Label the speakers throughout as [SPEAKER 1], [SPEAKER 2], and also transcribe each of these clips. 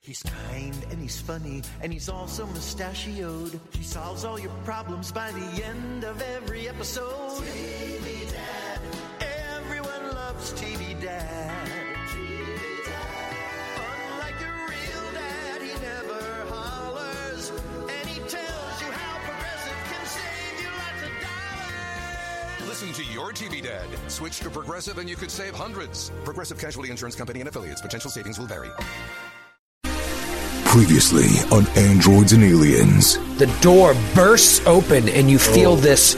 [SPEAKER 1] He's kind and he's funny and he's also mustachioed. He solves all your problems by the end of every episode. TV Dad. Everyone loves TV Dad. Unlike the real dad, he never hollers and he tells you how Progressive can save you lots of dollars.
[SPEAKER 2] Listen to your TV dad. Switch to Progressive and you could save hundreds. Progressive Casualty Insurance Company and affiliates. Potential savings will vary.
[SPEAKER 3] Previously on Androids and Aliens.
[SPEAKER 4] The door bursts open, and you feel this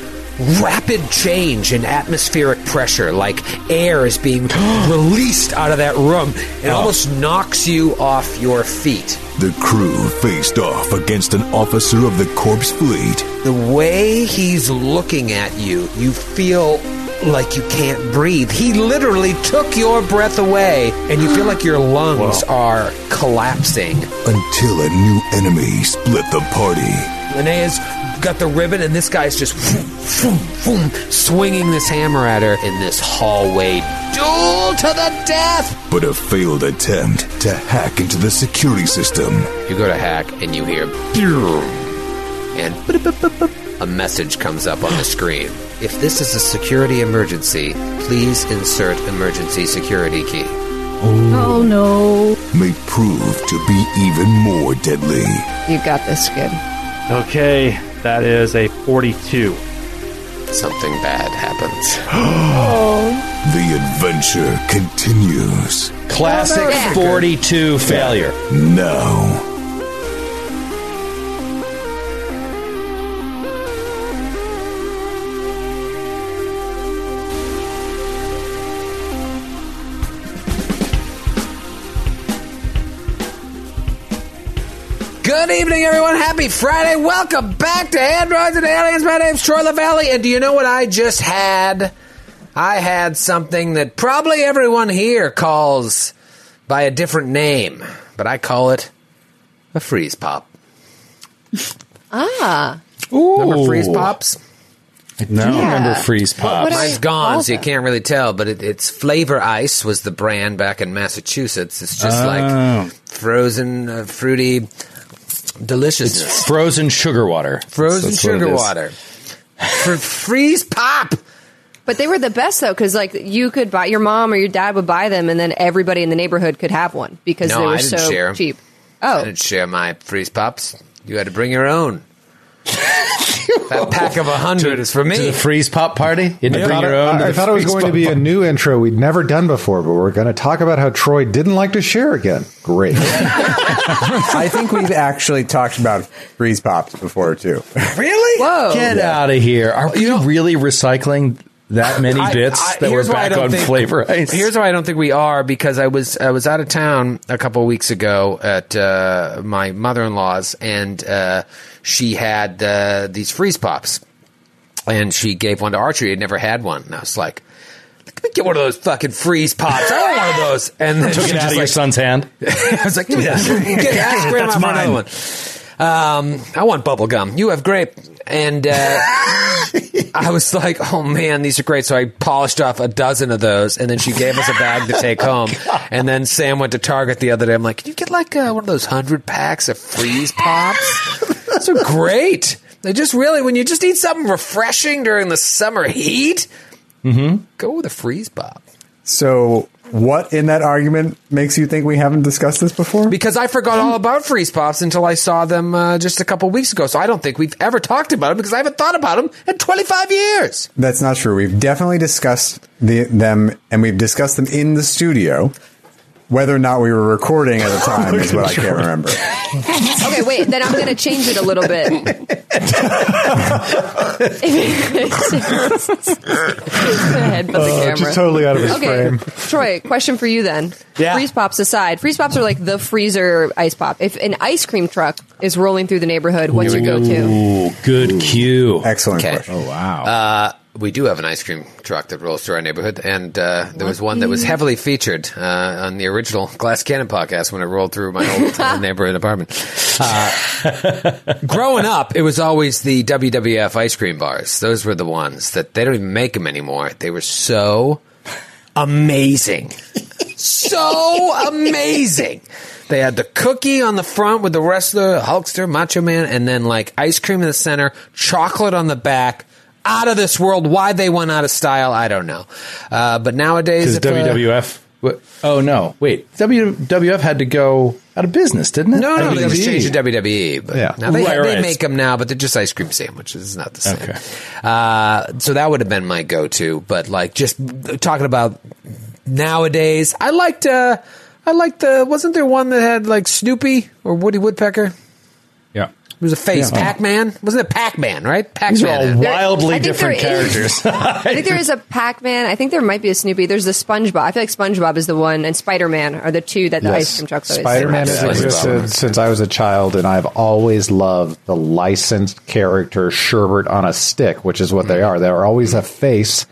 [SPEAKER 4] rapid change in atmospheric pressure, like air is being released out of that room. It almost knocks you off your feet.
[SPEAKER 3] The crew faced off against an officer of the Corpse Fleet.
[SPEAKER 4] The way he's looking at you, you feel like you can't breathe. He literally took your breath away, and you feel like your lungs are collapsing.
[SPEAKER 3] Until a new enemy split the party.
[SPEAKER 4] Linnea's got the ribbon, and this guy's just vroom, vroom, vroom, swinging this hammer at her in this hallway. Duel to the death!
[SPEAKER 3] But a failed attempt to hack into the security system.
[SPEAKER 4] You go to hack, and you hear boom, and boop-a-boop-a-boop, a message comes up on the screen. If this is a security emergency, please insert emergency security key.
[SPEAKER 5] Oh no.
[SPEAKER 3] May prove to be even more deadly.
[SPEAKER 5] You got this good.
[SPEAKER 6] Okay, that is a 42.
[SPEAKER 4] Something bad happens.
[SPEAKER 3] The adventure continues
[SPEAKER 7] Classic 42 failure.
[SPEAKER 3] now.
[SPEAKER 4] Good evening, everyone. Happy Friday. Welcome back to Androids and Aliens. My name's Troy LaValley, and do you know what I just had? I had something that probably everyone here calls by a different name, but I call it a freeze pop.
[SPEAKER 5] Ah.
[SPEAKER 4] Remember freeze pops?
[SPEAKER 7] No.
[SPEAKER 5] Yeah.
[SPEAKER 7] Remember freeze
[SPEAKER 5] What
[SPEAKER 7] pops.
[SPEAKER 5] do I
[SPEAKER 4] Mine's gone,
[SPEAKER 5] call
[SPEAKER 4] so you
[SPEAKER 5] them?
[SPEAKER 4] can't really tell, but it, it's Flavor Ice was the brand back in Massachusetts. It's just
[SPEAKER 7] Oh.
[SPEAKER 4] like frozen, uh, fruity deliciousness.
[SPEAKER 7] Frozen sugar water.
[SPEAKER 4] frozen
[SPEAKER 7] That's what it
[SPEAKER 4] sugar
[SPEAKER 7] is.
[SPEAKER 4] water. For freeze pop.
[SPEAKER 5] But they were the best though, because like you could buy your mom or your dad would buy them, and then everybody in the neighborhood could have one because
[SPEAKER 4] No,
[SPEAKER 5] they were
[SPEAKER 4] I didn't
[SPEAKER 5] so
[SPEAKER 4] share 'em.
[SPEAKER 5] cheap.
[SPEAKER 4] I
[SPEAKER 5] Oh,
[SPEAKER 4] didn't share my freeze pops. You had to bring your own. that pack of a hundred is for
[SPEAKER 7] To
[SPEAKER 4] me.
[SPEAKER 7] the freeze pop party? You had to
[SPEAKER 8] I
[SPEAKER 7] bring
[SPEAKER 8] thought,
[SPEAKER 7] your own. to
[SPEAKER 8] I
[SPEAKER 7] the
[SPEAKER 8] thought it was
[SPEAKER 7] freeze
[SPEAKER 8] going to
[SPEAKER 7] pop
[SPEAKER 8] be a
[SPEAKER 7] party.
[SPEAKER 8] new intro we'd never done before, but we're going to talk about how Troy didn't like to share again. Great.
[SPEAKER 9] I think we've actually talked about freeze pops before too.
[SPEAKER 4] Really?
[SPEAKER 10] Oh,
[SPEAKER 5] whoa!
[SPEAKER 7] Get out of here. Are we really recycling that many
[SPEAKER 4] I-
[SPEAKER 7] bits
[SPEAKER 4] I-
[SPEAKER 7] that were
[SPEAKER 4] here's why I
[SPEAKER 7] back
[SPEAKER 4] don't
[SPEAKER 7] on
[SPEAKER 4] think-
[SPEAKER 7] flavor ice?
[SPEAKER 4] Here's why I don't think we are because I was I was out of town a couple of weeks ago at uh, my mother in law's and uh, she had uh, these freeze pops and she gave one to Archer. He had never had one, and I was like, "Let me get one of those fucking freeze pops. I want one of those." And then
[SPEAKER 7] Took
[SPEAKER 4] she
[SPEAKER 7] it out
[SPEAKER 4] just
[SPEAKER 7] of your
[SPEAKER 4] like
[SPEAKER 7] son's hand.
[SPEAKER 4] I was like, give me that. Get, ask grandma for another one. Um, I want bubble gum. You have grape. And uh, I was like, oh man, these are great. So I polished off a dozen of those, and then she gave us a bag to take home. and then Sam went to Target the other day. I'm like, can you get like uh, one of those hundred packs of freeze pops? Those are great. They just really, when you just need something refreshing during the summer heat, go with a freeze pop.
[SPEAKER 9] So, what in that argument makes you think we haven't discussed this before?
[SPEAKER 4] because I forgot all about freeze pops until I saw them uh, just a couple weeks ago. So I don't think we've ever talked about them because I haven't thought about them in 25 years.
[SPEAKER 9] That's not true. We've definitely discussed the, them, and we've discussed them in the studio. Whether or not we were recording at the time is what I can't remember.
[SPEAKER 5] Okay, wait. Then I'm going to change it a little bit. The head of the camera.
[SPEAKER 8] Uh, Just totally out of his
[SPEAKER 5] Okay,
[SPEAKER 8] frame.
[SPEAKER 5] Troy, question for you then.
[SPEAKER 7] Yeah.
[SPEAKER 5] Freeze pops aside, freeze pops are like the freezer ice pop. If an ice cream truck is rolling through the neighborhood, what's your go to?
[SPEAKER 7] Ooh, good cue. Oh,
[SPEAKER 9] Excellent
[SPEAKER 4] Okay.
[SPEAKER 9] question.
[SPEAKER 4] Uh, We do have an ice cream truck that rolls through our neighborhood, and uh, there was one that was heavily featured uh, on the original Glass Cannon podcast when it rolled through my old uh, neighborhood apartment. Uh, growing up, it was always the WWF ice cream bars. Those were the ones that they don't even make them anymore. They were so amazing. so amazing. They had the cookie on the front with the wrestler, Hulkster, Macho Man, and then like ice cream in the center, chocolate on the back. Out of this world. Why they went out of style, I don't know. Uh, but nowadays,
[SPEAKER 7] Because
[SPEAKER 4] if, uh,
[SPEAKER 7] WWF. w- Oh no! Wait, WWF had to go out of business, didn't it?
[SPEAKER 4] No, no, they just
[SPEAKER 7] WWE.
[SPEAKER 4] changed to WWE. But
[SPEAKER 7] E. Yeah.
[SPEAKER 4] now they,
[SPEAKER 7] Right,
[SPEAKER 4] they
[SPEAKER 7] right.
[SPEAKER 4] make them now, but they're just ice cream sandwiches. It's not the same.
[SPEAKER 7] Okay.
[SPEAKER 4] Uh, so that would have been my go-to. But like just talking about nowadays, I liked. Uh, I liked the. Wasn't there one that had like Snoopy or Woody Woodpecker? It
[SPEAKER 7] Yeah.
[SPEAKER 4] was a face.
[SPEAKER 7] Yeah.
[SPEAKER 4] Pac-Man wasn't it? Pac-Man, right?
[SPEAKER 7] These are all
[SPEAKER 4] Pac-Man.
[SPEAKER 5] There- I
[SPEAKER 7] wildly
[SPEAKER 5] think there
[SPEAKER 7] different
[SPEAKER 5] is-
[SPEAKER 7] characters.
[SPEAKER 5] I think there is a Pac Man. I think there might be a Snoopy. There's the SpongeBob. I feel like SpongeBob is the one, and Spider Man are the two that the
[SPEAKER 8] Yes.
[SPEAKER 5] ice cream trucks always.
[SPEAKER 8] Spider Man
[SPEAKER 5] say.
[SPEAKER 8] has
[SPEAKER 4] Yeah,
[SPEAKER 8] existed since I was a child, and I've always loved the licensed character sherbet on a stick, which is
[SPEAKER 5] Mm-hmm.
[SPEAKER 8] what they are. They're always a face,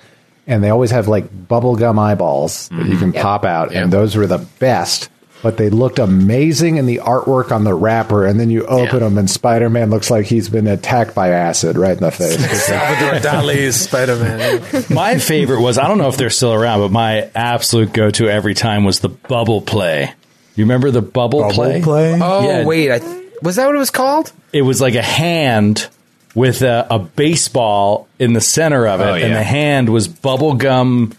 [SPEAKER 8] and they always have like bubblegum eyeballs that
[SPEAKER 5] Mm-hmm.
[SPEAKER 8] you can pop out, and those were the best. But they looked amazing in the artwork on the wrapper, and then you open them, and Spider Man looks like he's been attacked by acid right in the face.
[SPEAKER 4] Salvador Dali's Spider-Man.
[SPEAKER 7] my favorite was I don't know if they're still around, but my absolute go to every time was the bubble play. You remember the bubble, play?
[SPEAKER 4] Oh
[SPEAKER 7] Yeah.
[SPEAKER 4] wait, I, was that what it was called?
[SPEAKER 7] It was like a hand with a, a baseball in the center of it,
[SPEAKER 11] Oh,
[SPEAKER 7] and
[SPEAKER 11] yeah.
[SPEAKER 7] the hand was bubble gum.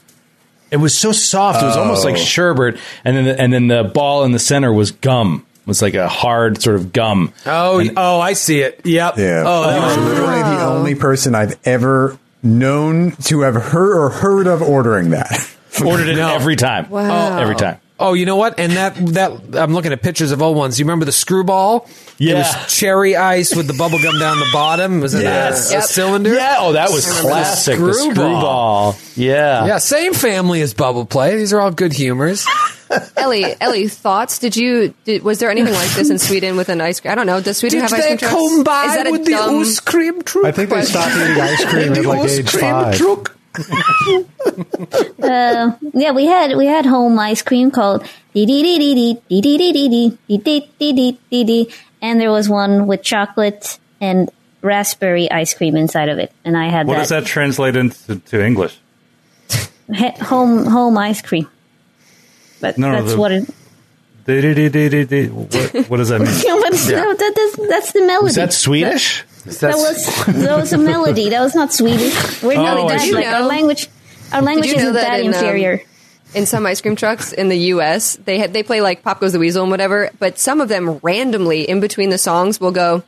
[SPEAKER 7] It was so soft; it was almost
[SPEAKER 9] Oh.
[SPEAKER 7] like sherbet, and then the, and then the ball in the center was gum. It was like a hard sort of gum.
[SPEAKER 4] Oh, oh, I see it. Yep.
[SPEAKER 9] Yeah.
[SPEAKER 4] Oh,
[SPEAKER 9] He was literally the only person I've ever known to have heard or heard of ordering that.
[SPEAKER 7] Ordered it every time.
[SPEAKER 5] Wow.
[SPEAKER 7] Every time.
[SPEAKER 4] Oh, you know what? And that that I'm looking at pictures of old ones. You remember the screwball? It
[SPEAKER 7] Yeah.
[SPEAKER 4] was cherry ice with the bubble gum down the bottom. Was it
[SPEAKER 7] Yes.
[SPEAKER 4] a, a
[SPEAKER 5] Yep.
[SPEAKER 4] cylinder?
[SPEAKER 7] Yeah. Oh, that was
[SPEAKER 4] I remember the
[SPEAKER 7] classic. The
[SPEAKER 4] screwball.
[SPEAKER 7] screwball. Yeah.
[SPEAKER 4] Yeah, same family as Bubble Play. These are all good humors.
[SPEAKER 5] Ellie, Ellie, thoughts? Did you? Did, was there anything like this in Sweden with an ice cream? I don't know. Does Sweden have ice cream trucks? Is that a dumb-
[SPEAKER 4] cream truck?
[SPEAKER 8] I think they stopped eating ice cream at like age five.
[SPEAKER 4] truck.
[SPEAKER 11] Yeah, we had we had home ice cream called dee dee dee dee dee dee dee dee dee dee dee dee dee dee dee, and there was one with chocolate and raspberry ice cream inside of it, and I had
[SPEAKER 6] What does that translate into to English?
[SPEAKER 11] he- home home ice cream. But
[SPEAKER 10] Oh,
[SPEAKER 6] No, no,
[SPEAKER 11] that's
[SPEAKER 6] the-
[SPEAKER 11] what it.
[SPEAKER 6] Dee-dee-dee-dee-dee-dee. What, what does that mean?
[SPEAKER 11] No, but no, that, that's that's the melody.
[SPEAKER 7] Is that Swedish?
[SPEAKER 11] that was that was a melody. That was not Swedish. We're not
[SPEAKER 7] Oh, I
[SPEAKER 11] that
[SPEAKER 7] see.
[SPEAKER 11] like our
[SPEAKER 5] Did you
[SPEAKER 11] language. Our language
[SPEAKER 5] know
[SPEAKER 11] isn't
[SPEAKER 5] that
[SPEAKER 11] that,
[SPEAKER 5] in, um,
[SPEAKER 11] inferior.
[SPEAKER 5] in some ice cream trucks in the U.S. They had, they play like "Pop Goes the Weasel" and whatever, but some of them randomly in between the songs will go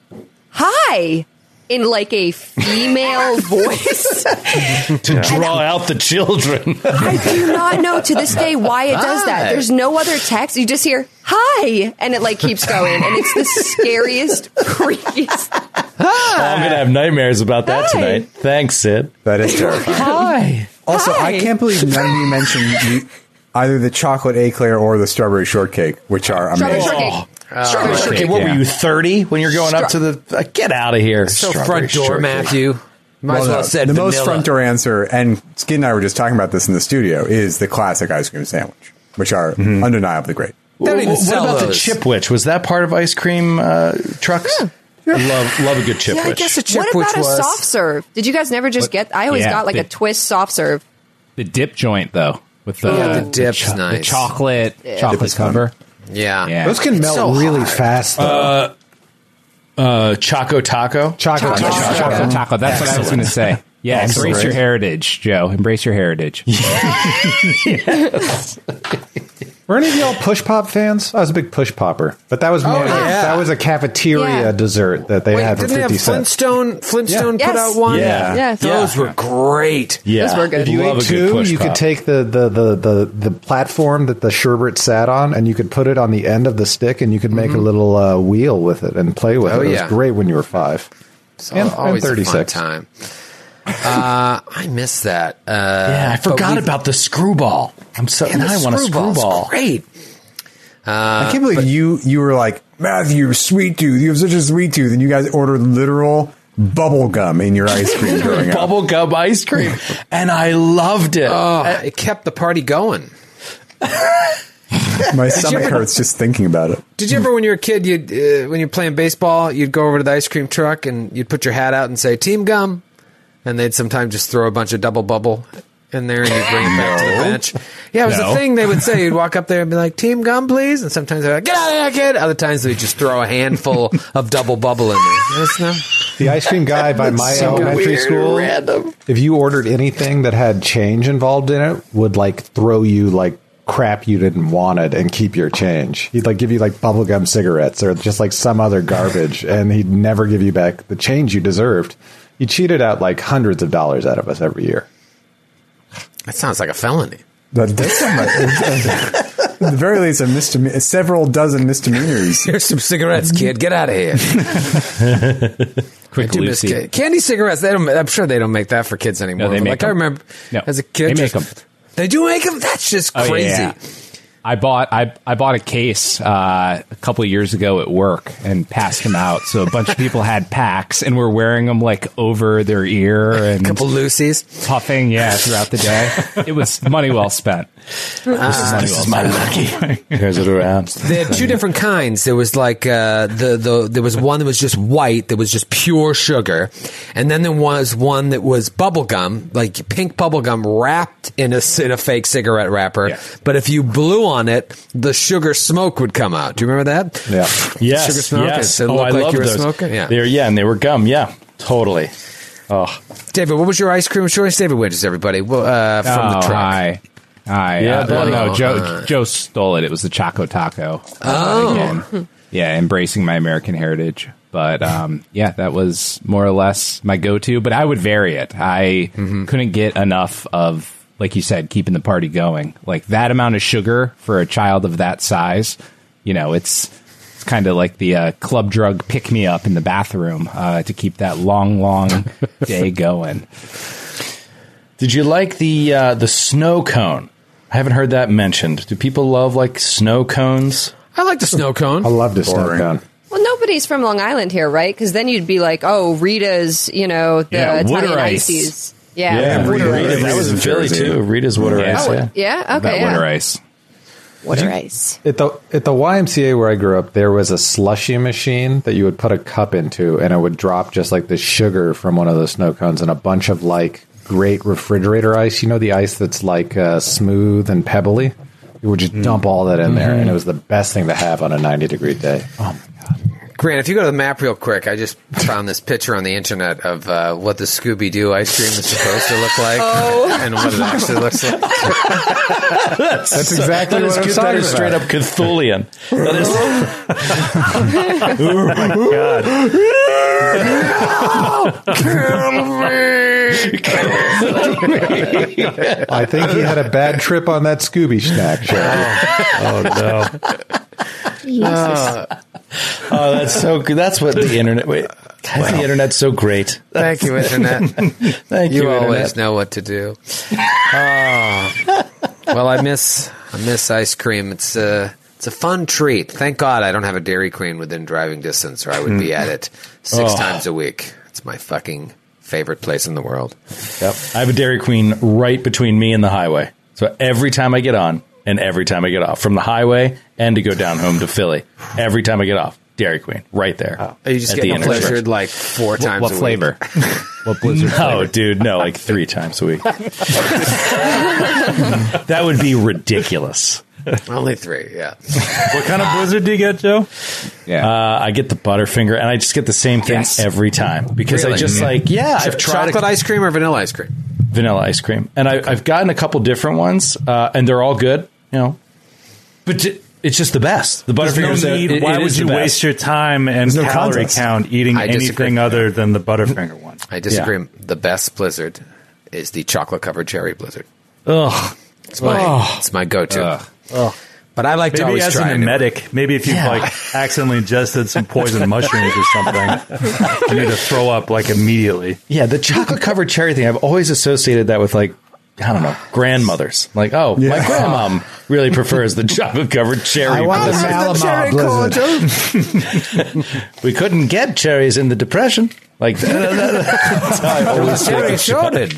[SPEAKER 5] "Hi" in like a female voice.
[SPEAKER 7] to draw out the children.
[SPEAKER 5] I do not know to this day why it does that.
[SPEAKER 7] Hi.
[SPEAKER 5] There's no other text. You just hear "Hi" and it like keeps going, and it's the scariest, freakiest.
[SPEAKER 7] I'm gonna have nightmares about that
[SPEAKER 5] Hi.
[SPEAKER 7] tonight. Thanks, Sid.
[SPEAKER 9] That is terrifying.
[SPEAKER 7] Hi.
[SPEAKER 9] Also,
[SPEAKER 5] Hi.
[SPEAKER 9] I can't believe none of you mentioned the, either the chocolate eclair or the strawberry shortcake, which are
[SPEAKER 5] Strawberry
[SPEAKER 9] amazing.
[SPEAKER 5] shortcake.
[SPEAKER 4] Oh,
[SPEAKER 7] Strawberry shortcake. What
[SPEAKER 9] yeah.
[SPEAKER 7] were you thirty when you're going up to the? Uh, get out of here.
[SPEAKER 4] So
[SPEAKER 7] Strawberry
[SPEAKER 4] front door,
[SPEAKER 7] shortcake.
[SPEAKER 4] Matthew. Might as well
[SPEAKER 9] no,
[SPEAKER 4] have said
[SPEAKER 9] the
[SPEAKER 4] vanilla.
[SPEAKER 9] most front door answer, and Skid and I were just talking about this in the studio, is the classic ice cream sandwich, which are undeniably great.
[SPEAKER 4] They don't even
[SPEAKER 7] Mm-hmm. What
[SPEAKER 4] sell
[SPEAKER 7] about the
[SPEAKER 4] those.
[SPEAKER 7] chipwich? Was that part of ice cream uh, trucks? Love, love a good chipwich.
[SPEAKER 4] Yeah, I guess a chip
[SPEAKER 5] what
[SPEAKER 4] which
[SPEAKER 5] about a
[SPEAKER 4] was
[SPEAKER 5] soft serve? Did you guys never just get? I always
[SPEAKER 11] Yeah,
[SPEAKER 5] got like a
[SPEAKER 11] the-
[SPEAKER 5] twist soft serve.
[SPEAKER 11] The dip joint though, with the,
[SPEAKER 4] Yeah, the dip's nice.
[SPEAKER 11] chocolate
[SPEAKER 9] Dip
[SPEAKER 11] chocolate
[SPEAKER 9] is fun.
[SPEAKER 11] cover.
[SPEAKER 4] Yeah.
[SPEAKER 11] Yeah.
[SPEAKER 8] Those can melt
[SPEAKER 4] so
[SPEAKER 8] really
[SPEAKER 4] hard.
[SPEAKER 8] fast. Though.
[SPEAKER 7] uh, choco taco.
[SPEAKER 8] chocolate,
[SPEAKER 5] Chocolate.
[SPEAKER 8] chip.
[SPEAKER 5] Chocolate.
[SPEAKER 11] Chocolate taco. That's what I was going to say. Yeah,
[SPEAKER 9] Excellent.
[SPEAKER 11] embrace your heritage, Joe. Embrace your heritage.
[SPEAKER 8] Were any of y'all push pop fans? I was a big push popper, but that was more of a-
[SPEAKER 4] Oh, yeah.
[SPEAKER 8] that was a cafeteria
[SPEAKER 5] Yeah.
[SPEAKER 8] dessert that they
[SPEAKER 4] Wait,
[SPEAKER 8] had for
[SPEAKER 4] didn't they have
[SPEAKER 8] fifty cents.
[SPEAKER 4] Flintstone? Flintstone
[SPEAKER 5] Yeah.
[SPEAKER 4] put
[SPEAKER 5] Yes.
[SPEAKER 4] out one.
[SPEAKER 7] Yeah.
[SPEAKER 5] Yeah.
[SPEAKER 4] Those were great.
[SPEAKER 7] Yeah,
[SPEAKER 5] Those were good.
[SPEAKER 8] If you
[SPEAKER 7] Love a
[SPEAKER 8] ate
[SPEAKER 7] good
[SPEAKER 8] two,
[SPEAKER 7] push
[SPEAKER 8] you could
[SPEAKER 7] pop.
[SPEAKER 8] take the, the, the, the, the platform that the sherbet sat on, and you could put it on the end of the stick, and you could make a little uh, wheel with it and play with
[SPEAKER 4] Mm-hmm. Oh,
[SPEAKER 8] it. It
[SPEAKER 4] yeah.
[SPEAKER 8] was great when you were five.
[SPEAKER 4] So
[SPEAKER 8] And- and
[SPEAKER 4] always a fun
[SPEAKER 8] 36.
[SPEAKER 4] time. Uh, I miss that. Uh,
[SPEAKER 7] Yeah, I forgot about the screwball. I'm so
[SPEAKER 4] and
[SPEAKER 7] now I want a screwball. Uh,
[SPEAKER 4] Great. Uh,
[SPEAKER 9] I can't believe you you were like Matthew, sweet tooth. You have such a sweet tooth, and you guys ordered literal bubble gum in your ice cream growing up.
[SPEAKER 7] Bubble gum ice cream, and I loved it. Uh,
[SPEAKER 4] Oh, it kept the party going.
[SPEAKER 9] My stomach hurts just thinking about it.
[SPEAKER 4] Did you ever, when you were a kid, you'd, uh, when you're playing baseball, you'd go over to the ice cream truck and you'd put your hat out and say, Team Gum. And they'd sometimes just throw a bunch of double bubble in there and you bring it back to the
[SPEAKER 12] No.
[SPEAKER 4] bench. Yeah, it was
[SPEAKER 12] No.
[SPEAKER 4] a thing they would say. You'd walk up there and be like, "Team gum, please," and sometimes they're like, "Get out of here, kid." Other times they just throw a handful of double bubble in there. Yes, no?
[SPEAKER 8] The ice cream guy by my
[SPEAKER 4] So
[SPEAKER 8] elementary
[SPEAKER 4] weird and
[SPEAKER 8] school.
[SPEAKER 4] random.
[SPEAKER 8] If you ordered anything that had change involved in it, would like throw you like crap you didn't want it and keep your change. He'd like give you like bubblegum cigarettes or just like some other garbage and he'd never give you back the change you deserved. He cheated out like hundreds of dollars out of us every year.
[SPEAKER 4] That sounds like a felony.
[SPEAKER 9] That does sound like- At the very least, a misdemeanor, several dozen misdemeanors.
[SPEAKER 4] Here's some cigarettes, kid. Get out of here.
[SPEAKER 9] Quick,
[SPEAKER 4] I do miss ca- candy cigarettes. They don't. I'm sure they don't make that for kids anymore.
[SPEAKER 12] No, they
[SPEAKER 4] but,
[SPEAKER 12] make
[SPEAKER 4] like I
[SPEAKER 12] them.
[SPEAKER 4] remember as a kid,
[SPEAKER 12] They make
[SPEAKER 4] just- They do make them. That's just
[SPEAKER 12] Oh, yeah,
[SPEAKER 4] crazy.
[SPEAKER 12] yeah. I bought I, I bought a case uh, a couple of years ago at work and passed them out. So a bunch of people had packs and were wearing them like over their ear and a couple
[SPEAKER 4] Lucy's
[SPEAKER 12] puffing yeah throughout the day. It was money well spent.
[SPEAKER 4] Ah, this is my
[SPEAKER 12] lucky.
[SPEAKER 7] Here's it around.
[SPEAKER 4] They had two different kinds. There was like uh, the the there was one that was just white, that was just pure sugar, and then there was one that was bubble gum, like pink bubble gum wrapped in a c- in a fake cigarette wrapper. But if you blew on it, the sugar smoke would come out. Do you remember that?
[SPEAKER 8] Yeah.
[SPEAKER 7] Yes.
[SPEAKER 4] Sugar smoke.
[SPEAKER 7] Yes.
[SPEAKER 4] It
[SPEAKER 7] oh,
[SPEAKER 4] looked
[SPEAKER 7] I
[SPEAKER 4] like
[SPEAKER 7] love
[SPEAKER 4] you were
[SPEAKER 7] those.
[SPEAKER 4] smoking. Yeah.
[SPEAKER 7] They're, yeah, and they were gum. Yeah, totally. Oh,
[SPEAKER 4] David, what was your ice cream choice? David Winters, everybody. Well, uh, from
[SPEAKER 12] Oh,
[SPEAKER 4] the truck.
[SPEAKER 12] I, I,
[SPEAKER 4] Yeah,
[SPEAKER 12] yeah, uh,
[SPEAKER 4] buddy.
[SPEAKER 12] no, Joe,
[SPEAKER 4] Uh,
[SPEAKER 12] Joe stole it. It was the Choco Taco. uh,
[SPEAKER 4] Oh.
[SPEAKER 12] again. yeah, embracing my American heritage. But um, yeah, that was more or less my go-to. But I would vary it. I
[SPEAKER 4] Mm-hmm.
[SPEAKER 12] couldn't get enough of, like you said, keeping the party going. Like that amount of sugar for a child of that size, you know, it's it's kind of like the uh, club drug pick me up in the bathroom uh, to keep that long, long day going.
[SPEAKER 7] Did you like the uh, the snow cone? I haven't heard that mentioned. Do people love like snow cones?
[SPEAKER 4] I like the snow cone.
[SPEAKER 7] I love
[SPEAKER 8] the snow
[SPEAKER 7] cone.
[SPEAKER 5] Well, nobody's from Long Island here, right? Because then you'd be like, oh, Rita's, you know, the
[SPEAKER 7] Yeah,
[SPEAKER 5] Italian
[SPEAKER 7] water ice.
[SPEAKER 5] ices. Yeah.
[SPEAKER 7] yeah, Rita,
[SPEAKER 9] Rita-
[SPEAKER 7] That was in
[SPEAKER 9] Rita's
[SPEAKER 7] Philly
[SPEAKER 9] in Jersey.
[SPEAKER 7] too. Rita's water
[SPEAKER 12] Yeah.
[SPEAKER 7] ice.
[SPEAKER 12] Oh,
[SPEAKER 7] Yeah.
[SPEAKER 5] Yeah. Okay.
[SPEAKER 12] That
[SPEAKER 5] yeah.
[SPEAKER 12] water ice.
[SPEAKER 5] Water ice.
[SPEAKER 8] At the at the YMCA where I grew up, there was a slushy machine that you would put a cup into, and it would drop just like the sugar from one of those snow cones and a bunch of like great refrigerator ice. You know the ice that's like uh, smooth and pebbly. You would just
[SPEAKER 7] Mm.
[SPEAKER 8] dump all that in there,
[SPEAKER 7] Mm-hmm.
[SPEAKER 8] and it was the best thing to have on a ninety degree day. Oh,
[SPEAKER 4] Grant, if you go to the map real quick, I just found this picture on the internet of uh, what the Scooby Doo ice cream is supposed to look like
[SPEAKER 7] Oh.
[SPEAKER 4] and what it actually looks like.
[SPEAKER 7] That's,
[SPEAKER 4] exactly
[SPEAKER 7] that is
[SPEAKER 4] what I'm
[SPEAKER 7] good- That
[SPEAKER 4] talking
[SPEAKER 7] is
[SPEAKER 4] about.
[SPEAKER 7] straight up Cthulian. That is. oh my god!
[SPEAKER 8] I think he had a bad trip on that Scooby snack. Jerry.
[SPEAKER 7] Oh no! Oh, that's so good. That's what the internet. Wait, guys, the internet's so great.
[SPEAKER 4] Thank you, Internet.
[SPEAKER 7] Thank you,
[SPEAKER 4] You always
[SPEAKER 7] Internet.
[SPEAKER 4] know what to do. Oh. Well, I miss I miss ice cream. It's a it's a fun treat. Thank God I don't have a Dairy Queen within driving distance, or I would be at it six
[SPEAKER 7] Oh.
[SPEAKER 4] times a week. It's my fucking favorite place in the world.
[SPEAKER 7] Yep. I have a Dairy Queen right between me and the highway. So every time I get on and every time I get off from the highway and to go down home to Philly, every time I get off, Dairy Queen right there.
[SPEAKER 4] Are Oh. you just
[SPEAKER 7] At the
[SPEAKER 4] getting
[SPEAKER 7] intersection.
[SPEAKER 4] blizzard like four
[SPEAKER 7] What-
[SPEAKER 4] times?
[SPEAKER 7] what
[SPEAKER 4] a week?
[SPEAKER 7] flavor? What blizzard? No, dude, no, like three times a week. that would be ridiculous.
[SPEAKER 4] Only three. Yeah.
[SPEAKER 6] What kind of blizzard do you get, Joe?
[SPEAKER 7] Yeah, uh, I get the Butterfinger, and I just get the same thing
[SPEAKER 4] Yes.
[SPEAKER 7] every time because I
[SPEAKER 4] Really?
[SPEAKER 7] just like yeah,
[SPEAKER 4] Ch-
[SPEAKER 7] I've tried
[SPEAKER 4] chocolate ice cream or vanilla ice cream.
[SPEAKER 7] vanilla ice cream, and I, I've gotten a couple different ones, uh, and they're all good, you know. But j- it's just the best. The
[SPEAKER 6] There's
[SPEAKER 7] Butterfinger.
[SPEAKER 6] no
[SPEAKER 7] is the-
[SPEAKER 6] need.
[SPEAKER 7] it-
[SPEAKER 6] Why
[SPEAKER 7] it
[SPEAKER 6] would
[SPEAKER 7] is
[SPEAKER 6] you
[SPEAKER 7] the best.
[SPEAKER 6] waste your time and
[SPEAKER 7] There's no
[SPEAKER 6] calorie
[SPEAKER 7] contest.
[SPEAKER 6] count eating
[SPEAKER 4] I disagree.
[SPEAKER 6] anything other than the Butterfinger one?
[SPEAKER 4] I disagree. The best blizzard is the chocolate covered cherry blizzard.
[SPEAKER 6] Ugh.
[SPEAKER 4] It's my
[SPEAKER 7] Oh.
[SPEAKER 4] it's my go to. But I like
[SPEAKER 6] Maybe
[SPEAKER 4] to always
[SPEAKER 6] as
[SPEAKER 4] try
[SPEAKER 6] an
[SPEAKER 4] new-
[SPEAKER 6] emetic. Maybe if you
[SPEAKER 4] Yeah.
[SPEAKER 6] like accidentally ingested some poison mushrooms or something, you need to throw up like immediately.
[SPEAKER 7] Yeah, the chocolate covered cherry thing. I've always associated that with like I don't know grandmothers. Like, oh, my grandmom really prefers the chocolate covered cherry.
[SPEAKER 8] I want the
[SPEAKER 7] blizzard.
[SPEAKER 8] Malamar blizzard.
[SPEAKER 7] we couldn't get cherries in the depression. Like that's how I always
[SPEAKER 4] There was a
[SPEAKER 7] think
[SPEAKER 4] cherry
[SPEAKER 7] of it.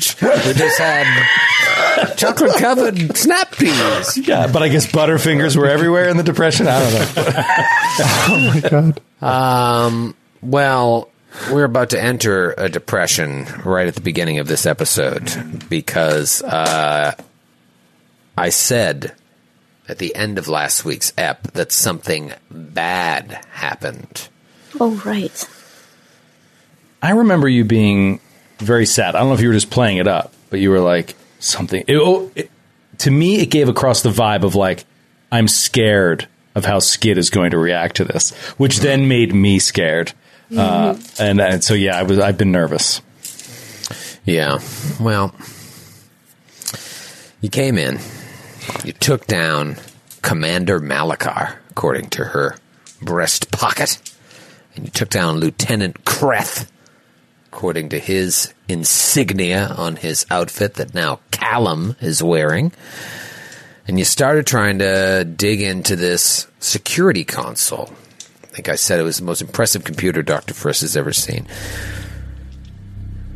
[SPEAKER 4] shortage. We just had Um, chocolate covered snap peas.
[SPEAKER 7] Yeah, but I guess Butterfingers were everywhere
[SPEAKER 8] Oh
[SPEAKER 7] in the depression. I don't know.
[SPEAKER 4] Um, well, We're about to enter a depression right at the beginning of this episode because uh, I said at the end of last week's ep that something bad happened.
[SPEAKER 11] Oh, right.
[SPEAKER 7] I remember you being very sad. I don't know if you were just playing it up, but you were like something. It, oh, it- to me, it gave across the vibe of like I'm scared of how Skid is going to react to this, which then made me scared. Uh, and, and so yeah, I was I've been nervous.
[SPEAKER 4] Yeah. Well, you came in, you took down Commander Malakar, according to her breast pocket, and you took down Lieutenant Kreth, according to his insignia on his outfit that now Callum is wearing. And you started trying to dig into this security console. I think I said it was the most impressive computer Dr. Friss has ever seen.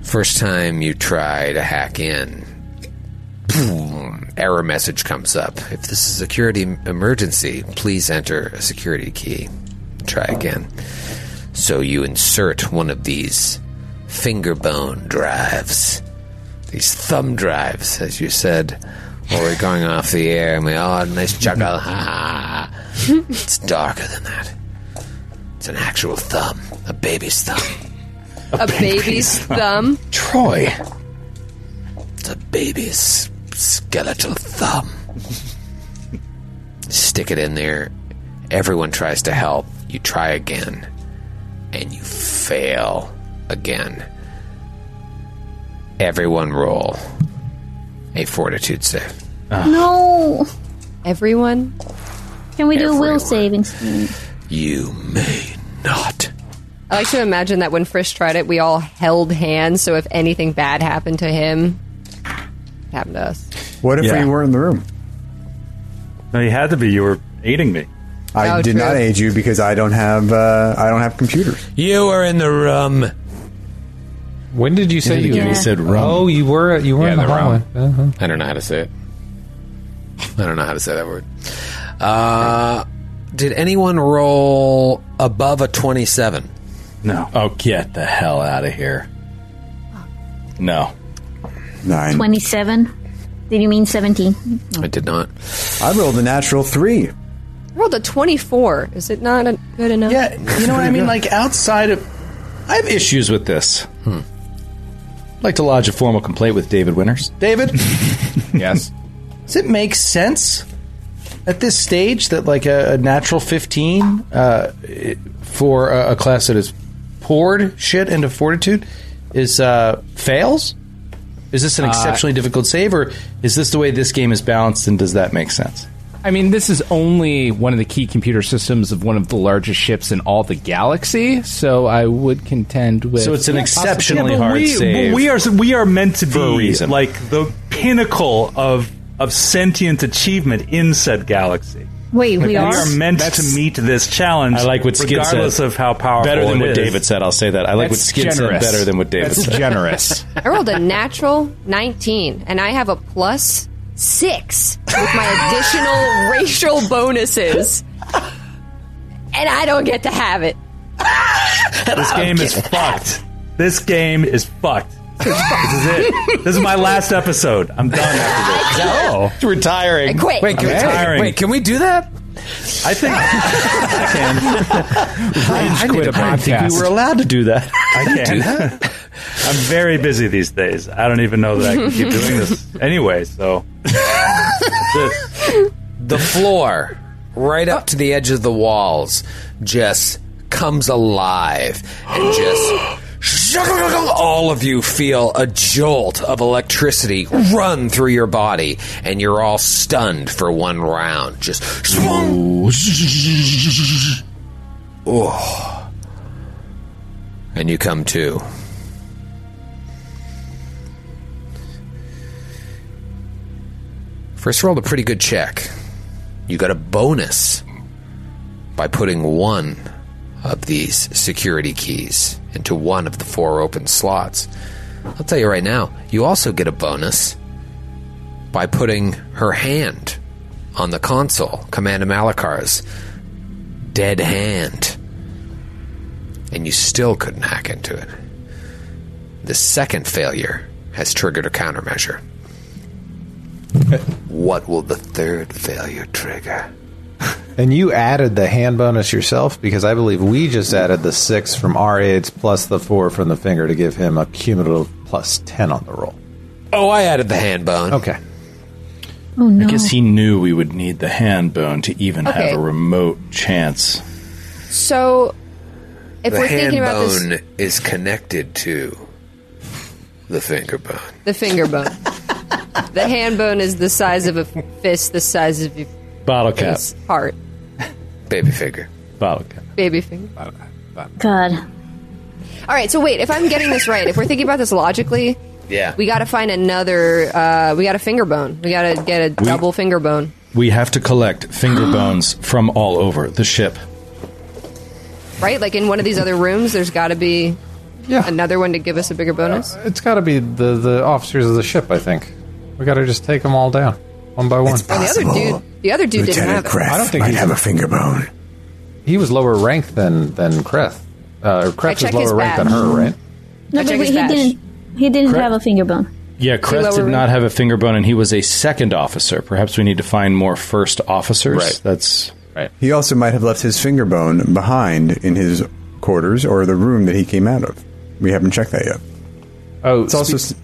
[SPEAKER 4] First time you try to hack in, boom, error message comes up. If this is a security emergency, please enter a security key. Try again. So you insert one of these finger bone drives, these thumb drives, as you said, while we're going off the air, and we all had a nice chuckle. Ha ha ha. It's darker than that. It's an actual thumb, a baby's thumb.
[SPEAKER 5] A baby's thumb.
[SPEAKER 4] Troy. It's a baby's skeletal thumb. Stick it in there. Everyone tries to help. You try again. And you fail again. Everyone roll a fortitude save.
[SPEAKER 9] Ah.
[SPEAKER 11] No.
[SPEAKER 5] Everyone?
[SPEAKER 11] Can we do a will save instead?
[SPEAKER 4] You may not.
[SPEAKER 5] I like to imagine that when Frisch tried it, we all held hands, so if anything bad happened to him, it happened to us.
[SPEAKER 9] What if
[SPEAKER 6] Yeah.
[SPEAKER 9] we were in the room?
[SPEAKER 6] No, you had to be. You were aiding me.
[SPEAKER 9] I
[SPEAKER 5] Oh,
[SPEAKER 9] did
[SPEAKER 5] true.
[SPEAKER 9] not aid you because I don't have uh, I don't have computers.
[SPEAKER 4] You were in the room.
[SPEAKER 13] When did you say
[SPEAKER 9] the
[SPEAKER 13] you?
[SPEAKER 9] beginning, he said rum.
[SPEAKER 13] Oh, you were you were in the, hallway. Uh-huh.
[SPEAKER 4] I don't know how to say it. I don't know how to say that word. Uh, did anyone roll above a 27?
[SPEAKER 7] No. Oh, get the hell out of here. No.
[SPEAKER 9] Nine.
[SPEAKER 11] 27? Did you mean 17?
[SPEAKER 4] I did not.
[SPEAKER 9] I rolled a natural three.
[SPEAKER 5] I rolled a 24. Is it not a, good enough?
[SPEAKER 7] Yeah, you know what I mean? Like outside of, I have issues with this. I'd like to lodge a formal complaint with David Winters. David,
[SPEAKER 12] Yes.
[SPEAKER 7] does it make sense at this stage that like a, a natural fifteen uh, i- for a, a class that has poured shit into fortitude is uh, fails? Is this an
[SPEAKER 12] Uh,
[SPEAKER 7] exceptionally difficult save, or is this the way this game is balanced? And does that make sense?
[SPEAKER 12] I mean, this is only one of the key computer systems of one of the largest ships in all the galaxy, so I would contend with.
[SPEAKER 7] So it's an
[SPEAKER 12] Yeah,
[SPEAKER 7] exceptionally
[SPEAKER 12] possibly.
[SPEAKER 7] hard
[SPEAKER 10] we,
[SPEAKER 7] save.
[SPEAKER 10] We are we are meant to be
[SPEAKER 7] a reason.
[SPEAKER 10] like the pinnacle of of sentient achievement in said galaxy.
[SPEAKER 11] Wait,
[SPEAKER 10] Like,
[SPEAKER 11] we are?
[SPEAKER 10] meant
[SPEAKER 11] That's-
[SPEAKER 10] to meet this challenge.
[SPEAKER 7] I like what Skid said.
[SPEAKER 10] regardless of how powerful.
[SPEAKER 7] Better than
[SPEAKER 10] it
[SPEAKER 7] what
[SPEAKER 10] is.
[SPEAKER 7] David said. I'll say that. I like
[SPEAKER 12] That's
[SPEAKER 7] what Skid
[SPEAKER 12] generous.
[SPEAKER 7] said better than what David
[SPEAKER 12] That's
[SPEAKER 7] said.
[SPEAKER 12] generous.
[SPEAKER 5] I rolled a natural 19, and I have a plus 6 with my additional racial bonuses. And I don't get to have it.
[SPEAKER 10] This game is fucked. This game is fucked. this is it. This is my last episode. I'm done after this.
[SPEAKER 7] No. Retiring.
[SPEAKER 10] I quit.
[SPEAKER 4] Wait, can,
[SPEAKER 10] I'm
[SPEAKER 4] we-
[SPEAKER 10] retiring.
[SPEAKER 4] wait, can we do that?
[SPEAKER 10] I think I
[SPEAKER 4] I, I need a podcast.
[SPEAKER 7] allowed to do that.
[SPEAKER 10] I
[SPEAKER 4] Can you
[SPEAKER 10] can't.
[SPEAKER 4] do that?
[SPEAKER 10] I'm very busy these days. I don't even know that I can keep doing this anyway. So
[SPEAKER 4] the floor right up to the edge of the walls just comes alive and
[SPEAKER 3] Oh,
[SPEAKER 4] just all of you feel a jolt of electricity run through your body and you're all stunned for one round just oh. and you come to First rolled a pretty good check. You got a bonus by putting one of these security keys into one of the four open slots. I'll tell you right now, you also get a bonus by putting her hand on the console, Commander Malakar's dead hand. And and you still couldn't hack into it. The second failure has triggered a countermeasure. what will the third failure trigger?
[SPEAKER 8] And you added the hand bonus yourself because I believe we just added the six from our aids plus the four from the finger to give him a cumulative plus ten on the roll.
[SPEAKER 4] Oh, I added the hand bone.
[SPEAKER 8] Okay.
[SPEAKER 11] Oh
[SPEAKER 7] I guess he knew we would need the hand bone to even
[SPEAKER 5] Okay.
[SPEAKER 7] have a remote chance.
[SPEAKER 5] So, if
[SPEAKER 4] the
[SPEAKER 5] we're
[SPEAKER 4] hand
[SPEAKER 5] thinking about
[SPEAKER 4] bone
[SPEAKER 5] this,
[SPEAKER 4] is connected to the finger bone.
[SPEAKER 5] the finger bone, the hand bone is the size of a fist, the size of your
[SPEAKER 7] Bottle
[SPEAKER 4] cap.
[SPEAKER 5] face, heart,
[SPEAKER 4] Baby finger.
[SPEAKER 7] Bottle cap.
[SPEAKER 5] baby finger.
[SPEAKER 11] God.
[SPEAKER 5] All right, so wait, if I'm getting this right, if we're thinking about this logically,
[SPEAKER 4] Yeah.
[SPEAKER 5] we got to find another. Uh, we got a finger bone. We got to get a
[SPEAKER 7] We-
[SPEAKER 5] double finger bone.
[SPEAKER 7] We have to collect finger bones from all over the ship.
[SPEAKER 5] right? Like in one of these other rooms, there's got to be another one to give us a bigger bonus.
[SPEAKER 8] It's got to be the the officers of the ship. I think we got to just take them all down one by one.
[SPEAKER 5] And the other dude, the other dude didn't have it.
[SPEAKER 8] I don't think he'd have a finger bone. He was lower rank than than Kreth. Uh, Kreth was
[SPEAKER 11] checked his
[SPEAKER 8] lower rank than
[SPEAKER 11] badge.
[SPEAKER 8] her, right?
[SPEAKER 11] No,
[SPEAKER 5] I
[SPEAKER 11] but
[SPEAKER 5] check
[SPEAKER 11] wait,
[SPEAKER 5] his
[SPEAKER 11] he
[SPEAKER 5] badge.
[SPEAKER 11] didn't. He didn't
[SPEAKER 7] Correct.
[SPEAKER 11] have a finger bone.
[SPEAKER 7] Yeah, Kreth
[SPEAKER 11] lower
[SPEAKER 7] did not
[SPEAKER 11] rank.
[SPEAKER 7] have a finger bone, and he was a second officer. Perhaps we need to find more first officers.
[SPEAKER 9] Right.
[SPEAKER 7] That's right.
[SPEAKER 9] He also might have left his finger bone behind in his quarters or the room that he came out of. We haven't checked that yet.
[SPEAKER 7] Oh,
[SPEAKER 9] it's also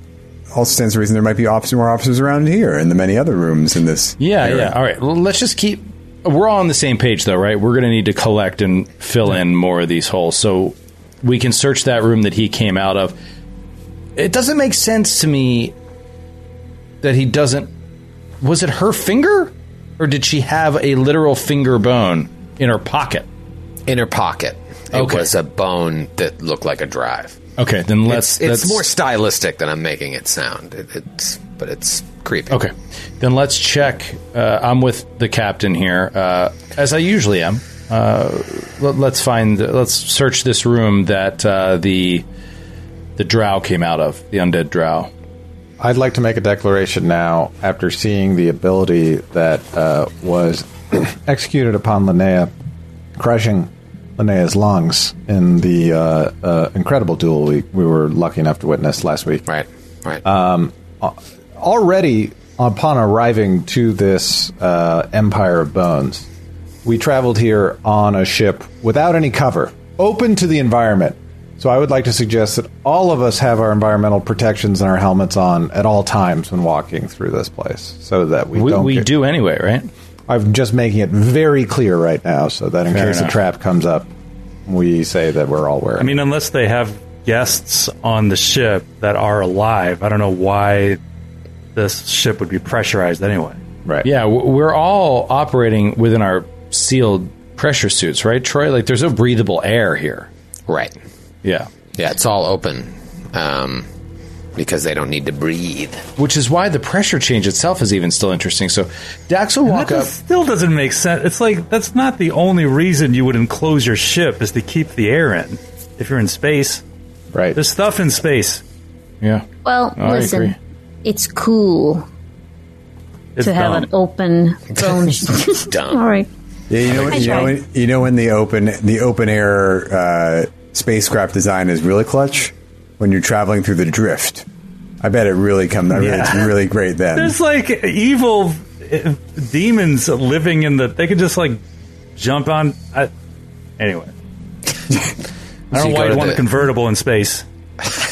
[SPEAKER 9] also stands to reason there might be officer, more officers around here and the many other rooms in this.
[SPEAKER 7] Yeah,
[SPEAKER 9] area.
[SPEAKER 7] yeah. All right. Well, let's just keep. We're all on the same page, though, right? We're going to need to collect and fill in more of these holes, so we can search that room that he came out of. It doesn't make sense to me that he doesn't. Was it her finger, or did she have a literal finger bone in her pocket?
[SPEAKER 4] In her pocket. It
[SPEAKER 7] Okay.
[SPEAKER 4] was a bone that looked like a drive.
[SPEAKER 7] Okay, then let's.
[SPEAKER 4] It's, it's
[SPEAKER 7] let's-
[SPEAKER 4] more stylistic than I'm making it sound. It, it's but it's creepy.
[SPEAKER 7] Okay, then let's check. Uh, I'm with the captain here, uh, as I usually am. Uh, let, let's find. Let's search this room that uh, the the Drow came out of. The undead Drow.
[SPEAKER 8] I'd like to make a declaration now after seeing the ability that uh, was executed upon Linnea, crushing Linnea's lungs in the uh, uh, incredible duel we, we were lucky enough to witness last week.
[SPEAKER 4] Right, right.
[SPEAKER 8] Um, al- already upon arriving to this uh, Empire of Bones, we traveled here on a ship without any cover, open to the environment. So I would like to suggest that all of us have our environmental protections and our helmets on at all times when walking through this place, so that we,
[SPEAKER 7] We-
[SPEAKER 8] don't.
[SPEAKER 7] we do anyway, right?
[SPEAKER 8] I'm just making it very clear right now, so that in
[SPEAKER 10] Fair
[SPEAKER 8] case
[SPEAKER 10] enough.
[SPEAKER 8] a trap comes up, we say that we're all wearing.
[SPEAKER 10] I mean, unless they have guests on the ship that are alive, I don't know why this ship would be pressurized anyway.
[SPEAKER 8] Right.
[SPEAKER 7] Yeah, w- we're all operating within our sealed pressure suits, right, Troy? Like, there's no breathable air here.
[SPEAKER 4] Right.
[SPEAKER 7] Yeah.
[SPEAKER 4] Yeah, it's all open. Um because they don't need to breathe.
[SPEAKER 7] Which is why the pressure change itself is even still interesting. So Dax will walk up.
[SPEAKER 10] Still doesn't make sense. It's like that's not the only reason you would enclose your ship is to keep the air in. If you're in space,
[SPEAKER 8] right?
[SPEAKER 10] There's stuff in space.
[SPEAKER 7] Yeah.
[SPEAKER 11] Well,
[SPEAKER 10] I
[SPEAKER 11] listen,
[SPEAKER 10] agree.
[SPEAKER 11] it's cool
[SPEAKER 10] It's
[SPEAKER 11] to have
[SPEAKER 10] dumb.
[SPEAKER 11] an open bone. it's
[SPEAKER 4] dumb.
[SPEAKER 11] All right.
[SPEAKER 9] Yeah, you know,
[SPEAKER 11] I
[SPEAKER 9] when, you know,
[SPEAKER 11] tried.
[SPEAKER 9] when, you know when the open the open air uh, spacecraft design is really clutch when you're traveling through the drift. I bet it really comes. I mean,
[SPEAKER 10] Yeah.
[SPEAKER 9] it's really great then.
[SPEAKER 10] There's like evil uh, demons living in the. They could just like jump on. I, anyway, I
[SPEAKER 4] So
[SPEAKER 10] don't
[SPEAKER 4] you
[SPEAKER 10] know why
[SPEAKER 4] go
[SPEAKER 10] you
[SPEAKER 4] to
[SPEAKER 10] want a
[SPEAKER 4] the-
[SPEAKER 10] convertible in space.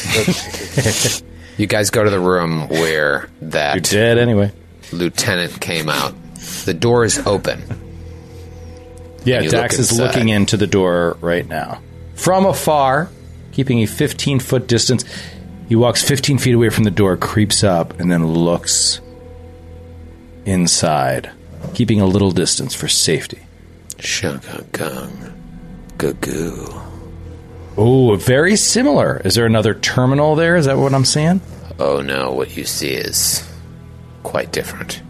[SPEAKER 4] You guys go to the room where that You're
[SPEAKER 7] dead anyway.
[SPEAKER 4] Lieutenant came out. The door is open.
[SPEAKER 7] Yeah,
[SPEAKER 4] And you
[SPEAKER 7] Dax
[SPEAKER 4] look
[SPEAKER 7] is
[SPEAKER 4] inside.
[SPEAKER 7] looking into the door right now. From afar, keeping a 15 foot distance, he walks 15 feet away from the door, creeps up, and then looks inside, keeping a little distance for safety.
[SPEAKER 4] Shaka Kong. Gagoo.
[SPEAKER 7] Oh, very similar. Is there another terminal there? Is that what I'm saying?
[SPEAKER 4] Oh no, what you see is quite different.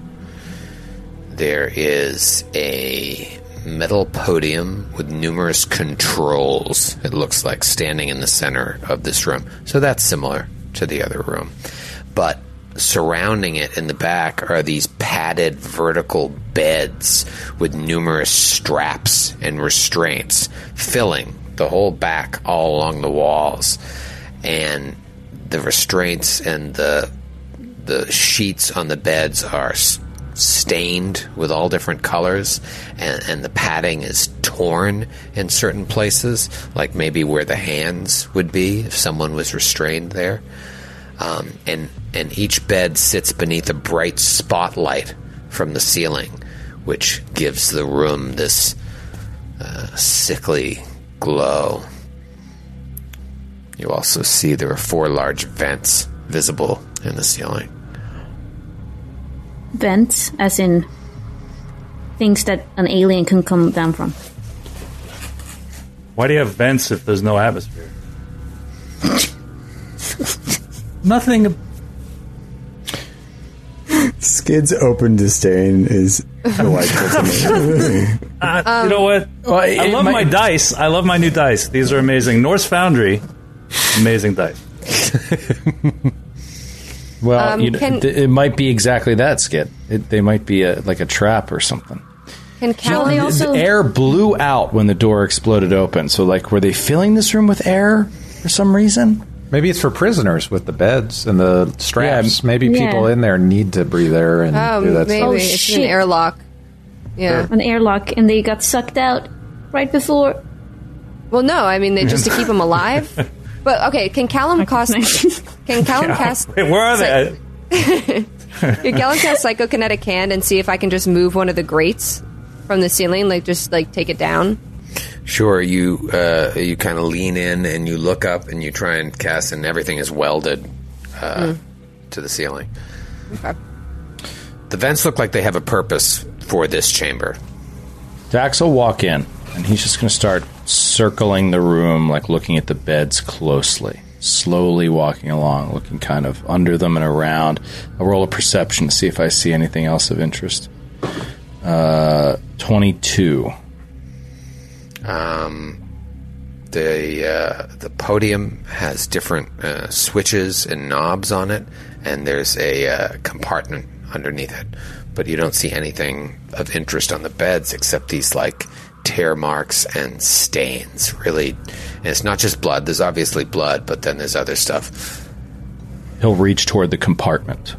[SPEAKER 4] There is a metal podium with numerous controls, it looks like, standing in the center of this room. So that's similar to the other room. But surrounding it in the back are these padded vertical beds with numerous straps and restraints, filling the whole back, all along the walls, and the restraints and the the sheets on the beds are s- stained with all different colors, and, and the padding is torn in certain places, like maybe where the hands would be if someone was restrained there. Um, and and each bed sits beneath a bright spotlight from the ceiling, which gives the room this uh, sickly glow. You also see there are four large vents visible in the ceiling.
[SPEAKER 11] Vents, as in things that an alien can come down from.
[SPEAKER 10] Why do you have vents if there's no atmosphere? Nothing.
[SPEAKER 9] Skid's open disdain is delightful to me.
[SPEAKER 10] Uh, you know what? I love my dice. I love my new dice. These are amazing. Norse Foundry, amazing dice.
[SPEAKER 7] Well,
[SPEAKER 5] Um,
[SPEAKER 7] you know,
[SPEAKER 5] can-
[SPEAKER 7] th- it might be exactly that skit. It, they might be a, like a trap or something.
[SPEAKER 5] Can Callan
[SPEAKER 7] The- the air blew out when the door exploded open. So, like, were they filling this room with air for some reason?
[SPEAKER 8] Maybe it's for prisoners with the beds and the straps. Maybe
[SPEAKER 5] Yeah.
[SPEAKER 8] people in there need to breathe air and
[SPEAKER 5] Oh,
[SPEAKER 8] do that
[SPEAKER 5] maybe
[SPEAKER 8] stuff.
[SPEAKER 5] it's an airlock. Yeah,
[SPEAKER 11] An airlock, and they got sucked out right before.
[SPEAKER 5] Well, no, I mean they just to keep them alive. But okay, can Callum cast? Can Callum cast?
[SPEAKER 10] Wait, where are they?
[SPEAKER 5] Can Callum cast psychokinetic hand and see if I can just move one of the grates from the ceiling, like just like take it down?
[SPEAKER 4] Sure, you uh, you kind of lean in and you look up and you try and cast, and everything is welded uh,
[SPEAKER 5] Mm.
[SPEAKER 4] to the ceiling.
[SPEAKER 5] Okay.
[SPEAKER 4] The vents look like they have a purpose for this chamber.
[SPEAKER 7] Dax will walk in, and he's just going to start circling the room, like looking at the beds closely, slowly walking along, looking kind of under them and around. I'll roll a perception to see if I see anything else of interest. Uh, 22.
[SPEAKER 4] Um, the uh, the podium has different uh, switches and knobs on it, and there's a uh, compartment underneath it. But you don't see anything of interest on the beds except these like tear marks and stains. Really, and it's not just blood. There's obviously blood, but then there's other stuff.
[SPEAKER 7] He'll reach toward the compartment.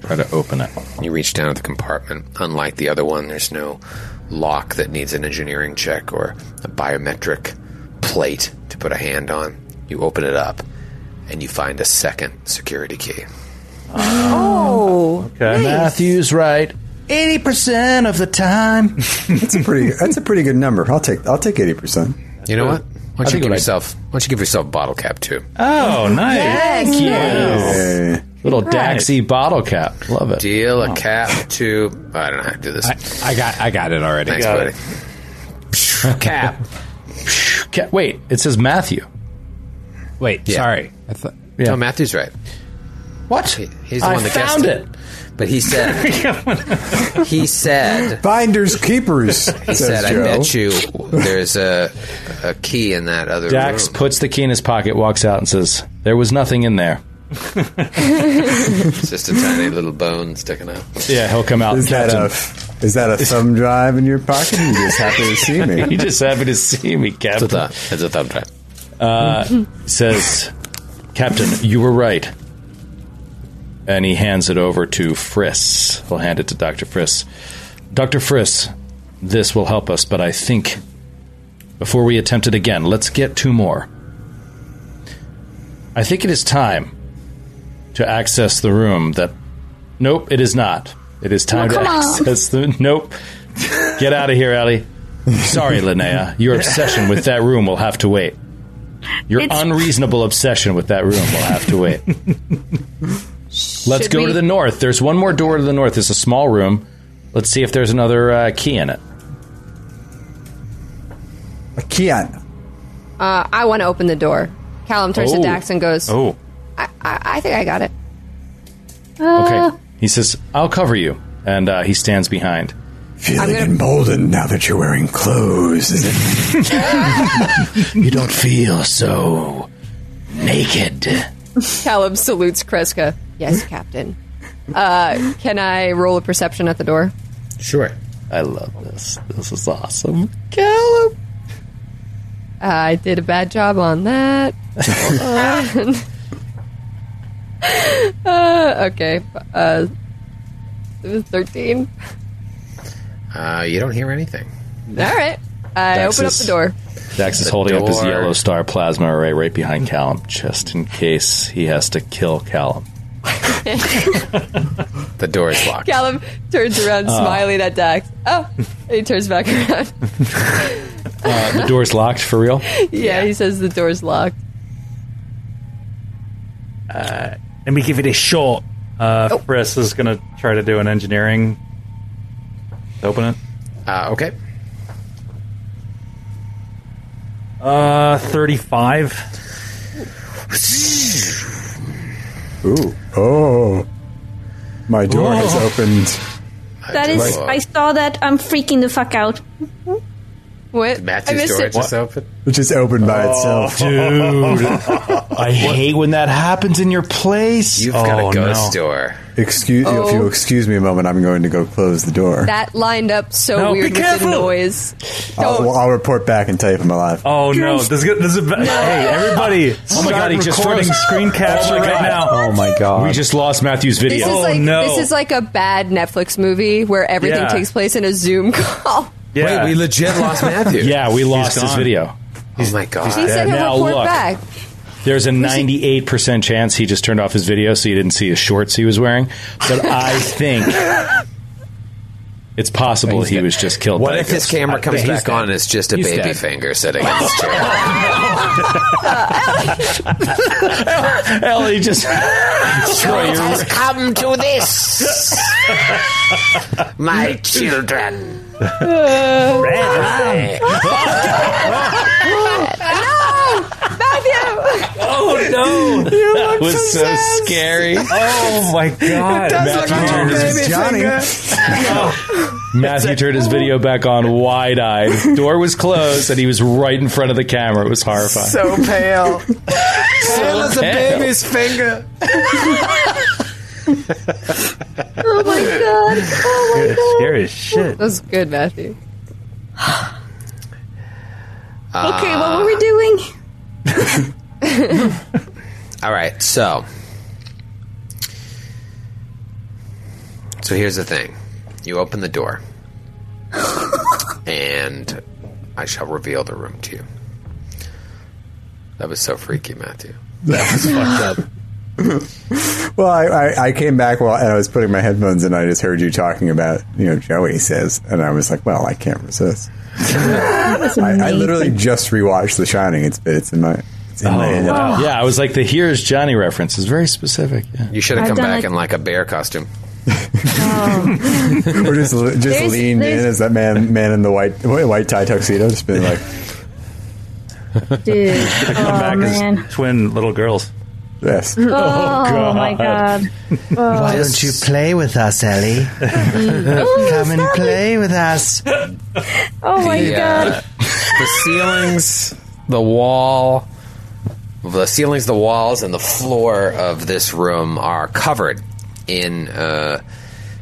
[SPEAKER 7] Try to open it.
[SPEAKER 4] You reach down to the compartment. Unlike the other one, there's no lock that needs an engineering check or a biometric plate to put a hand on. You open it up and you find a second security key.
[SPEAKER 5] Oh,
[SPEAKER 10] okay.
[SPEAKER 7] Matthew's right. Eighty percent of the time.
[SPEAKER 9] that's a pretty. That's a pretty good number. I'll take. I'll take eighty percent.
[SPEAKER 4] You know what? Why
[SPEAKER 9] I
[SPEAKER 4] don't you
[SPEAKER 9] think
[SPEAKER 4] give
[SPEAKER 9] what I-
[SPEAKER 4] yourself why don't you give yourself a bottle cap too?
[SPEAKER 7] Oh, nice.
[SPEAKER 10] Yes,
[SPEAKER 7] Thank you.
[SPEAKER 10] nice.
[SPEAKER 7] Little
[SPEAKER 4] Congrats.
[SPEAKER 7] Daxy bottle cap. Love it.
[SPEAKER 4] Deal a cap to I don't know how to do this.
[SPEAKER 12] I got I got it already.
[SPEAKER 4] Thanks,
[SPEAKER 7] Got
[SPEAKER 4] buddy. cap.
[SPEAKER 7] Ca- Wait, it says Matthew.
[SPEAKER 12] Wait, sorry. I thought
[SPEAKER 4] No, Matthew's right.
[SPEAKER 7] What?
[SPEAKER 4] he's the
[SPEAKER 12] I
[SPEAKER 4] one that
[SPEAKER 12] found
[SPEAKER 4] guessed But he said he said
[SPEAKER 9] Binders keepers.
[SPEAKER 4] He
[SPEAKER 9] says
[SPEAKER 4] said, "I
[SPEAKER 9] Joe.
[SPEAKER 4] bet you there's a a key in that other
[SPEAKER 7] Dax
[SPEAKER 4] room."
[SPEAKER 7] puts the key in his pocket, walks out, and says, "There was nothing in there."
[SPEAKER 4] It's just a tiny little bone sticking out.
[SPEAKER 7] Yeah, he'll come out.
[SPEAKER 9] Is that a? Is that a thumb drive in your pocket? You just happy to see me.
[SPEAKER 7] you just happy to see me, Captain. It's a,
[SPEAKER 4] thumb drive.
[SPEAKER 7] Uh, says, Captain, you were right. And he hands it over to Friss. He'll hand it to Doctor Friss. Doctor Friss, this will help us, but I think before we attempt it again, let's get two more. I think it is time to access the room that. Nope, it is not. It is time
[SPEAKER 14] Oh,
[SPEAKER 7] to
[SPEAKER 14] come on.
[SPEAKER 7] access the. Nope. Get out of here, Allie. Sorry, Linnea. Your obsession with that room will have to wait. Your
[SPEAKER 14] It's-
[SPEAKER 7] unreasonable obsession with that room will have to wait. Let's
[SPEAKER 14] Should
[SPEAKER 7] go
[SPEAKER 14] we-
[SPEAKER 7] to the north. There's one more door to the north. It's a small room. Let's see if there's another uh, key in it.
[SPEAKER 9] A key on
[SPEAKER 5] Uh, I want to open the door. Callum turns
[SPEAKER 7] Oh.
[SPEAKER 5] to Dax and goes,
[SPEAKER 7] Oh.
[SPEAKER 5] I, I, "I think I got it." "Uh."
[SPEAKER 7] Okay. He says, I'll cover you. And uh, he stands behind.
[SPEAKER 9] Feeling emboldened now that you're wearing clothes. Is it?
[SPEAKER 5] Uh.
[SPEAKER 7] you don't feel so naked.
[SPEAKER 5] Caleb salutes Kreska. Yes, Captain. Uh, can I roll a perception at the door?
[SPEAKER 4] Sure.
[SPEAKER 7] I love this. This is awesome. Caleb.
[SPEAKER 5] I did a bad job on that. Hold on. uh, okay. Uh, it was 13.
[SPEAKER 4] Uh, you don't hear anything.
[SPEAKER 5] All right. I
[SPEAKER 7] Dax
[SPEAKER 5] open up
[SPEAKER 7] is-
[SPEAKER 5] the door.
[SPEAKER 7] Dax is
[SPEAKER 4] The
[SPEAKER 7] holding up his
[SPEAKER 4] door.
[SPEAKER 7] yellow star plasma array right behind Callum, just in case he has to kill Callum.
[SPEAKER 4] the door is locked.
[SPEAKER 5] Callum turns around,
[SPEAKER 7] Oh.
[SPEAKER 5] smiling at Dax. Oh, he turns back around.
[SPEAKER 7] Uh, the door's locked for real.
[SPEAKER 5] yeah, he says the door's locked.
[SPEAKER 10] Uh, let me give it a shot. Uh, Friss is going to try to do an engineering. to Open it.
[SPEAKER 4] Uh, okay.
[SPEAKER 10] Uh, 35.
[SPEAKER 9] Ooh. Oh. My door has
[SPEAKER 11] Whoa.
[SPEAKER 9] opened.
[SPEAKER 11] That is,
[SPEAKER 9] Like-
[SPEAKER 11] I saw that. I'm freaking the fuck out.
[SPEAKER 5] What?
[SPEAKER 11] I missed it.
[SPEAKER 4] opened.
[SPEAKER 9] It just opened by
[SPEAKER 7] Oh,
[SPEAKER 9] itself,
[SPEAKER 7] dude. I hate when that happens in your place.
[SPEAKER 4] You've got
[SPEAKER 7] Oh,
[SPEAKER 4] a ghost door.
[SPEAKER 9] Excuse if
[SPEAKER 5] Oh.
[SPEAKER 9] you excuse me a moment, I'm going to go close the door.
[SPEAKER 5] That lined up so
[SPEAKER 9] No, be
[SPEAKER 5] weird with the
[SPEAKER 9] careful.
[SPEAKER 5] noise.
[SPEAKER 9] I'll, well, I'll report back and tell you if I'm alive.
[SPEAKER 10] Oh no! This is, good- this is a, ba- hey everybody!
[SPEAKER 7] Oh my
[SPEAKER 10] start
[SPEAKER 7] God, he just
[SPEAKER 10] recording
[SPEAKER 7] froze.
[SPEAKER 10] screen capture
[SPEAKER 7] Oh my
[SPEAKER 10] right
[SPEAKER 7] God.
[SPEAKER 10] now.
[SPEAKER 7] Oh my god. We just lost Matthew's video. Oh,
[SPEAKER 5] This is like this is like a bad Netflix movie where everything
[SPEAKER 7] Yeah.
[SPEAKER 5] takes place in a Zoom call.
[SPEAKER 4] Wait, we legit lost Matthew.
[SPEAKER 7] yeah, we lost
[SPEAKER 4] He's
[SPEAKER 7] his
[SPEAKER 4] gone.
[SPEAKER 7] video.
[SPEAKER 4] oh my god!
[SPEAKER 5] He said he'll
[SPEAKER 7] Now
[SPEAKER 5] report
[SPEAKER 7] look.
[SPEAKER 5] back.
[SPEAKER 7] There's a 98% chance he just turned off his video so you didn't see his shorts he was wearing. But I think it's possible he was just killed
[SPEAKER 4] What
[SPEAKER 7] by
[SPEAKER 4] if
[SPEAKER 7] a
[SPEAKER 4] his
[SPEAKER 7] ghost.
[SPEAKER 4] camera comes
[SPEAKER 7] He's
[SPEAKER 4] back
[SPEAKER 7] dead.
[SPEAKER 4] on and it's just a
[SPEAKER 7] He's
[SPEAKER 4] baby
[SPEAKER 7] dead.
[SPEAKER 4] finger sitting in his chair?
[SPEAKER 7] Ellie just destroy
[SPEAKER 1] It
[SPEAKER 7] your
[SPEAKER 1] has
[SPEAKER 4] come to this, my children.
[SPEAKER 1] no! Matthew!
[SPEAKER 7] Oh no!
[SPEAKER 1] that
[SPEAKER 7] was so scary. Oh
[SPEAKER 10] my god!
[SPEAKER 7] Matthew turned his, Matthew turned his video back on wide eyed. Door was closed and he was right in front of the camera. It was horrifying.
[SPEAKER 1] So pale. pale as a
[SPEAKER 7] pale.
[SPEAKER 1] baby's finger.
[SPEAKER 5] Oh my god! Oh my god!
[SPEAKER 10] Scary as shit.
[SPEAKER 5] That was good, Matthew. Ah.
[SPEAKER 11] okay, what were we doing?
[SPEAKER 4] Uh, All right, so so here's the thing: you open the door, and I shall reveal the room to you. That was so freaky, Matthew.
[SPEAKER 9] That
[SPEAKER 4] was fucked up.
[SPEAKER 9] Well, I, I, I came back while and I was putting my headphones in. I just heard you talking about you know Joey says, and I was like, well, I can't resist. I, I literally just rewatched The Shining. It's it's in my it's in my
[SPEAKER 4] Oh,
[SPEAKER 9] head.
[SPEAKER 7] Yeah, I was like, the here's Johnny reference is very specific.
[SPEAKER 4] You should have
[SPEAKER 9] I've
[SPEAKER 4] come
[SPEAKER 9] done
[SPEAKER 4] back
[SPEAKER 9] a-
[SPEAKER 4] in like a bear costume.
[SPEAKER 9] We're just just
[SPEAKER 4] There's-
[SPEAKER 9] leaned in
[SPEAKER 4] there's-
[SPEAKER 9] as that man man in the white white tie tuxedo just been like,
[SPEAKER 11] Dude.
[SPEAKER 10] Should have come
[SPEAKER 11] Oh,
[SPEAKER 10] back
[SPEAKER 11] man.
[SPEAKER 10] as twin little girls.
[SPEAKER 9] Yes.
[SPEAKER 11] Oh, my god. Oh.
[SPEAKER 14] Why don't you play with us, Ellie? Mm. Come and play with us.
[SPEAKER 11] Oh my
[SPEAKER 4] the,
[SPEAKER 11] god.
[SPEAKER 4] uh, the ceilings, the wall, the ceilings, the walls, and the floor of this room are covered in uh,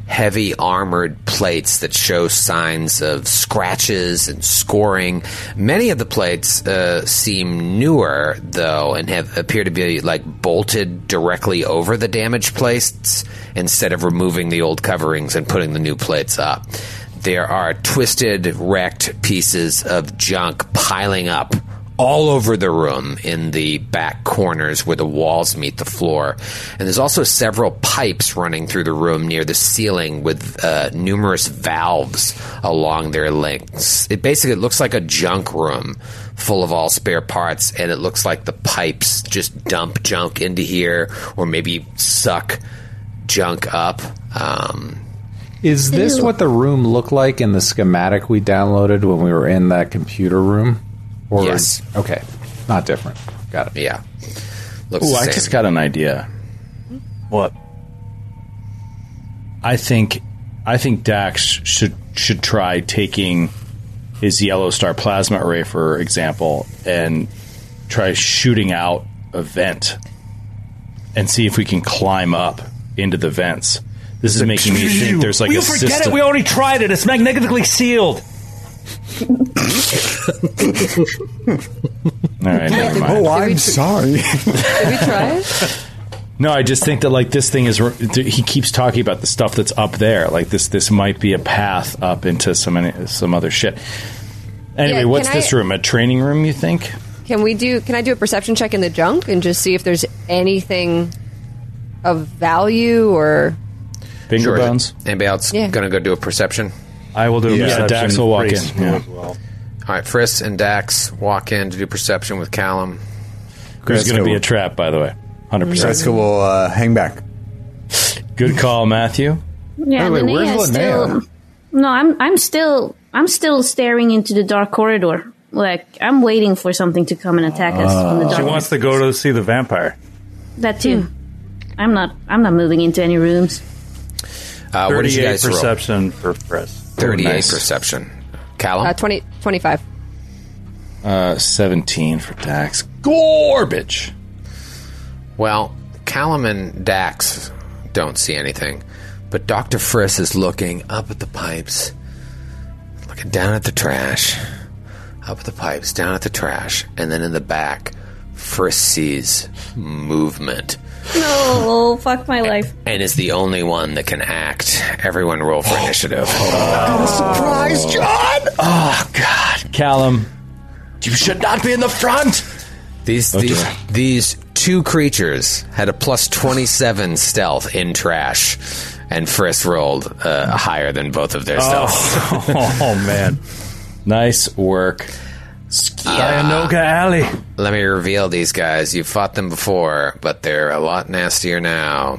[SPEAKER 4] heavy armored plates that show signs of scratches and scoring. Many of the plates uh, seem newer, though, and have appear to be like bolted directly over the damaged plates instead of removing the old coverings and putting the new plates up. There are twisted, wrecked pieces of junk piling up all over the room in the back corners where the walls meet the floor. And there's also several pipes running through the room near the ceiling with uh, numerous valves along their lengths. It basically looks like a junk room full of all spare parts, and it looks like the pipes just dump junk into here or maybe suck junk up. Um,
[SPEAKER 8] Is this
[SPEAKER 4] Ew.
[SPEAKER 8] what the room looked like in the schematic we downloaded when we were in that computer room? Or,
[SPEAKER 4] Yes.
[SPEAKER 8] Okay. Not different. Got
[SPEAKER 4] it. Yeah.
[SPEAKER 7] Ooh, I just got an idea.
[SPEAKER 10] What?
[SPEAKER 7] I think I think Dax should should try taking his yellow star plasma array, for example, and try shooting out a vent and see if we can climb up into the vents. This is making me think there's like
[SPEAKER 10] Will
[SPEAKER 7] a
[SPEAKER 10] you forget
[SPEAKER 7] system.
[SPEAKER 10] it? We already tried it. It's magnetically sealed.
[SPEAKER 7] All right, never mind.
[SPEAKER 9] Oh, I'm sorry.
[SPEAKER 5] Did we try it?
[SPEAKER 7] No, I just think that like this thing is he keeps talking about the stuff that's up there. Like this this might be a path up into some some other shit. Anyway,
[SPEAKER 5] Yeah,
[SPEAKER 7] what's
[SPEAKER 5] can I-
[SPEAKER 7] this room? A training room, you think?
[SPEAKER 5] Can we do? Can I do a perception check in the junk and just see if there's anything of value or?
[SPEAKER 7] Finger bones.
[SPEAKER 4] Anybody else
[SPEAKER 5] Yeah.
[SPEAKER 4] gonna go do a perception?
[SPEAKER 7] I will do a Yeah, perception Dax will walk
[SPEAKER 4] pretty
[SPEAKER 7] in,
[SPEAKER 4] soon
[SPEAKER 7] yeah.
[SPEAKER 4] as well. All right, Frisk and Dax walk in to do perception with Callum.
[SPEAKER 7] There's going to be a trap, by the way. 100%.
[SPEAKER 4] Gretzky
[SPEAKER 7] will uh, hang back. Good call, Matthew.
[SPEAKER 11] Yeah,
[SPEAKER 7] Wait, wait,
[SPEAKER 11] Linnea
[SPEAKER 7] where's
[SPEAKER 11] is still. No, I'm. I'm still. I'm still staring into the dark corridor. Like I'm waiting for something to come and attack us from the
[SPEAKER 10] Ah. she
[SPEAKER 11] dark.
[SPEAKER 10] wants to go to see the vampire.
[SPEAKER 11] that too. I'm not. I'm not moving into any rooms.
[SPEAKER 4] Uh, what did you guys roll?
[SPEAKER 10] perception for press.
[SPEAKER 4] 38 perception. Callum?
[SPEAKER 5] Uh, 20, 25.
[SPEAKER 7] Uh, 17 for Dax. Garbage.
[SPEAKER 4] Well, Callum and Dax don't see anything, but Dr. Friss is looking up at the pipes, looking down at the trash, up at the pipes, down at the trash, and then in the back, Friss sees movement
[SPEAKER 11] No, fuck my life.
[SPEAKER 4] and is the only one that can act. Everyone roll for initiative.
[SPEAKER 14] Oh. Surprise, John!
[SPEAKER 4] Oh God,
[SPEAKER 7] Callum,
[SPEAKER 4] you should not be in the front. These these these two creatures had a plus twenty seven stealth in trash, and Frisk rolled uh, higher than both of their
[SPEAKER 10] Oh.
[SPEAKER 4] stealth.
[SPEAKER 10] oh man,
[SPEAKER 7] nice work.
[SPEAKER 10] Dianoga Alley.
[SPEAKER 4] Let me reveal these guys. You fought them before, but they're a lot nastier now.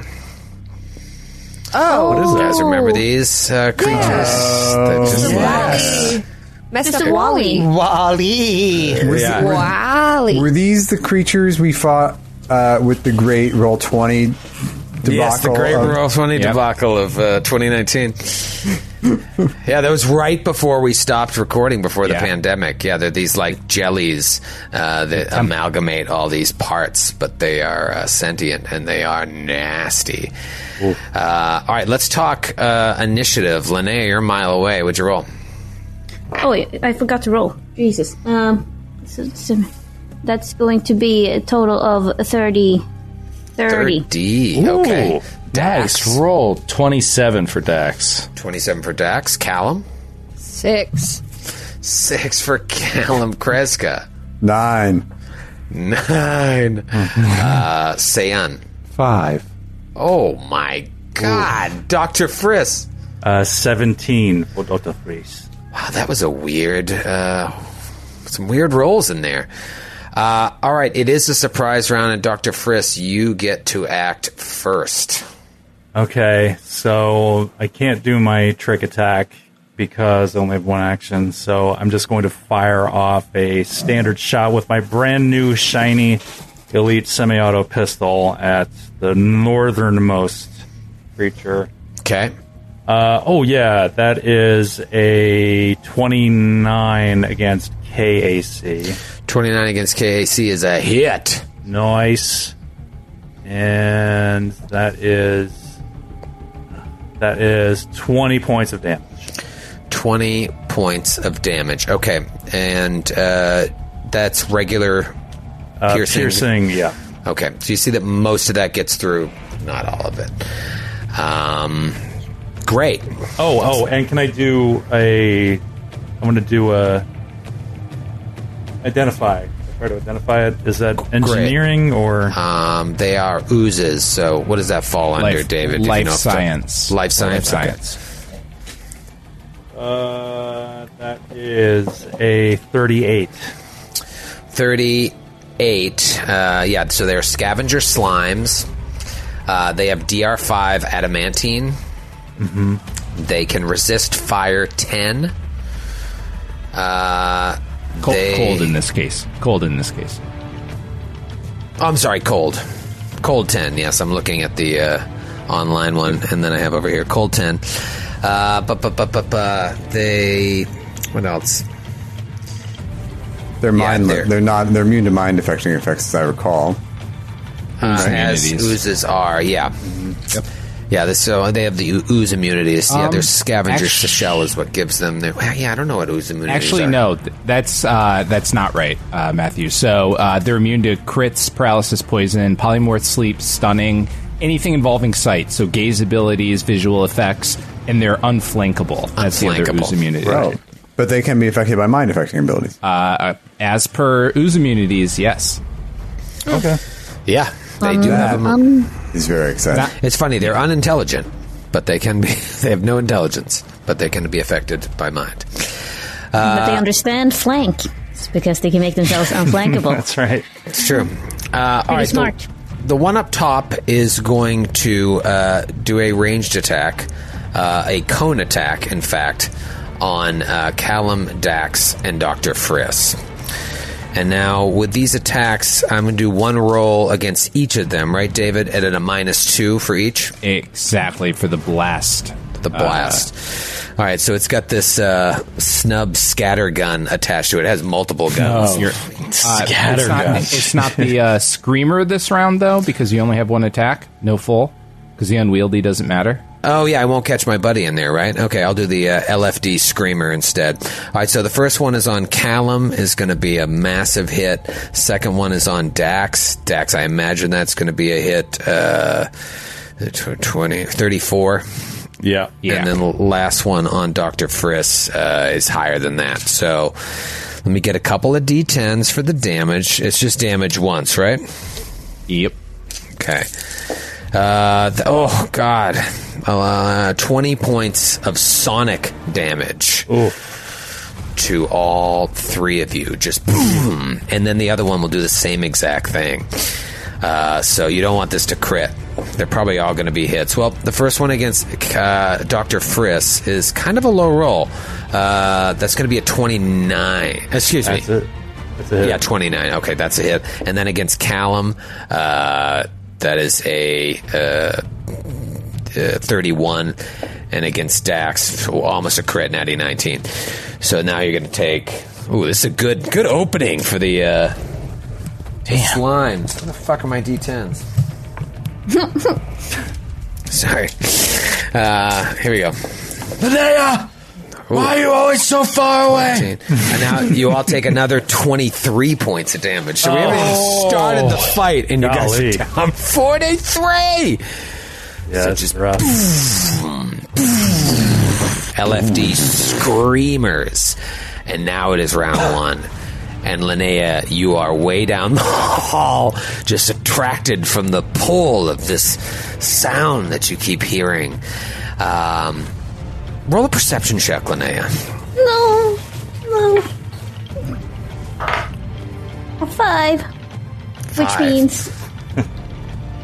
[SPEAKER 5] Oh,
[SPEAKER 4] You guys remember these uh, creatures? that just
[SPEAKER 5] Wally. Messed
[SPEAKER 11] Mr.
[SPEAKER 5] up Wally.
[SPEAKER 14] Wally.
[SPEAKER 9] Yeah.
[SPEAKER 5] Wally.
[SPEAKER 9] Were these the creatures we fought uh, with the great roll twenty debacle?
[SPEAKER 4] Yes, the great
[SPEAKER 9] of-
[SPEAKER 4] Roll 20 debacle of uh, 2019. yeah, that was right before we stopped recording before the pandemic. Yeah, they're these like jellies uh, that
[SPEAKER 9] Um,
[SPEAKER 4] amalgamate all these parts, but they are uh, sentient and they are nasty. Uh, all right, let's talk uh, initiative. Linnea, you're a mile away. What'd you roll?
[SPEAKER 11] Oh, wait, I forgot to roll. Jesus. Um, so- so that's going to be a total of 30. 30.
[SPEAKER 4] D. Okay.
[SPEAKER 7] Dax. roll 27 for Dax.
[SPEAKER 4] 27 for Dax. Callum?
[SPEAKER 5] Six.
[SPEAKER 4] Six for Callum Kreska.
[SPEAKER 9] Nine.
[SPEAKER 4] Nine. uh, Sayan.
[SPEAKER 8] Five.
[SPEAKER 4] Oh my God, Doctor Friss.
[SPEAKER 10] Uh, Seventeen for Doctor Friss.
[SPEAKER 4] Wow, that was a weird, uh, some weird rolls in there. Uh, all right, it is a surprise round, and Doctor Friss, you get to act first.
[SPEAKER 10] Okay, so I can't do my trick attack because I only have one action, so I'm just going to fire off a standard shot with my brand new shiny elite semi auto pistol at the northernmost creature.
[SPEAKER 4] Okay.
[SPEAKER 10] Uh, oh, yeah, that is a 29 against KAC.
[SPEAKER 4] 29 against KAC is a hit.
[SPEAKER 10] Nice. And that is. That is 20 points of damage.
[SPEAKER 4] 20 points of damage. Okay, and uh, that's regular
[SPEAKER 10] Uh,
[SPEAKER 4] piercing.
[SPEAKER 10] piercing, yeah.
[SPEAKER 4] Okay, so you see that most of that gets through, not all of it. Um, great.
[SPEAKER 10] Oh, oh, and can I do a? I'm going to do a identify. Try to identify it. Is that engineering or?
[SPEAKER 4] Um, they are oozes. So what does that fall
[SPEAKER 12] Life-
[SPEAKER 4] under, David? if
[SPEAKER 12] life
[SPEAKER 4] off the-
[SPEAKER 12] science.
[SPEAKER 4] Life science.
[SPEAKER 12] Life
[SPEAKER 4] okay.
[SPEAKER 12] science.
[SPEAKER 10] Uh, that is a 38.
[SPEAKER 4] 38. Uh, yeah, so they're scavenger slimes. Uh, they have DR5 adamantine.
[SPEAKER 10] Mhm.
[SPEAKER 4] They can resist fire 10. Uh,
[SPEAKER 12] Cold,
[SPEAKER 4] they-
[SPEAKER 12] cold in this case. Cold in this case.
[SPEAKER 4] Oh, I'm sorry, cold. Cold 10, yes. I'm looking at the uh, online one, and then I have over here cold 10. Uh, bu- bu- bu- bu- bu- they. What else?
[SPEAKER 9] They're mind. they're, not. They're immune to mind affecting effects, as I recall.
[SPEAKER 4] Uh, as oozes are, yeah. Yeah, this, so they have the oo- ooze immunity. It's- yeah,
[SPEAKER 12] Um,
[SPEAKER 4] their scavenger's
[SPEAKER 12] actu-
[SPEAKER 4] shell is what gives them. Their, well, yeah, I don't know what ooze immunity
[SPEAKER 12] Actually,
[SPEAKER 4] are.
[SPEAKER 12] no, th- that's uh, that's not right, uh, Matthew. So uh, they're immune to crits, paralysis, poison, polymorph, sleep, stunning, anything involving sight. So gaze abilities, visual effects, and they're unflankable. That's the other ooze immunity.
[SPEAKER 9] Right. But they can be affected by mind affecting abilities.
[SPEAKER 12] Uh, uh, as per ooze immunities, yes.
[SPEAKER 9] Okay.
[SPEAKER 4] Yeah, they
[SPEAKER 9] Um,
[SPEAKER 4] do have them.
[SPEAKER 9] um, He's very excited.
[SPEAKER 4] It's funny. They're unintelligent, but they can be. They have no intelligence, but they can be affected by mind.
[SPEAKER 11] but they
[SPEAKER 4] Uh,
[SPEAKER 11] understand flank. It's because they can make themselves unflankable.
[SPEAKER 10] right.
[SPEAKER 4] It's true. Uh, all
[SPEAKER 11] Pretty
[SPEAKER 4] right.
[SPEAKER 11] smart.
[SPEAKER 4] The, the one up top is going to uh, do a ranged attack, uh, a cone attack, in fact, on uh, Callum, Dax, and Dr. Friss. And now, with these attacks, I'm going to do one roll against each of them, right, David? And then a minus two for each?
[SPEAKER 12] Exactly, for the blast. Uh,
[SPEAKER 4] The blast. All right, so it's got this uh, snub scatter gun attached to it. It has multiple guns.
[SPEAKER 12] You're- uh, it's not, it's not the uh, screamer this round though, because you only have one attack, no full, because the unwieldy doesn't matter.
[SPEAKER 4] Oh yeah, I won't catch my buddy in there, right? Okay, I'll do the uh, LFD screamer instead. All right, so the first one is on Callum is going to be a massive hit. Second one is on Dax. Dax, I imagine that's going to be a hit. Uh, tw- 20, 34.
[SPEAKER 7] Yeah,
[SPEAKER 4] yeah. And then the last one on Doctor Friss uh, is higher than that. So let me get a couple of d10s for the damage. It's just damage once, right?
[SPEAKER 12] Yep.
[SPEAKER 4] Okay. Uh, th- oh God, uh, twenty points of sonic damage to all three of you. Just boom, and then the other one will do the same exact thing. Uh, so you don't want this to crit. They're probably all going to be hits. Well, the first one against uh, Doctor Friss is kind of a low roll. Uh, that's going to be a twenty-nine. Excuse
[SPEAKER 10] That's
[SPEAKER 4] me.
[SPEAKER 10] it. That's a hit.
[SPEAKER 4] Yeah, 29. Okay, that's a hit. And then against Callum, uh, that is a uh, uh, 31. And against Dax, oh, almost a crit, natty 19. So now you're going to take. Ooh, this is a good good opening for the uh, slimes. Where the fuck are my d10s? Sorry. Uh, here we go.
[SPEAKER 14] Linnea, why are you always so far away?
[SPEAKER 4] 14. and now you all take another 23 points of damage. So we haven't even started the fight, and you
[SPEAKER 14] Golly.
[SPEAKER 4] guys are down 43! Yeah, so just rough. LFD screamers. And now it is round one. And Linnea, you are way down the hall, just attracted from the pull of this sound that you keep hearing. Um, roll a perception check, Linnea.
[SPEAKER 11] No, no. A five, which
[SPEAKER 4] Five.
[SPEAKER 11] means.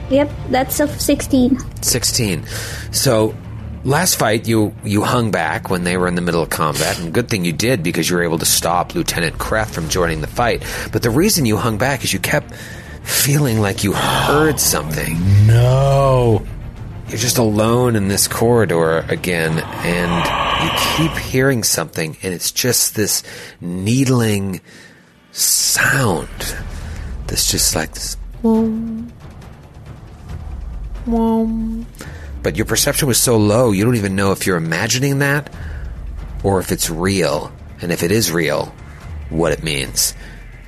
[SPEAKER 11] yep, that's a sixteen.
[SPEAKER 4] 16. So last fight you you hung back when they were in the middle of combat and good thing you did because you were able to stop Lieutenant Kreft from joining the fight. But the reason you hung back is you kept feeling like you heard something.
[SPEAKER 7] No.
[SPEAKER 4] You're just alone in this corridor again and you keep hearing something and it's just this needling sound. That's just like this but your perception was so low you don't even know if you're imagining that or if it's real and if it is real what it means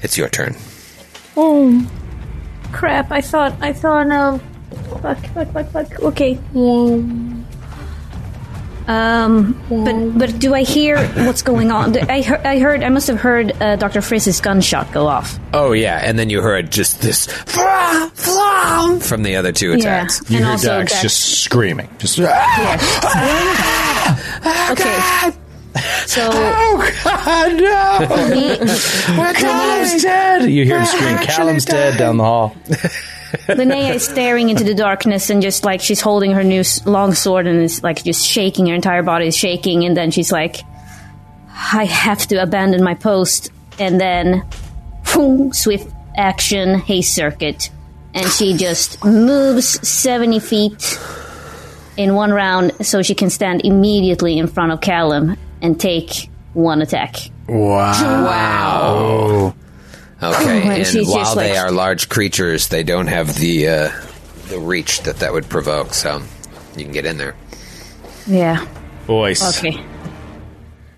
[SPEAKER 4] it's your turn
[SPEAKER 11] Oh, crap! I thought I thought um, fuck, fuck, fuck, fuck. Okay. Um, but but do I hear what's going on? Do- I heard, I heard I must have heard uh, Doctor Frizz's gunshot go off.
[SPEAKER 4] oh yeah and then you heard just this Fla- fla- from the other two
[SPEAKER 11] Yeah,
[SPEAKER 4] attacks
[SPEAKER 11] You and hear also Dax Dax- just
[SPEAKER 7] screaming just
[SPEAKER 11] okay. So
[SPEAKER 14] oh God, no! We're
[SPEAKER 7] Callum's dead. You hear him scream. Callum's dead down the hall.
[SPEAKER 11] Linnea is staring into the darkness and just like she's holding her new s- long sword and it's like just shaking. Her entire body is shaking, and then she's like, "I have to abandon my post." And then, phoom, swift action, haste circuit, and she just moves seventy feet in one round, so she can stand immediately in front of Callum and take one attack.
[SPEAKER 4] wow okay
[SPEAKER 11] And
[SPEAKER 4] and,
[SPEAKER 11] Oh. she's just
[SPEAKER 4] while they
[SPEAKER 11] like-
[SPEAKER 4] are large creatures they don't have the uh, the reach that that would provoke so you can get in there.
[SPEAKER 11] Yeah.
[SPEAKER 7] Voice.
[SPEAKER 11] Okay.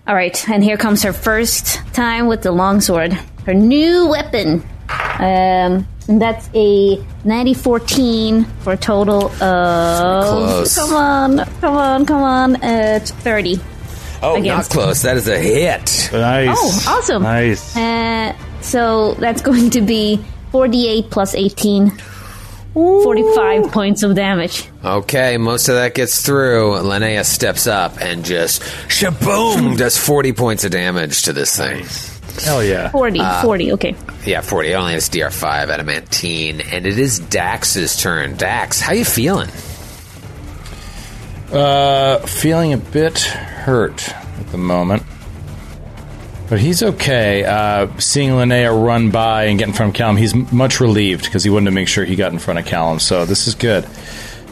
[SPEAKER 11] All right, and here comes her first time with the longsword, her new weapon. Um, and that's a 9014 for a total of.
[SPEAKER 4] Close.
[SPEAKER 11] Come on, come on, come on. Uh, 30.
[SPEAKER 4] Oh,
[SPEAKER 11] Against-
[SPEAKER 4] not close. That is a hit.
[SPEAKER 10] Nice.
[SPEAKER 11] Oh, awesome. Uh, so that's going to be 48 plus 18. 45 points of damage.
[SPEAKER 4] Okay, most of that gets through. Linnea steps up and just shaboom does 40 points of damage to this thing. Uh,
[SPEAKER 10] Hell yeah.
[SPEAKER 11] 40,
[SPEAKER 4] Ah.
[SPEAKER 11] 40, okay.
[SPEAKER 4] Yeah, 40. It only has DR5 adamantine. And it is Dax's turn. Dax, how you feeling?
[SPEAKER 7] Uh, feeling a bit hurt at the moment, but he's okay. Uh, seeing Linnea run by and get in front of Callum, he's m- much relieved because he wanted to make sure he got in front of Callum. So this is good.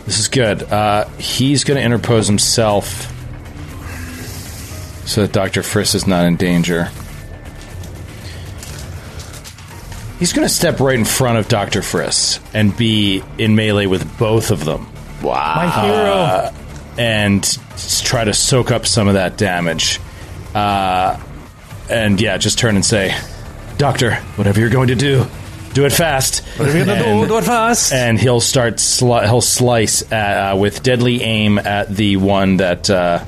[SPEAKER 7] This is good. Uh, he's going to interpose himself so that Doctor Friss is not in danger. He's going to step right in front of Doctor Friss and be in melee with both of them. Uh,
[SPEAKER 4] Wow!
[SPEAKER 10] My hero.
[SPEAKER 7] and s- try to soak up some of that damage. Uh, and yeah, just turn and say, "Doctor, whatever you're going to do, do it fast.
[SPEAKER 6] Whatever you're gonna do, do
[SPEAKER 7] it fast." And he'll start. Sli- he'll slice at, uh, with deadly aim at the one that uh,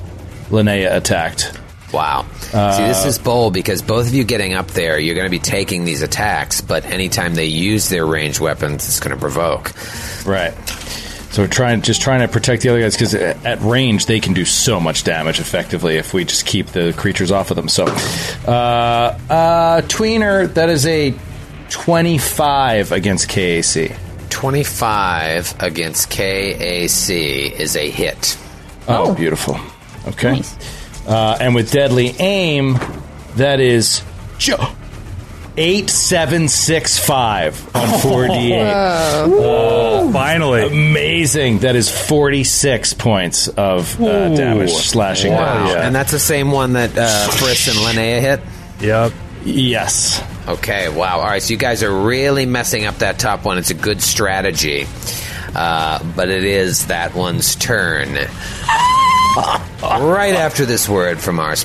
[SPEAKER 7] Linnea attacked.
[SPEAKER 4] Wow. See,
[SPEAKER 10] Uh,
[SPEAKER 4] this is bold because both of you getting up there, you're going to be taking these attacks, but anytime they use their ranged weapons, it's going to provoke.
[SPEAKER 7] Right. So we're trying, just trying to protect the other guys because at range they can do so much damage effectively if we just keep the creatures off of them. So, uh, uh, tweener, that is a twenty-five against KAC.
[SPEAKER 4] 25 against KAC is a hit.
[SPEAKER 7] Oh, beautiful. Okay. Uh, and with deadly aim, that is ju- eight seven six five on four d eight.
[SPEAKER 10] Whoa.
[SPEAKER 7] Finally, amazing! That is forty six points of uh,
[SPEAKER 4] Ooh.
[SPEAKER 7] damage slashing
[SPEAKER 4] Wow.
[SPEAKER 7] damage.
[SPEAKER 4] And that's the same one that uh, Friss and Linnea hit?
[SPEAKER 7] Yep. Yes.
[SPEAKER 4] Okay, wow. All right, so you guys are really messing up that top one. It's a good strategy. Uh, but it is that one's turn. right after this word from our
[SPEAKER 7] Ah!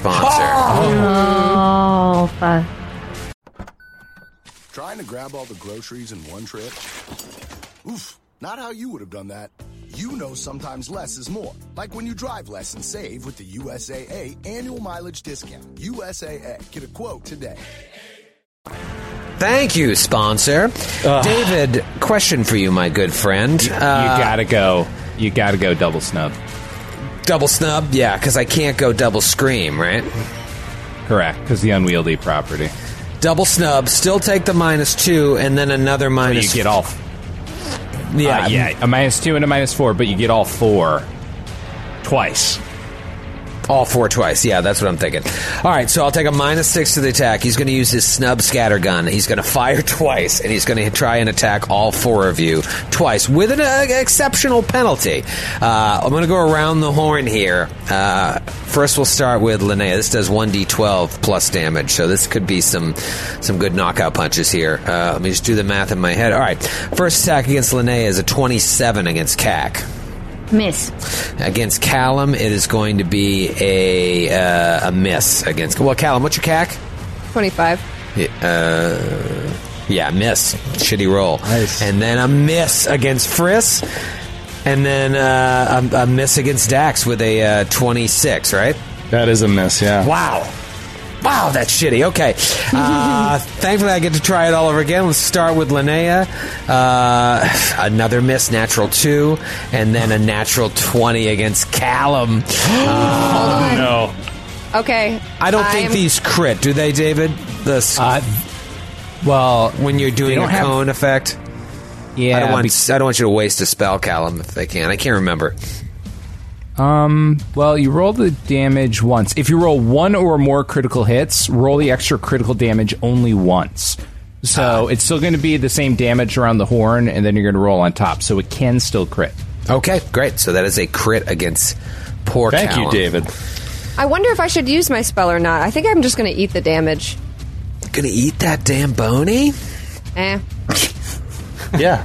[SPEAKER 4] sponsor.
[SPEAKER 11] Oh, fuck.
[SPEAKER 15] Trying to grab all the groceries in one trip? Oof, not how you would have done that. You know sometimes less is more. Like when you drive less and save with the USAA annual mileage discount. USAA, get a quote today.
[SPEAKER 4] Thank you, sponsor. David, question for you, my good friend. Uh, You,
[SPEAKER 12] gotta go. You gotta go double snub.
[SPEAKER 4] Double snub, yeah, because I can't go double scream, right?
[SPEAKER 12] Correct, because the unwieldy property.
[SPEAKER 4] Double snub, still take the minus two, and then another minus.
[SPEAKER 12] you get all.
[SPEAKER 4] Yeah,
[SPEAKER 12] yeah. Uh, A minus two and a minus four, but you get all four twice.
[SPEAKER 4] All four twice. Yeah, that's what I'm thinking. All right, so I'll take a minus six to the attack. He's going to use his snub scatter gun. He's going to fire twice, and he's going to try and attack all four of you twice with an uh, exceptional penalty. Uh, I'm going to go around the horn here. Uh, first, we'll start with Linnea. This does 1d12 plus damage, so this could be some some good knockout punches here. Uh, let me just do the math in my head. All right, first attack against Linnea is a 27 against CAC.
[SPEAKER 11] Miss.
[SPEAKER 4] Against Callum, it is going to be a uh, a miss against. Well, Callum, what's your CAC?
[SPEAKER 5] 25.
[SPEAKER 4] Uh, yeah, miss. Shitty roll. Nice. And then a miss against Friss, and then uh, a, a miss against Dax with a uh, twenty six. Right.
[SPEAKER 7] That is a miss. Yeah.
[SPEAKER 4] Wow. Wow, that's shitty. Okay. Uh, thankfully, I get to try it all over again. Let's start with Linnea. Uh, another miss, natural two, and then a natural 20 against Callum. oh, no.
[SPEAKER 5] Okay.
[SPEAKER 4] I don't think
[SPEAKER 5] I'm-
[SPEAKER 4] these crit, do they, David? The
[SPEAKER 12] well,
[SPEAKER 4] when you're doing
[SPEAKER 5] they
[SPEAKER 4] a
[SPEAKER 5] don't have-
[SPEAKER 4] cone effect.
[SPEAKER 12] Yeah,
[SPEAKER 4] I don't, want, I don't want you to waste a spell, Callum, if they can. I can't remember.
[SPEAKER 12] Um. Well, you roll the damage once. If you roll one or more critical hits, roll the extra critical damage only once. So
[SPEAKER 4] Ah.
[SPEAKER 12] it's still going to be the same damage around the horn, and then you're going to roll on top. So it can still crit.
[SPEAKER 4] Okay, great. So that is a crit against poor.
[SPEAKER 12] Thank you,
[SPEAKER 4] Callum.
[SPEAKER 12] David.
[SPEAKER 5] I wonder if I should use my spell or not. I think I'm just going to eat the damage.
[SPEAKER 4] Gonna eat that damn bony?
[SPEAKER 5] Eh.
[SPEAKER 7] Yeah.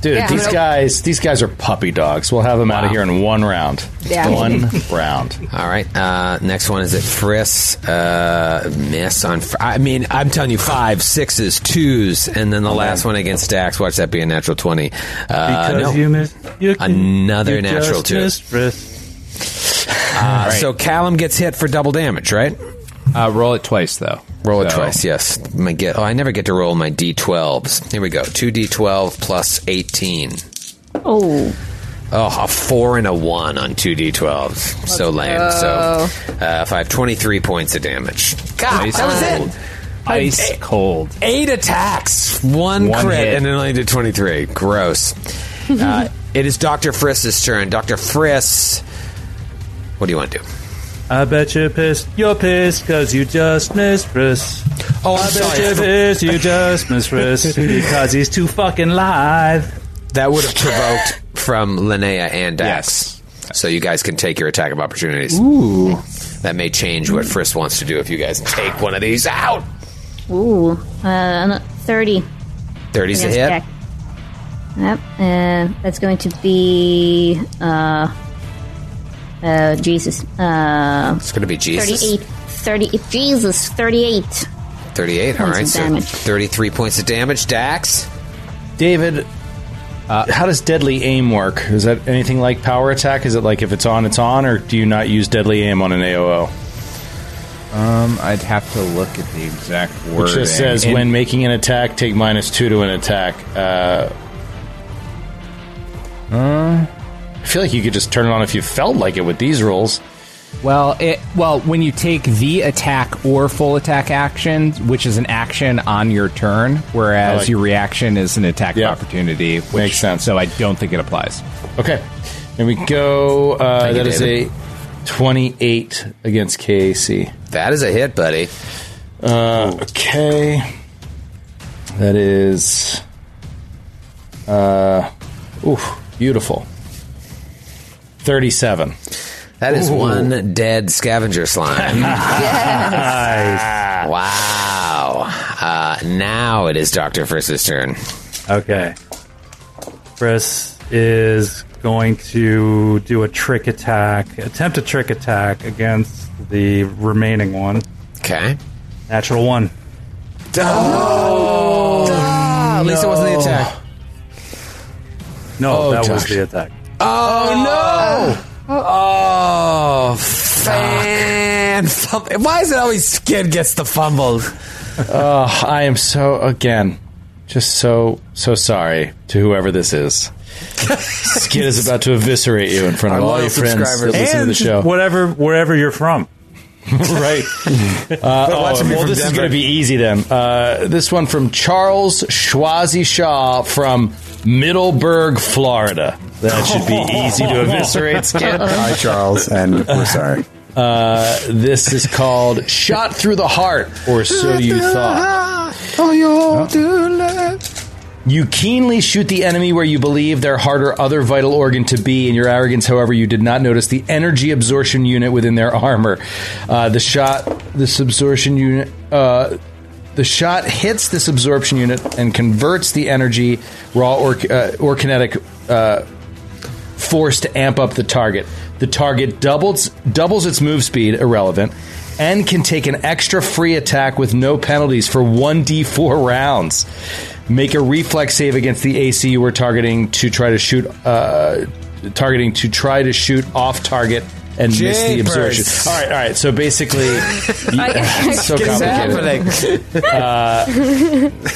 [SPEAKER 7] Dude,
[SPEAKER 5] Yeah.
[SPEAKER 7] these guys, these guys are puppy dogs. We'll have them out of here in one round.
[SPEAKER 5] Yeah.
[SPEAKER 7] One round.
[SPEAKER 4] All right. Uh, next one is at Friss. Uh, miss on. Fr- I mean, I'm telling you, five, sixes, twos, and then the last one against Stacks. Watch that be a natural twenty. Uh,
[SPEAKER 10] Because
[SPEAKER 4] no.
[SPEAKER 10] you missed. You
[SPEAKER 4] Another
[SPEAKER 10] you
[SPEAKER 4] natural
[SPEAKER 10] just
[SPEAKER 4] two.
[SPEAKER 10] missed Frisk.
[SPEAKER 4] Uh,
[SPEAKER 10] Right.
[SPEAKER 4] So Callum gets hit for double damage, right?
[SPEAKER 12] Uh, roll it twice, though.
[SPEAKER 4] Roll it
[SPEAKER 12] So-
[SPEAKER 4] twice. Yes. My get. Oh, I never get to roll my d12s. Here we go. Two d12 plus eighteen.
[SPEAKER 11] Oh.
[SPEAKER 4] Oh, a four and a one on two d12s. so lame. So uh, five twenty-three points of damage. God,
[SPEAKER 12] Ice
[SPEAKER 4] that was it.
[SPEAKER 12] cold. Ice cold.
[SPEAKER 4] Eight attacks, one,
[SPEAKER 12] One
[SPEAKER 4] crit,
[SPEAKER 12] hit.
[SPEAKER 4] and it only did 23. Gross. uh, it is Dr. Friss's turn. Dr. Friss, what do you want to do?
[SPEAKER 10] I bet you're pissed. You're pissed because you just missed Frisk.
[SPEAKER 4] Oh,
[SPEAKER 10] I bet you're pissed. You just missed Frisk because he's too fucking live.
[SPEAKER 4] That would have provoked from Linnea and Dax. So you guys can take your attack of opportunities.
[SPEAKER 11] Ooh.
[SPEAKER 4] That may change what Friss wants to do if you guys take one of these out.
[SPEAKER 11] Ooh. Uh, no, 30.
[SPEAKER 4] 30's a
[SPEAKER 11] against
[SPEAKER 4] hit.
[SPEAKER 11] Jack. Yep. Uh, that's going to be. Uh, uh, Jesus. Uh,
[SPEAKER 4] It's going to be Jesus.
[SPEAKER 11] 38. 30, Jesus, 38.
[SPEAKER 4] 38, all
[SPEAKER 11] Points
[SPEAKER 4] right.
[SPEAKER 11] of
[SPEAKER 4] So
[SPEAKER 11] damage.
[SPEAKER 4] 33 points of damage. Dax?
[SPEAKER 7] David, uh, how does deadly aim work? Is that anything like power attack? Is it like if it's on, it's on, or do you not use deadly aim on an AOO?
[SPEAKER 12] Um, I'd have to look at the exact
[SPEAKER 7] Which
[SPEAKER 12] wording.
[SPEAKER 7] just says
[SPEAKER 12] In-
[SPEAKER 7] when making an attack, take minus two to an attack. Uh, uh, I feel like you could just turn it on if you felt like it with these rules.
[SPEAKER 12] Well, it well when you take the attack or full attack action, which is an action on your turn, whereas
[SPEAKER 7] I like-
[SPEAKER 12] your reaction is an attack of opportunity. Which, Makes sense. So I don't think it applies.
[SPEAKER 7] Okay, and we go. Uh,
[SPEAKER 12] Thank you,
[SPEAKER 7] that is
[SPEAKER 12] David.
[SPEAKER 7] a twenty-eight against KAC.
[SPEAKER 4] That is a hit, buddy.
[SPEAKER 7] Uh, okay, that is. Uh, ooh, beautiful. Thirty-seven.
[SPEAKER 4] That is
[SPEAKER 7] Ooh.
[SPEAKER 4] one dead scavenger slime.
[SPEAKER 10] Nice.
[SPEAKER 4] Wow. Uh, now it is Dr. Frisk's turn.
[SPEAKER 10] Okay. Chris is going to do a trick attack, attempt a trick attack against the remaining one.
[SPEAKER 4] Okay.
[SPEAKER 10] Natural one.
[SPEAKER 4] at least it Oh, wasn't the attack.
[SPEAKER 10] No,
[SPEAKER 4] Oh,
[SPEAKER 10] that was
[SPEAKER 4] Josh.
[SPEAKER 10] the attack.
[SPEAKER 4] Oh, no! Oh, fan. fum- Why is it always kid gets the fumbles?
[SPEAKER 7] Oh, I am so again, just so so sorry to whoever this is. Skid is about to eviscerate you in front of all your friends that listen to the show.
[SPEAKER 10] Whatever, wherever you're from.
[SPEAKER 7] right. Uh, oh,
[SPEAKER 10] watching me
[SPEAKER 7] well,
[SPEAKER 10] from
[SPEAKER 7] this is
[SPEAKER 10] Denver.
[SPEAKER 7] going to be easy then. Uh, this one from Charles Schwazi Shaw from Middleburg, Florida. That should be easy to eviscerate. Skip.
[SPEAKER 9] Hi, Charles, and we're sorry.
[SPEAKER 7] Uh, this is called "Shot Through the Heart," or so you thought.
[SPEAKER 14] Oh, you
[SPEAKER 7] You keenly shoot the enemy where you believe their heart or other vital organ to be. In your arrogance, however, you did not notice the energy absorption unit within their armor. Uh, the shot, this absorption unit, uh, the shot hits this absorption unit and converts the energy, raw or, uh, or kinetic uh, force to amp up the target. The target doubles doubles its move speed, irrelevant, and can take an extra free attack with no penalties for 1d4 rounds. Make a reflex save against the AC you were targeting to try to shoot uh, targeting to try to shoot off target and miss the
[SPEAKER 14] Jeepers.
[SPEAKER 7] absorption. All right, all right. So basically,
[SPEAKER 14] I-
[SPEAKER 7] it's so
[SPEAKER 14] What is
[SPEAKER 7] complicated. Uh,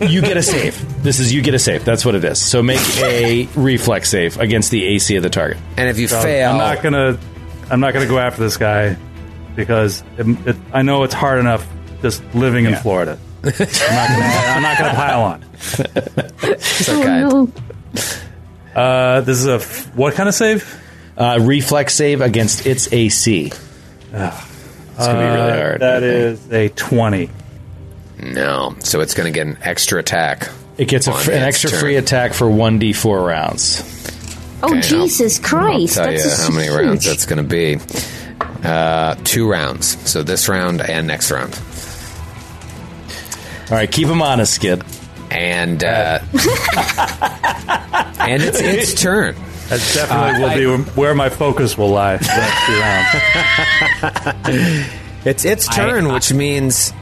[SPEAKER 11] Oh,
[SPEAKER 7] you get a save. This is you get a save. That's what it is. So make a reflex save against the AC of the target.
[SPEAKER 4] And if you
[SPEAKER 10] So
[SPEAKER 4] fail,
[SPEAKER 10] I'm not gonna, I'm not gonna go after this guy because it, it, I know it's hard enough just living in Florida. I'm not, gonna, I'm not gonna pile on. Uh, this is a f- what kind of save?
[SPEAKER 7] Uh, reflex save against its AC. It's gonna be really hard.
[SPEAKER 10] Uh, That is a twenty.
[SPEAKER 4] No. So it's going to get an extra attack.
[SPEAKER 7] It gets a
[SPEAKER 4] on
[SPEAKER 7] fr- an
[SPEAKER 4] Oh, its
[SPEAKER 7] extra
[SPEAKER 4] turn.
[SPEAKER 7] free attack for one d4 rounds.
[SPEAKER 11] Oh,
[SPEAKER 4] Okay, I'll-
[SPEAKER 11] Jesus
[SPEAKER 4] I'll
[SPEAKER 11] Christ.
[SPEAKER 4] tell you
[SPEAKER 11] that's
[SPEAKER 4] how many
[SPEAKER 11] huge.
[SPEAKER 4] rounds that's going to be. Uh, two rounds. So this round and next round.
[SPEAKER 7] All right, keep him honest, Skid.
[SPEAKER 4] and uh, and it's its turn.
[SPEAKER 10] That's definitely
[SPEAKER 4] Uh,
[SPEAKER 10] will be where my focus will lie. for the next few rounds.
[SPEAKER 4] It's its turn, which means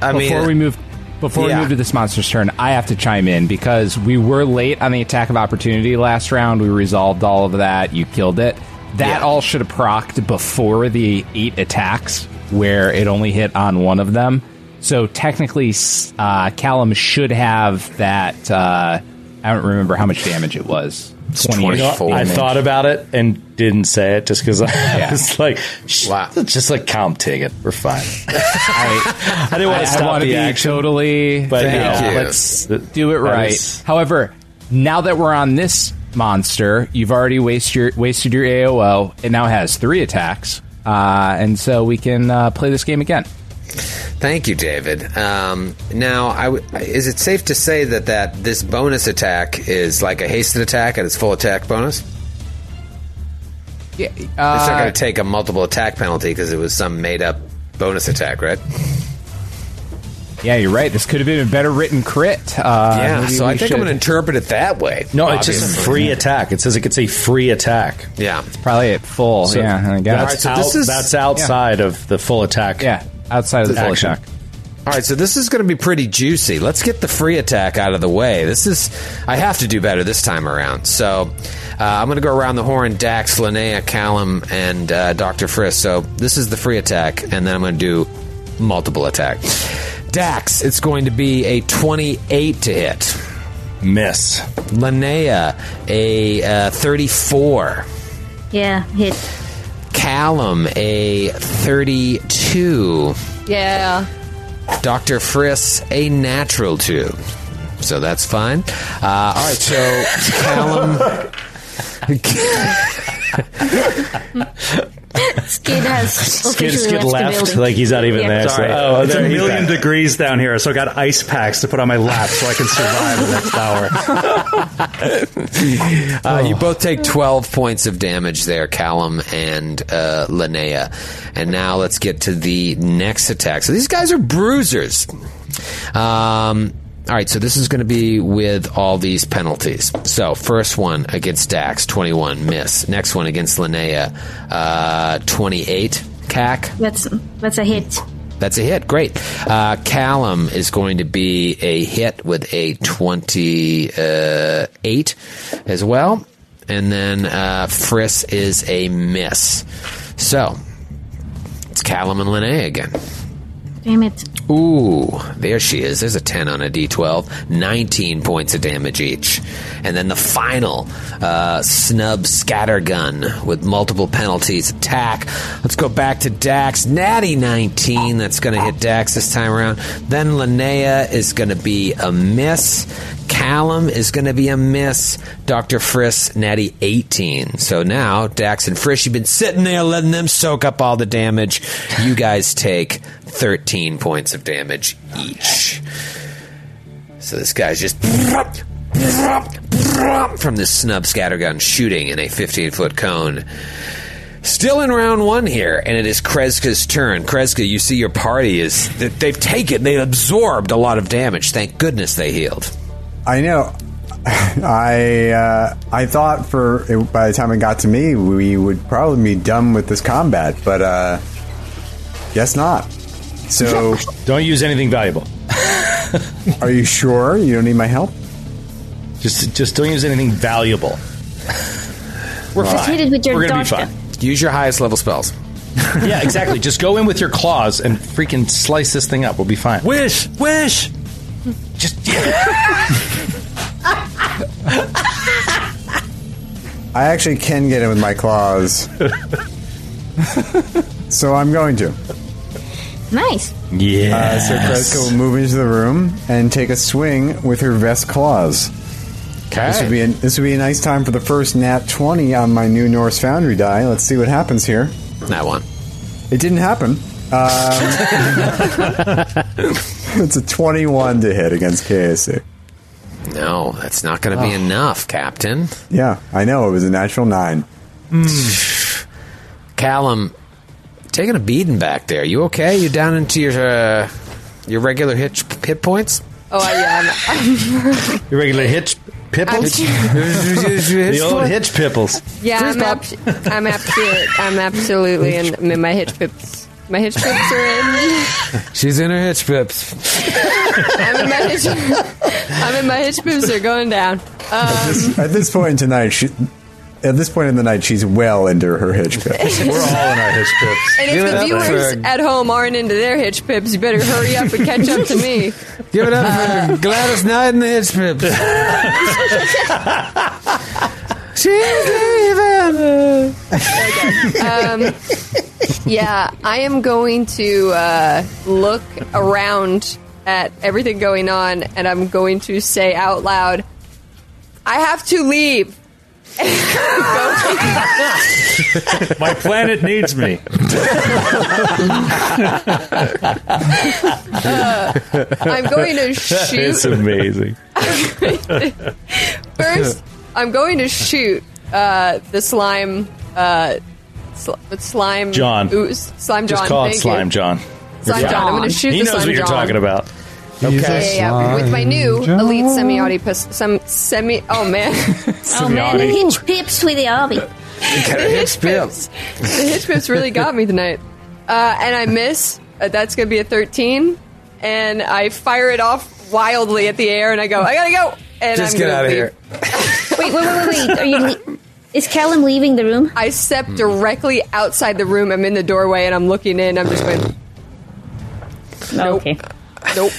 [SPEAKER 4] I mean
[SPEAKER 12] before we move before
[SPEAKER 4] Yeah.
[SPEAKER 12] we move to this monster's turn, I have to chime in because we were late on the attack of opportunity last round. We resolved all of that. You killed it. That all should have procced before the eight attacks where it only hit on one of them. So technically, s- uh, Callum should have that. Uh, I don't remember how much damage it was.
[SPEAKER 7] You know, I thought about it and didn't say it just because I was like, wow. just like, calm, take it. We're fine. I, didn't want
[SPEAKER 12] I- I
[SPEAKER 7] to stop
[SPEAKER 12] wanna
[SPEAKER 7] the
[SPEAKER 12] be
[SPEAKER 7] action.
[SPEAKER 12] Totally,
[SPEAKER 7] But
[SPEAKER 12] Thank
[SPEAKER 7] no,
[SPEAKER 12] you.
[SPEAKER 7] let's
[SPEAKER 12] do it
[SPEAKER 7] that
[SPEAKER 12] right.
[SPEAKER 7] is-
[SPEAKER 12] However, now that we're on this monster, you've already wasted your wasted your AOO. It now has three attacks, uh, and so we can uh, play this game again.
[SPEAKER 4] Thank you, David. Um, now, I w- is it safe to say that, that this bonus attack is like a hasted attack at its full attack bonus?
[SPEAKER 12] Yeah,
[SPEAKER 4] it's not
[SPEAKER 12] uh,
[SPEAKER 4] going to take a multiple attack penalty because it was some made up bonus attack, right?
[SPEAKER 12] yeah, you're right. This could have been a better written crit. Uh,
[SPEAKER 4] yeah,
[SPEAKER 12] maybe
[SPEAKER 4] so
[SPEAKER 12] we
[SPEAKER 4] I think I'm
[SPEAKER 12] should-
[SPEAKER 4] going to interpret it that way.
[SPEAKER 7] No, it's just
[SPEAKER 4] obviously.
[SPEAKER 7] free attack. It says it gets a free attack.
[SPEAKER 4] Yeah,
[SPEAKER 12] it's probably at full. yeah, Uh-huh, I guess.
[SPEAKER 7] that's,
[SPEAKER 12] All right, so this
[SPEAKER 7] out-
[SPEAKER 12] is-
[SPEAKER 7] that's outside of the full attack.
[SPEAKER 12] Yeah, outside of the full attack.
[SPEAKER 4] All right, so this is going to be pretty juicy. Let's get the free attack out of the way. This is, I have to do better this time around. So uh, I'm going to go around the horn Dax, Linnea, Callum, and uh, Dr. Frisk. So this is the free attack, and then I'm going to do multiple attack. Dax, it's going to be a 28 to hit.
[SPEAKER 7] Miss.
[SPEAKER 4] Linnea, a uh, 34.
[SPEAKER 11] Yeah, hit.
[SPEAKER 4] Callum, a 32.
[SPEAKER 5] Yeah.
[SPEAKER 4] Dr. Friss, a natural two. So that's fine. Uh, all right, so Callum.
[SPEAKER 11] Skid has officially left, the building.
[SPEAKER 7] like he's not even
[SPEAKER 11] Yeah.
[SPEAKER 7] there, so-
[SPEAKER 10] Sorry.
[SPEAKER 7] Oh,
[SPEAKER 10] it's a
[SPEAKER 7] there he's
[SPEAKER 10] million
[SPEAKER 7] back.
[SPEAKER 10] degrees down here, so I got ice packs to put on my lap so I can survive the next hour.
[SPEAKER 4] Uh, you both take 12 points of damage there, Callum and uh, Linnea. And now let's get to the next attack. So these guys are bruisers. Um, all right, so this is going to be with all these penalties. So first one against Dax, 21, miss. Next one against Linnea, uh, 28, cack.
[SPEAKER 11] That's that's a hit.
[SPEAKER 4] That's a hit. Great. Uh, Callum is going to be a hit with a 28 as well. And then uh, Friss is a miss. So it's Callum and Linnea again.
[SPEAKER 11] Damn it.
[SPEAKER 4] Ooh, there she is. There's a 10 on a d12. 19 points of damage each. And then the final uh, snub scatter gun with multiple penalties attack. Let's go back to Dax. Natty 19. That's going to hit Dax this time around. Then Linnea is going to be a miss. Callum is going to be a miss. Dr. Friss, Natty 18. So now, Dax and Friss, you've been sitting there letting them soak up all the damage. You guys take 13 points of damage each. So this guy's just from this snub scattergun shooting in a 15 foot cone. Still in round one here, and it is Kreska's turn. Kreska, you see your party is. They've taken, they absorbed a lot of damage. Thank goodness they healed.
[SPEAKER 9] I know. I uh, I thought for by the time it got to me, we would probably be done with this combat, but uh, guess not. So
[SPEAKER 7] don't use anything valuable.
[SPEAKER 9] are you sure you don't need my help?
[SPEAKER 7] Just just don't use anything valuable.
[SPEAKER 11] We're Just fine. hit it with your
[SPEAKER 7] We're gonna be
[SPEAKER 11] dodge
[SPEAKER 7] fine.
[SPEAKER 4] Use your highest level spells.
[SPEAKER 7] yeah, exactly. Just go in with your claws and freaking slice this thing up. We'll be fine.
[SPEAKER 10] Wish, wish.
[SPEAKER 9] I actually can get it with my claws, so I'm going to.
[SPEAKER 11] Nice.
[SPEAKER 9] Uh,
[SPEAKER 7] Yes.
[SPEAKER 9] so Kreska will move into the room and take a swing with her vest claws. This would be a, this would be a nice time for the first nat twenty on my new Norse Foundry die. Let's see what happens here.
[SPEAKER 4] That one.
[SPEAKER 9] It didn't happen.
[SPEAKER 7] Uh.
[SPEAKER 9] Um, it's a twenty-one to hit against KSC.
[SPEAKER 4] No, that's not going to be
[SPEAKER 9] Oh.
[SPEAKER 4] enough, Captain.
[SPEAKER 9] Yeah, I know it was a natural nine.
[SPEAKER 7] Hmm.
[SPEAKER 4] Callum, taking a beating back there. You okay? You down into your uh, your regular hit hit points?
[SPEAKER 5] Oh, I am.
[SPEAKER 7] Your regular hitch pipples? the old hitch pipples.
[SPEAKER 5] yeah, I'm apt, I'm apt to it. I'm absolutely in, I'm in my hitch pips. My hitch pips are in.
[SPEAKER 4] She's in her hitch pips.
[SPEAKER 5] I'm in my hitch. I'm in my hitch pips are going down. Um,
[SPEAKER 9] At this point tonight, she, at this point in the night, she's well into her hitch pips.
[SPEAKER 5] We're all
[SPEAKER 9] in our hitch pips.
[SPEAKER 5] and if the viewers at home aren't into their hitch pips, you better hurry up and catch up to me. Uh,
[SPEAKER 4] Give it up for Gladys Knight and the hitch pips.
[SPEAKER 5] She's leaving. um, yeah, I am going to uh, look around at everything going on, and I'm going to say out loud, "I have to leave."
[SPEAKER 10] My planet needs me.
[SPEAKER 5] Uh, I'm going to shoot.
[SPEAKER 7] It's amazing.
[SPEAKER 5] First, I'm going to shoot uh, the slime. Uh, sl- slime
[SPEAKER 7] John.
[SPEAKER 5] Ooh, s- slime John.
[SPEAKER 7] Just call it
[SPEAKER 5] thank
[SPEAKER 7] Slime
[SPEAKER 5] you.
[SPEAKER 7] John.
[SPEAKER 5] Slime
[SPEAKER 7] You're
[SPEAKER 5] John.
[SPEAKER 7] fine.
[SPEAKER 5] I'm gonna shoot
[SPEAKER 7] He
[SPEAKER 5] the
[SPEAKER 7] knows
[SPEAKER 5] Slime
[SPEAKER 7] what you're
[SPEAKER 5] John.
[SPEAKER 7] talking about.
[SPEAKER 5] Okay, yeah, yeah, with my new elite semi-audio pis- some semi. Oh man,
[SPEAKER 11] Oh man, the hitch pips with the army.
[SPEAKER 5] the hitch pips. The hitch pips really got me tonight. Uh, and I miss. Uh, that's gonna be a 13, and I fire it off wildly at the air, and I go, I gotta go, and
[SPEAKER 4] Just
[SPEAKER 5] I'm
[SPEAKER 4] get
[SPEAKER 5] gonna
[SPEAKER 4] out of
[SPEAKER 5] leave.
[SPEAKER 4] here.
[SPEAKER 11] Wait, wait, wait, wait, wait. Are you? Le- is Callum leaving the room?
[SPEAKER 5] I step
[SPEAKER 4] Hmm.
[SPEAKER 5] directly outside the room. I'm in the doorway and I'm looking in. I'm just going.
[SPEAKER 11] Oh,
[SPEAKER 5] Nope. Okay. Nope.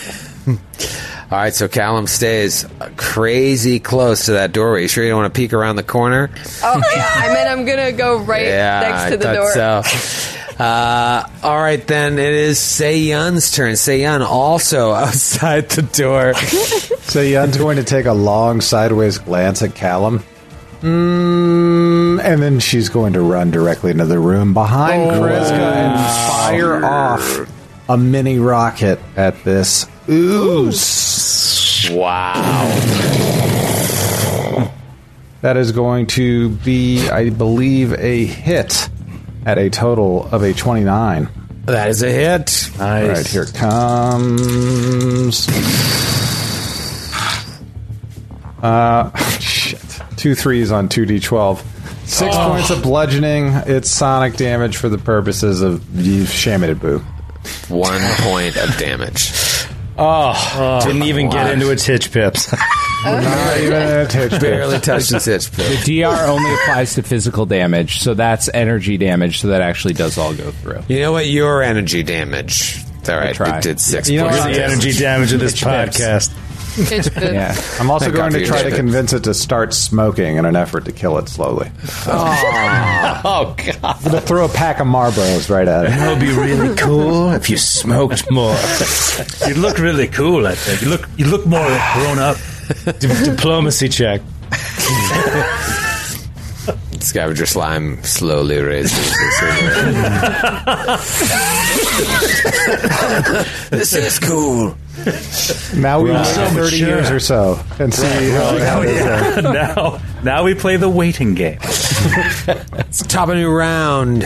[SPEAKER 4] All right, so Callum stays crazy close to that doorway. You sure you don't want to peek around the corner?
[SPEAKER 5] Oh yeah. I meant I'm gonna go right next to the door.
[SPEAKER 4] thought So. Uh, all right, then it is Seiyun's turn. Seiyun also outside the door.
[SPEAKER 8] So Yun's going to take a long sideways glance at Callum. Mm, and then she's going to run directly into the room behind Kreska and fire off a mini rocket at this ooze. Wow. That is going to be, I believe, a hit at a total of a 29.
[SPEAKER 4] That is a hit. Nice.
[SPEAKER 8] All right, here it comes. Uh, shit. Two threes on 2d12. Six
[SPEAKER 16] Oh.
[SPEAKER 8] points of bludgeoning. It's sonic damage for the purposes of Shamadaboo.
[SPEAKER 4] One point of damage.
[SPEAKER 7] Oh, didn't even get into its hitch pips.
[SPEAKER 8] Not even a hitch pip.
[SPEAKER 4] Barely touched its hitch
[SPEAKER 12] The DR only applies to physical damage, so that's energy damage, so that actually does all go through.
[SPEAKER 4] You know what? Your energy damage. It's all right. It did six
[SPEAKER 7] You know
[SPEAKER 4] points.
[SPEAKER 7] what?
[SPEAKER 4] of
[SPEAKER 7] The energy damage of this
[SPEAKER 4] Hitch pips.
[SPEAKER 7] podcast.
[SPEAKER 4] Yeah.
[SPEAKER 8] I'm also
[SPEAKER 4] Thank
[SPEAKER 8] going
[SPEAKER 4] God
[SPEAKER 8] to
[SPEAKER 4] for
[SPEAKER 8] try
[SPEAKER 4] your
[SPEAKER 8] to
[SPEAKER 4] shit.
[SPEAKER 8] convince it to start smoking in an effort to kill it slowly.
[SPEAKER 7] oh god!
[SPEAKER 8] I'm going to throw a pack of Marlboros right at it.
[SPEAKER 7] That would be really cool if you smoked more.
[SPEAKER 10] You look really cool. I think you look you look more grown up.
[SPEAKER 7] diplomacy check.
[SPEAKER 4] Scavenger slime slowly raises his hand. This is cool.
[SPEAKER 8] Now Oh, we
[SPEAKER 10] Right.
[SPEAKER 8] wait
[SPEAKER 10] So
[SPEAKER 8] 30
[SPEAKER 10] mature.
[SPEAKER 8] years or so and see how, how
[SPEAKER 4] Oh,
[SPEAKER 8] it goes.
[SPEAKER 10] now, now we play the waiting game.
[SPEAKER 4] It's top of new round.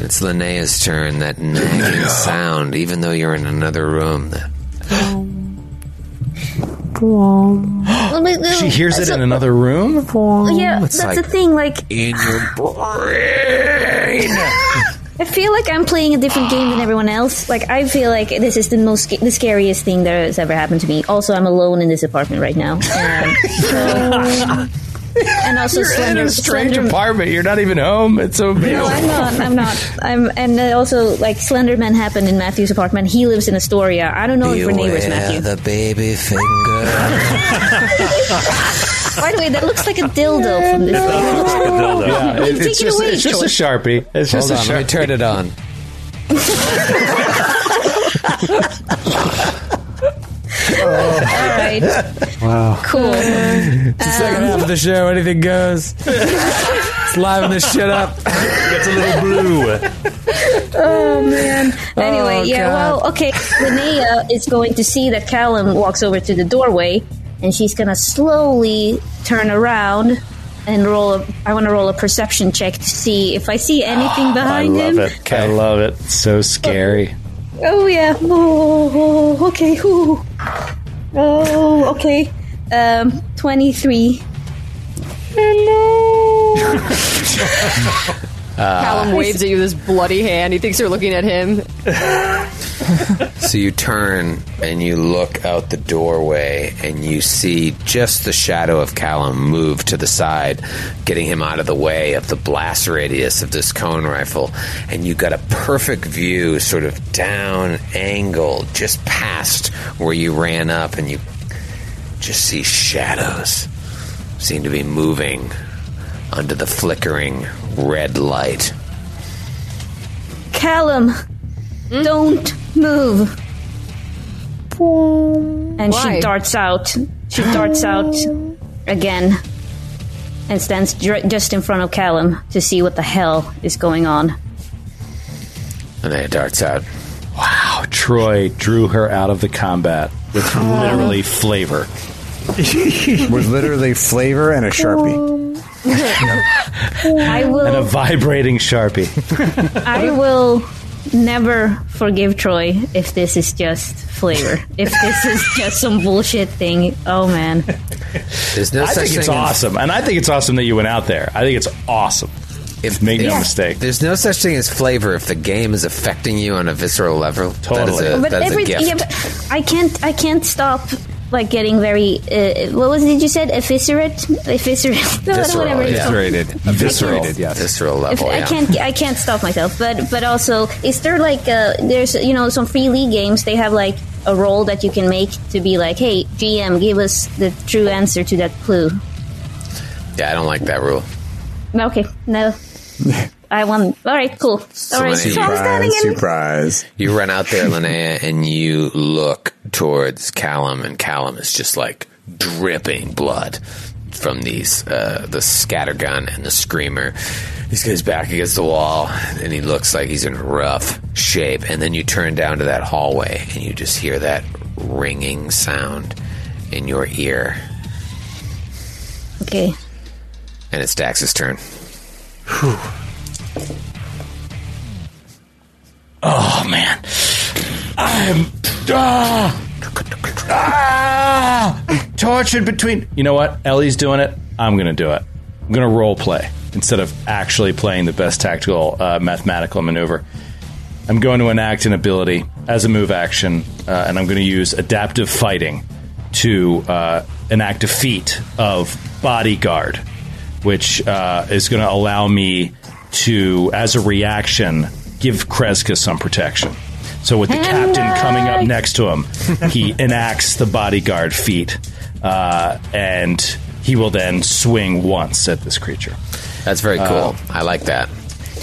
[SPEAKER 4] It's Linnea's turn. That nagging sound, even though you're in another room.
[SPEAKER 7] She hears it in another room.
[SPEAKER 11] Yeah,
[SPEAKER 4] It's
[SPEAKER 11] that's
[SPEAKER 4] like-
[SPEAKER 11] the thing. Like,
[SPEAKER 4] In your
[SPEAKER 11] I feel like I'm playing a different game than everyone else. Like, I feel like this is the most the scariest thing that has ever happened to me. Also, I'm alone in this apartment right now. Um, so- and also,
[SPEAKER 7] You're in
[SPEAKER 11] Slender,
[SPEAKER 7] a strange
[SPEAKER 11] Slender-
[SPEAKER 7] apartment. You're not even home. It's so big.
[SPEAKER 11] No, I'm not. I'm not. I'm, and uh, also, like Slenderman happened in Matthew's apartment. He lives in Astoria. I don't know if we're neighbors, Matthew.
[SPEAKER 4] the baby finger.
[SPEAKER 11] By the way, that looks like a dildo from this. thing.
[SPEAKER 7] Yeah,
[SPEAKER 11] Take
[SPEAKER 7] it- it's,
[SPEAKER 11] it
[SPEAKER 7] just,
[SPEAKER 11] away,
[SPEAKER 7] it's just a sharpie. It's just
[SPEAKER 4] Hold
[SPEAKER 7] a
[SPEAKER 4] on, let me
[SPEAKER 7] sharpie.
[SPEAKER 4] turn it on.
[SPEAKER 11] All right.
[SPEAKER 4] Wow.
[SPEAKER 11] Cool.
[SPEAKER 4] It's the second half of the show. Anything goes. Let's liven this shit up.
[SPEAKER 10] Gets a little blue.
[SPEAKER 11] Oh man. Anyway,
[SPEAKER 4] Oh,
[SPEAKER 11] yeah.
[SPEAKER 4] God.
[SPEAKER 11] Well, okay. Linnea is going to see that Callum walks over to the doorway, and she's gonna slowly turn around and roll. A, I want to roll a perception check to see if I see anything
[SPEAKER 7] I
[SPEAKER 11] behind
[SPEAKER 7] love
[SPEAKER 11] him.
[SPEAKER 7] it. I love it. So scary.
[SPEAKER 11] Oh yeah. Oh, okay. Ooh. Oh, okay. Um, 23.
[SPEAKER 4] uh,
[SPEAKER 5] Callum waves at you with his bloody hand. He thinks you're looking at him.
[SPEAKER 4] So you turn and you look out the doorway and you see just the shadow of Callum move to the side, getting him out of the way of the blast radius of this cone rifle. And you got a perfect view, sort of down angle, just past where you ran up, and you just see shadows seem to be moving under the flickering red light.
[SPEAKER 11] Callum, don't move. And
[SPEAKER 5] Why?
[SPEAKER 11] she darts out. She darts out again and stands dr- just in front of Callum to see what the hell is going on.
[SPEAKER 4] And then it darts out.
[SPEAKER 7] Wow, Troy drew her out of the combat with
[SPEAKER 11] Oh.
[SPEAKER 7] literally flavor.
[SPEAKER 9] With literally flavor and a sharpie.
[SPEAKER 11] I
[SPEAKER 7] And a
[SPEAKER 11] will.
[SPEAKER 7] vibrating sharpie.
[SPEAKER 11] I will never forgive Troy if this is just flavor. If this is just some bullshit thing. Oh man.
[SPEAKER 4] There's no
[SPEAKER 7] I
[SPEAKER 4] such
[SPEAKER 7] think it's
[SPEAKER 4] thing as-
[SPEAKER 7] awesome, and I think it's awesome that you went out there. I think it's awesome.
[SPEAKER 4] If
[SPEAKER 7] make no
[SPEAKER 4] Yeah.
[SPEAKER 7] mistake,
[SPEAKER 4] There's no such thing as flavor if the game is affecting you on a visceral level.
[SPEAKER 7] Totally.
[SPEAKER 4] That is a,
[SPEAKER 11] but
[SPEAKER 4] that is
[SPEAKER 11] every
[SPEAKER 4] a gift.
[SPEAKER 11] yeah, but I can't I can't stop like getting very uh, what was it you said eviscerate eviscerate no,
[SPEAKER 4] visceral,
[SPEAKER 11] whatever it's
[SPEAKER 4] yeah.
[SPEAKER 11] called.
[SPEAKER 4] Visceral. Visceral
[SPEAKER 11] If-
[SPEAKER 4] level,
[SPEAKER 11] I
[SPEAKER 4] yeah.
[SPEAKER 11] can't I can't stop myself but but also is there like uh, there's you know some free league games they have like a role that you can make to be like hey GM give us the true answer to that clue
[SPEAKER 4] Yeah, I don't like that rule.
[SPEAKER 11] okay no I won all right cool all right so I'm standing in
[SPEAKER 9] surprise.
[SPEAKER 4] You run out there, Linnea, and you look towards Callum, and Callum is just like dripping blood from these uh, the scattergun and the screamer. He's got his back against the wall, and he looks like he's in rough shape. And then you turn down to that hallway, and you just hear that ringing sound in your ear.
[SPEAKER 11] okay
[SPEAKER 4] And it's Dax's turn.
[SPEAKER 7] Oh man, I'm ah, ah, tortured between. You know what? Ellie's doing it. I'm gonna do it. I'm gonna role play instead of actually playing the best tactical uh, mathematical maneuver. I'm going to enact an ability as a move action, uh, and I'm going to use adaptive fighting to uh, enact a feat of bodyguard, which uh, is going to allow me to, as a reaction, give Kreska some protection. So with the captain coming up next to him, he enacts the bodyguard feat, uh, and he will then swing once at this creature. Uh,
[SPEAKER 4] That's very cool. I like that.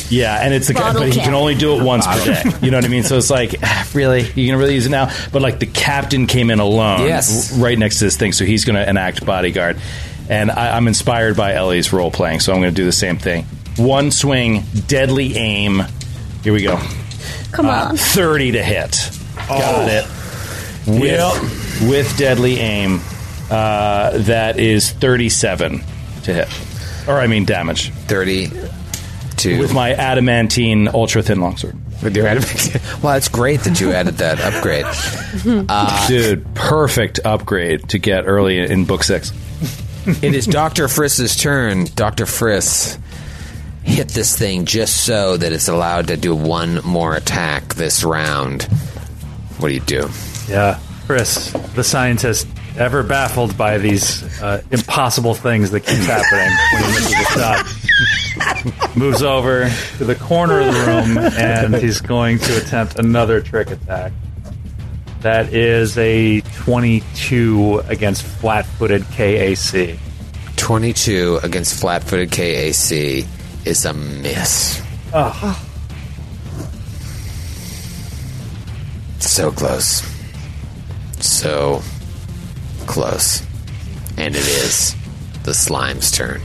[SPEAKER 7] Yeah, and it's the guy,
[SPEAKER 4] Bottle
[SPEAKER 7] but he
[SPEAKER 4] cap.
[SPEAKER 7] can only do it once per
[SPEAKER 4] Bottle.
[SPEAKER 7] day. You know what I mean? So it's like, ah, really, you can really use it now. But like the captain came in alone,
[SPEAKER 4] Yes.
[SPEAKER 7] w- right next to this thing, so he's going to enact bodyguard. And I, I'm inspired by Ellie's role playing, so I'm going to do the same thing. One swing, deadly aim. Here we go. Uh,
[SPEAKER 11] Come on.
[SPEAKER 7] thirty to hit.
[SPEAKER 4] Oh.
[SPEAKER 7] Got it. With with deadly aim, uh, that is thirty-seven to hit, or I mean damage.
[SPEAKER 4] Thirty to
[SPEAKER 7] with my adamantine ultra thin longsword.
[SPEAKER 4] With your adamantine, well, it's great that you added that upgrade. Uh,
[SPEAKER 7] Dude, perfect upgrade to get early in book six.
[SPEAKER 4] it is Dr. Friss's turn. Dr. Friss hit this thing just so that it's allowed to do one more attack this round. What do you do?
[SPEAKER 10] Yeah, Chris, the scientist, ever baffled by these uh, impossible things that keep happening when he misses a shot, moves over to the corner of the room and he's going to attempt another trick attack. That is a 22 against flat footed KAC.
[SPEAKER 4] 22 against flat footed KAC is a miss.
[SPEAKER 10] Oh.
[SPEAKER 4] So close. So close. And it is the slime's turn.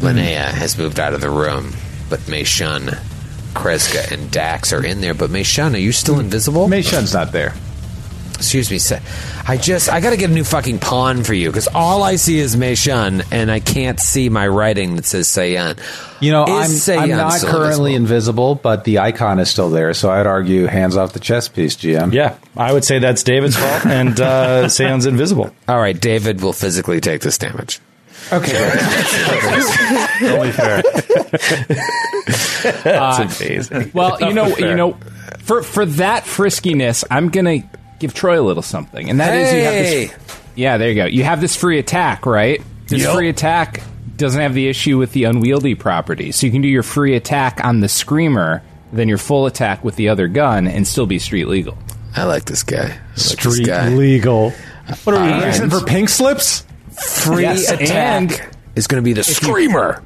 [SPEAKER 4] Linnea has moved out of the room, but Meishun, Kreska, and Dax are in there. But Meishun, are you still invisible?
[SPEAKER 8] Meishun's not there.
[SPEAKER 4] excuse me. Sa- I just, I gotta get a new fucking pawn for you because all I see is Mei Shun and I can't see my writing that says Sayan.
[SPEAKER 8] You know,
[SPEAKER 4] Is
[SPEAKER 8] I'm, I'm
[SPEAKER 4] Sayan
[SPEAKER 8] not
[SPEAKER 4] still invisible?
[SPEAKER 8] currently invisible, but the icon is still there. So I'd argue hands off the chess piece, GM.
[SPEAKER 7] Yeah, I would say that's David's fault, and uh, Seon's invisible.
[SPEAKER 4] All right, David will physically take this damage.
[SPEAKER 7] Only fair.
[SPEAKER 12] That's
[SPEAKER 7] amazing.
[SPEAKER 12] Uh, Well, you know, you know, for for that friskiness, I'm gonna give Troy a little something, and that is you
[SPEAKER 4] Hey!
[SPEAKER 12] have this. Yeah, there you go. You have this free attack, right? This
[SPEAKER 4] Yep.
[SPEAKER 12] free attack doesn't have the issue with the unwieldy property, so you can do your free attack on the screamer, then your full attack with the other gun, and still be street legal.
[SPEAKER 4] I like this guy.
[SPEAKER 8] Street legal. What are we
[SPEAKER 12] And-
[SPEAKER 8] racing for pink slips?
[SPEAKER 4] Free attack is going to be the screamer.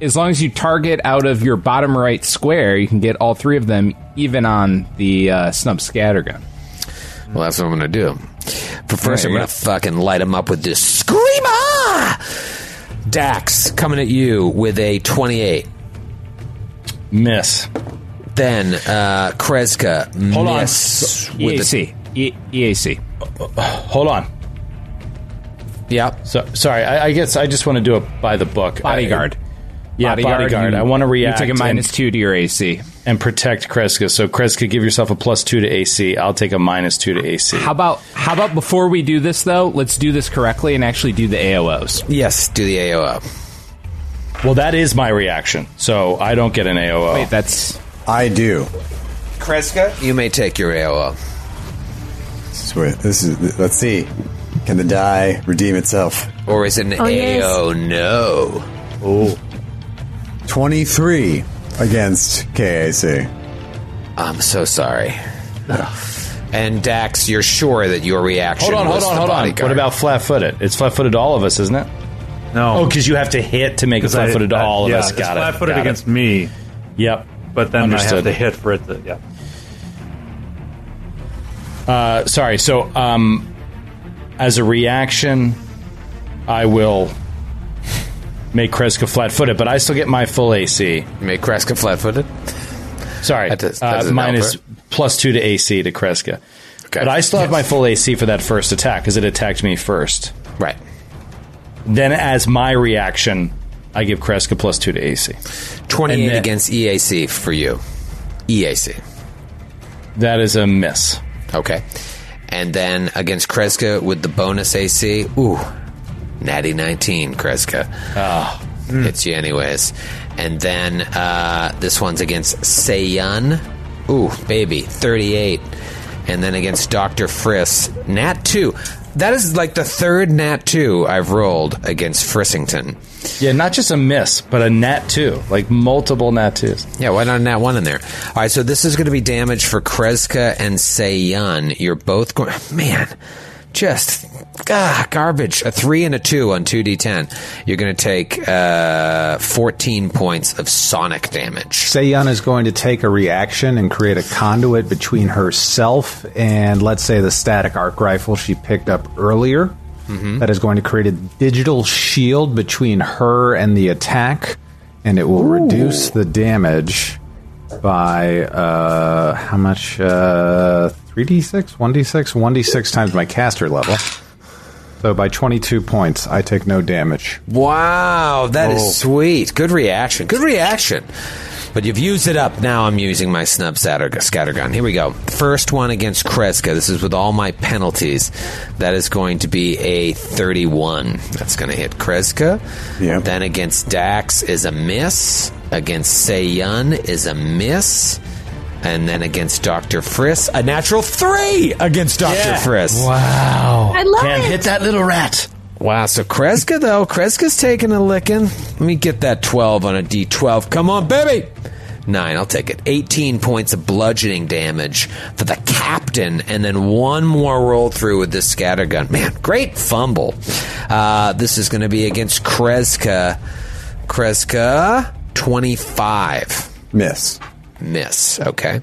[SPEAKER 12] as long as you target out of your bottom right square, you can get all three of them, even on the uh, snub scatter gun.
[SPEAKER 4] Well, that's what I'm going to do. But first,
[SPEAKER 12] There
[SPEAKER 4] I'm
[SPEAKER 12] you
[SPEAKER 4] going to fucking light him up with this screamer. Dax coming at you with a 28.
[SPEAKER 7] Miss.
[SPEAKER 4] Then uh, Kreska
[SPEAKER 7] Hold on.
[SPEAKER 4] miss with
[SPEAKER 7] EAC.
[SPEAKER 12] E- EAC.
[SPEAKER 7] Hold on.
[SPEAKER 4] Yeah.
[SPEAKER 7] So sorry. I, I guess I just want to do it by the book.
[SPEAKER 12] Bodyguard.
[SPEAKER 7] I, yeah, bodyguard.
[SPEAKER 12] Bodyguard, you-
[SPEAKER 7] I want to
[SPEAKER 12] you
[SPEAKER 7] react.
[SPEAKER 12] take a minus two to your AC
[SPEAKER 7] and protect Kreska. So Kreska, give yourself a plus two to AC. I'll take a minus two to AC.
[SPEAKER 12] How about how about before we do this though? Let's do this correctly and actually do the AOOs.
[SPEAKER 4] Yes, do the AOO.
[SPEAKER 7] Well, that is my reaction, so I don't get an AOO. Wait,
[SPEAKER 12] that's
[SPEAKER 9] I do.
[SPEAKER 4] Kreska, you may take your AOO.
[SPEAKER 9] Swear, this is. Let's see. Can the die redeem itself?
[SPEAKER 4] Or is it an
[SPEAKER 9] Oh,
[SPEAKER 4] AO?
[SPEAKER 9] yes.
[SPEAKER 4] No.
[SPEAKER 9] Oh. 23 against KAC.
[SPEAKER 4] I'm so sorry. And Dax, you're sure that your reaction
[SPEAKER 7] Hold on, hold
[SPEAKER 4] was
[SPEAKER 7] on,
[SPEAKER 4] the
[SPEAKER 7] hold on.
[SPEAKER 4] bodyguard.
[SPEAKER 7] What about flat-footed? It's flat-footed to all of us, isn't it?
[SPEAKER 10] No.
[SPEAKER 7] Oh, because you have to hit to make it
[SPEAKER 10] 'Cause I-
[SPEAKER 7] flat-footed to
[SPEAKER 10] I-
[SPEAKER 7] all
[SPEAKER 10] yeah,
[SPEAKER 7] of us.
[SPEAKER 10] it's
[SPEAKER 7] Got it.
[SPEAKER 10] flat-footed
[SPEAKER 7] got it.
[SPEAKER 10] against me.
[SPEAKER 7] Yep.
[SPEAKER 10] But then
[SPEAKER 7] Understood.
[SPEAKER 10] I have to hit for it. To, yeah.
[SPEAKER 7] Uh, sorry. So, um, as a reaction, I will make Kreska flat-footed, but I still get my full AC.
[SPEAKER 4] Make Kreska flat-footed.
[SPEAKER 7] Sorry,
[SPEAKER 4] that
[SPEAKER 7] uh,
[SPEAKER 4] doesn't
[SPEAKER 7] minus
[SPEAKER 4] help
[SPEAKER 7] plus two to AC to Kreska. But I still have my full AC for that first attack because it attacked me first.
[SPEAKER 4] Right.
[SPEAKER 7] Then, as my reaction, I give Kreska plus two to AC.
[SPEAKER 4] 28
[SPEAKER 7] And that-
[SPEAKER 4] against EAC for you. E EAC.
[SPEAKER 7] That is a miss.
[SPEAKER 4] Okay. And then against Kreska with the bonus AC. Ooh. Natty 19, Kreska.
[SPEAKER 7] Ah,
[SPEAKER 4] Oh.
[SPEAKER 7] mm.
[SPEAKER 4] Hits you anyways. And then uh, this one's against Seiyun. Ooh, baby. 38. And then against Dr. Friss. Nat 2. That is like the third Nat 2 I've rolled against Frissington.
[SPEAKER 7] Yeah, not just a miss, but a nat two, like multiple nat twos.
[SPEAKER 4] Yeah, why not that one in there? All right, so this is going to be damage for Kreska and Seiyun. You're both going. Man, just ah, garbage. A three and a two on 2d10. You're going to take uh, 14 points of sonic damage.
[SPEAKER 8] Sayan is going to take a reaction and create a conduit between herself and, let's say, the static arc rifle she picked up earlier. That is going to create a digital shield between her and the attack, and it will reduce the damage by uh, how much? Uh, 3d6? 1d6? 1d6 times my caster level. So by 22 points, I take no damage.
[SPEAKER 4] Wow, that is
[SPEAKER 8] Whoa.
[SPEAKER 4] sweet. Good reaction. Good reaction. But you've used it up. Now I'm using my snub scatter, scatter gun. Here we go. First one against Kreska. This is with all my penalties. That is going to be a 31. That's going to hit Kreska. Yeah. Then against Dax is a miss. Against Seiyun is a miss. And then against Dr. Friss, a natural three against Dr.
[SPEAKER 14] Yeah.
[SPEAKER 4] Friss.
[SPEAKER 14] Wow. I love Can't it. hit
[SPEAKER 4] that little rat. Wow, so Kreska, though. Kreska's taking a licking. Let me get that 12 on a D12. Come on, baby! Nine, I'll take it. 18 points of bludgeoning damage for the captain, and then one more roll through with this scattergun. Man, great fumble. Uh, this is going to be against Kreska. Kreska, 25.
[SPEAKER 9] Miss.
[SPEAKER 4] Miss, okay.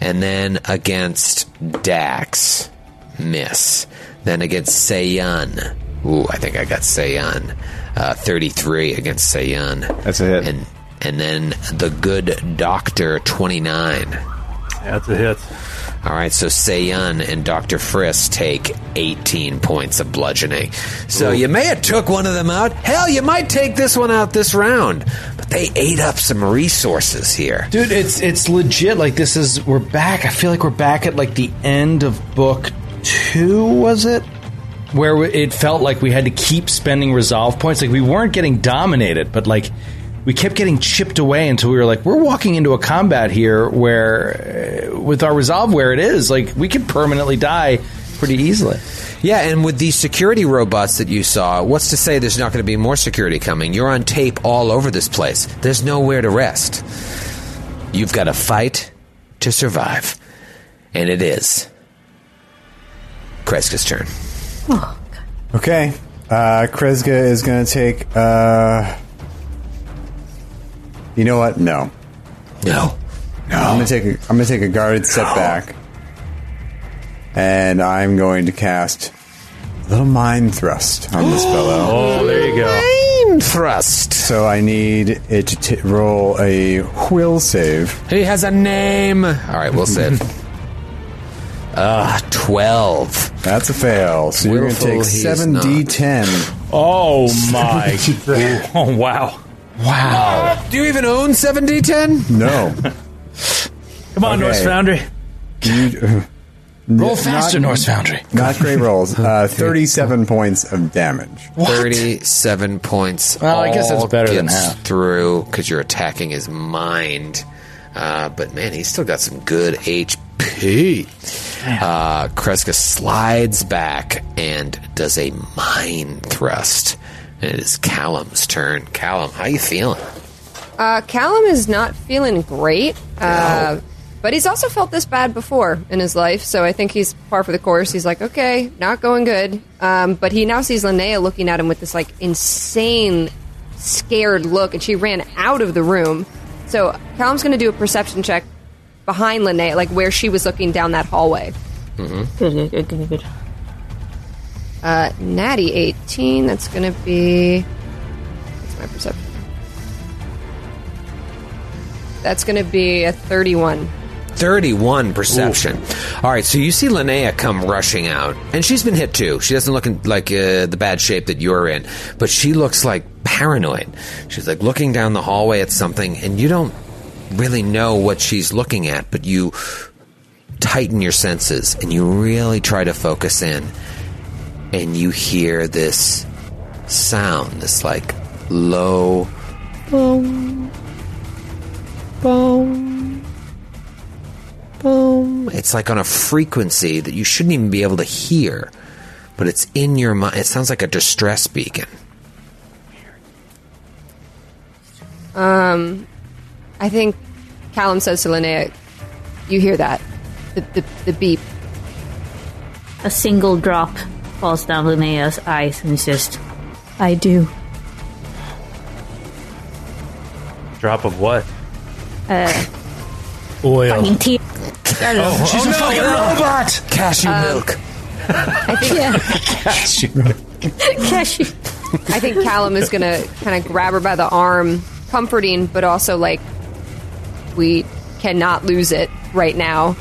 [SPEAKER 4] And then against Dax, miss. Then against Seiyun. Ooh, I think I got Seiyun. Uh, 33 against Seiyun.
[SPEAKER 8] That's a hit.
[SPEAKER 4] And, and then the good doctor, 29.
[SPEAKER 10] That's a hit.
[SPEAKER 4] All right, so Seyun and Dr. Frisk take 18 points of bludgeoning. So you may have took one of them out. Hell, you might take this one out this round. But they ate up some resources here.
[SPEAKER 7] Dude, it's it's legit. Like this is we're back. I feel like we're back at like the end of book two. Was it where we- it felt like we had to keep spending resolve points? Like we weren't getting dominated, but like we kept getting chipped away until we were like, we're walking into a combat here where, uh, with our resolve where it is, like we could permanently die pretty easily.
[SPEAKER 4] Yeah, and with these security robots that you saw, what's to say there's not going to be more security coming? You're on tape all over this place. There's nowhere to rest. You've got to fight to survive. And it is Kreska's turn.
[SPEAKER 9] Okay. Uh, Kresga is going to take. Uh, you know what? No.
[SPEAKER 4] No.
[SPEAKER 9] No. I'm going to take. A, I'm going to take a guarded step back, and I'm going to cast little mind thrust on this fellow.
[SPEAKER 10] Oh, there you
[SPEAKER 4] go. Mind thrust.
[SPEAKER 9] So I need it to t- roll a will save.
[SPEAKER 4] He has a name. All right, we'll save. Ah, 12.
[SPEAKER 9] That's a fail. So you're going to
[SPEAKER 4] Willful
[SPEAKER 9] take
[SPEAKER 4] he is
[SPEAKER 9] 7d10.
[SPEAKER 7] Oh
[SPEAKER 4] my.
[SPEAKER 7] oh, wow.
[SPEAKER 4] Wow. Do you even own 7d10?
[SPEAKER 9] No.
[SPEAKER 4] Come
[SPEAKER 9] on, Okay. Norse Foundry. You-
[SPEAKER 7] Roll
[SPEAKER 9] Not-
[SPEAKER 7] faster, Norse Foundry.
[SPEAKER 9] Not great rolls. Uh, 37 points of damage.
[SPEAKER 4] 37 points.
[SPEAKER 9] Well, I guess that's
[SPEAKER 4] all
[SPEAKER 9] better than
[SPEAKER 4] gets
[SPEAKER 9] half.
[SPEAKER 4] Through because you're attacking his mind. Uh, but man, he's still got some good HP. Uh, Kreska slides back and does a mind thrust. And it is Callum's turn. Callum, how you feeling?
[SPEAKER 5] Uh, Callum is not feeling great, uh, but he's also felt this bad before in his life, so I think he's par for the course. He's like, okay, not going good. Um, but he now sees Linnea looking at him with this like insane, scared look, and she ran out of the room. So Callum's going to do a perception check behind Linnea, like where she was looking down that hallway.
[SPEAKER 4] Mm-hmm.
[SPEAKER 16] Good, good, good, good.
[SPEAKER 5] Uh, natty 18, that's going to be. That's my perception. That's going to be a 31.
[SPEAKER 4] 31 perception. All right, so you see Linnea come rushing out, and she's been hit too. She doesn't look in, like uh, the bad shape that you're in, but she looks like paranoid. She's like looking down the hallway at something, and you don't really know what she's looking at, but you tighten your senses and you really try to focus in, and you hear this sound, this like low
[SPEAKER 16] Boom. Boom. Boom.
[SPEAKER 4] It's like on a frequency that you shouldn't even be able to hear, but it's in your mind. It sounds like a distress beacon.
[SPEAKER 5] Um, I think Callum says to Linnea, "You hear that? The the, the beep."
[SPEAKER 11] A single drop falls down Linnea's eyes and it's just, I do.
[SPEAKER 10] Drop of what?
[SPEAKER 11] Uh,
[SPEAKER 10] Oil.
[SPEAKER 11] fucking tear.
[SPEAKER 10] Oh, she's a fucking
[SPEAKER 7] robot!
[SPEAKER 4] Cashew
[SPEAKER 5] Um,
[SPEAKER 4] milk.
[SPEAKER 5] I think
[SPEAKER 11] Cashew.
[SPEAKER 5] I think Callum is gonna kind of grab her by the arm, comforting, but also like, we cannot lose it right now.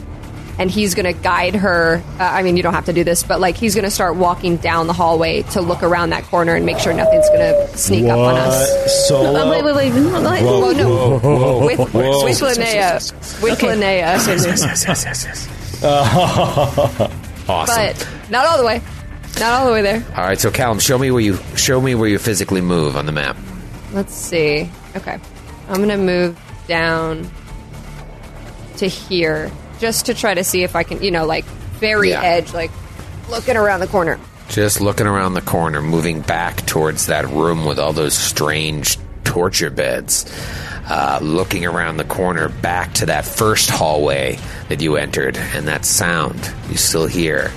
[SPEAKER 5] And he's gonna guide her. Uh, I mean, you don't have to do this, but like, he's gonna start walking down the hallway to look around that corner and make sure nothing's gonna sneak up on
[SPEAKER 7] What?
[SPEAKER 5] us.
[SPEAKER 7] Solo?
[SPEAKER 11] Oh, wait, wait, wait. No, no,
[SPEAKER 7] Whoa,
[SPEAKER 11] no, no.
[SPEAKER 7] whoa, whoa,
[SPEAKER 5] With, with
[SPEAKER 7] whoa.
[SPEAKER 5] Linnea. With Linnea.
[SPEAKER 4] awesome.
[SPEAKER 5] But not all the way. Not all the way there.
[SPEAKER 4] All right, so Callum, show me where you show me where you physically move on the map.
[SPEAKER 5] Let's see. Okay. I'm going to move down to here just to try to see if I can, you know, like very
[SPEAKER 4] Yeah.
[SPEAKER 5] edge, like looking around the corner.
[SPEAKER 4] Just looking around the corner, moving back towards that room with all those strange torture beds. Uh, looking around the corner back to that first hallway that you entered, and that sound you still hear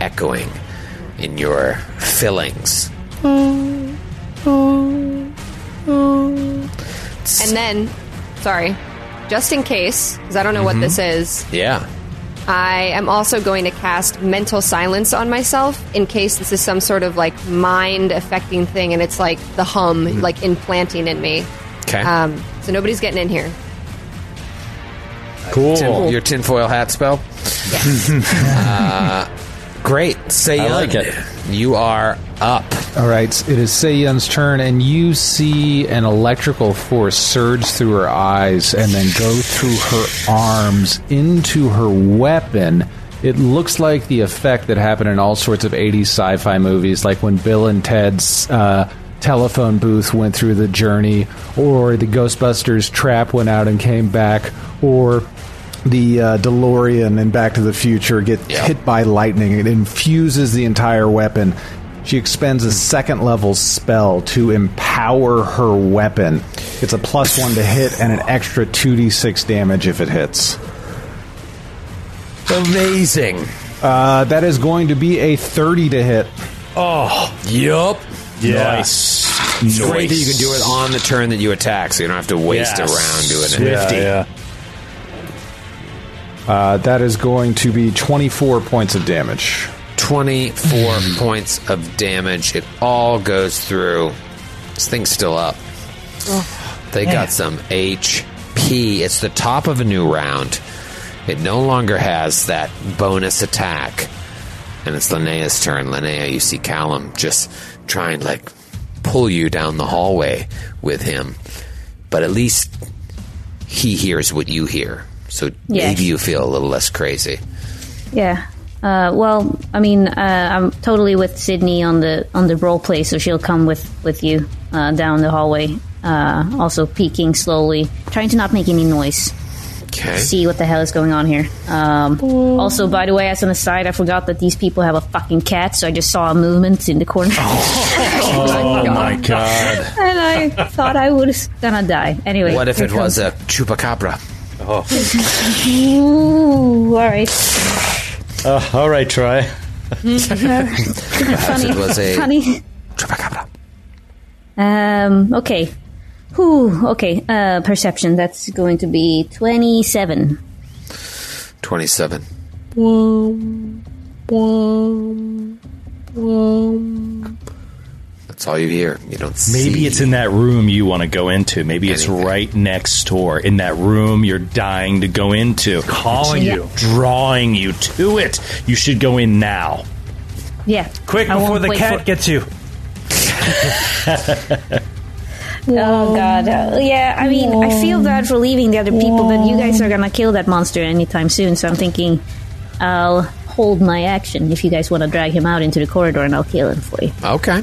[SPEAKER 4] echoing in your fillings.
[SPEAKER 16] Oh, oh, oh.
[SPEAKER 5] And then, sorry, just in case, because I don't know what
[SPEAKER 4] Mhm.
[SPEAKER 5] this is,
[SPEAKER 4] Yeah.
[SPEAKER 5] I am also going to cast mental silence on myself in case this is some sort of like mind affecting thing and it's like the hum
[SPEAKER 4] Mhm.
[SPEAKER 5] like implanting in me.
[SPEAKER 4] 'Kay.
[SPEAKER 5] Um, so nobody's getting in here.
[SPEAKER 4] Cool. your tinfoil hat spell? uh, great. Say
[SPEAKER 8] I like
[SPEAKER 4] it. You are up.
[SPEAKER 8] All right, it is Seiyun's turn, and you see an electrical force surge through her eyes and then go through her arms into her weapon. It looks like the effect that happened in all sorts of 80s sci fi movies, like when Bill and Ted's uh, telephone booth went through the journey, or the Ghostbusters trap went out and came back, or the uh, DeLorean in Back to the Future get hit by lightning. It infuses the entire weapon. She expends a second level spell to empower her weapon. It's a plus one to hit and an extra 2d6 damage if it hits.
[SPEAKER 4] Amazing.
[SPEAKER 8] Uh, that is going to be a 30 to hit.
[SPEAKER 4] Oh, yup.
[SPEAKER 8] Yeah.
[SPEAKER 4] Nice. It's great that you can do it on the turn that you attack, so you don't have to waste
[SPEAKER 8] Yes.
[SPEAKER 4] a round doing it.
[SPEAKER 8] Swifty. Yeah, Uh, that is going to be 24 points of damage.
[SPEAKER 4] 24 points of damage. It all goes through. This thing's still up. They
[SPEAKER 16] man.
[SPEAKER 4] got some HP. It's the top of a new round. It no longer has that bonus attack. And it's Linnea's turn. Linnea, you see Callum just trying to like pull you down the hallway with him. But at least he hears what you hear. So
[SPEAKER 11] Yes.
[SPEAKER 4] maybe you feel a little less crazy.
[SPEAKER 11] Yeah. Uh, well, I mean, uh, I'm totally with Sydney on the on the role play, so she'll come with with you uh, down the hallway. Uh, also peeking slowly, trying to not make any noise.
[SPEAKER 4] Okay.
[SPEAKER 11] See what the hell is going on here. Um, also, by the way, as an aside, I forgot that these people have a fucking cat, so I just saw a movement in the corner.
[SPEAKER 4] Oh
[SPEAKER 7] Um,
[SPEAKER 4] my god.
[SPEAKER 11] and I thought I was gonna die. Anyway,
[SPEAKER 4] What if
[SPEAKER 11] here
[SPEAKER 4] it was
[SPEAKER 11] comes-
[SPEAKER 4] a chupacabra? Oh.
[SPEAKER 11] Ooh, all right.
[SPEAKER 4] Uh, all right, Troy.
[SPEAKER 11] Funny.
[SPEAKER 4] it was a-
[SPEAKER 11] funny. Um. Okay. Whew, okay. Uh, perception. That's going to be twenty-seven.
[SPEAKER 4] 27.
[SPEAKER 11] Whoa. Whoa.
[SPEAKER 4] That's all you hear. You don't
[SPEAKER 7] Maybe
[SPEAKER 4] see.
[SPEAKER 7] it's in that room you want to go into. Maybe it's right next door in that room you're dying to go into. Calling
[SPEAKER 11] you.
[SPEAKER 7] Drawing you to it. You should go in now.
[SPEAKER 11] Yeah.
[SPEAKER 7] Quick
[SPEAKER 11] I won't wait for-
[SPEAKER 7] gets you.
[SPEAKER 11] Oh God. Uh, yeah. I mean, I feel bad for leaving the other people, but you guys are gonna kill that monster anytime soon. So I'm thinking, I'll hold my action. If you guys want to drag him out into the corridor, and I'll kill him for you.
[SPEAKER 4] Okay.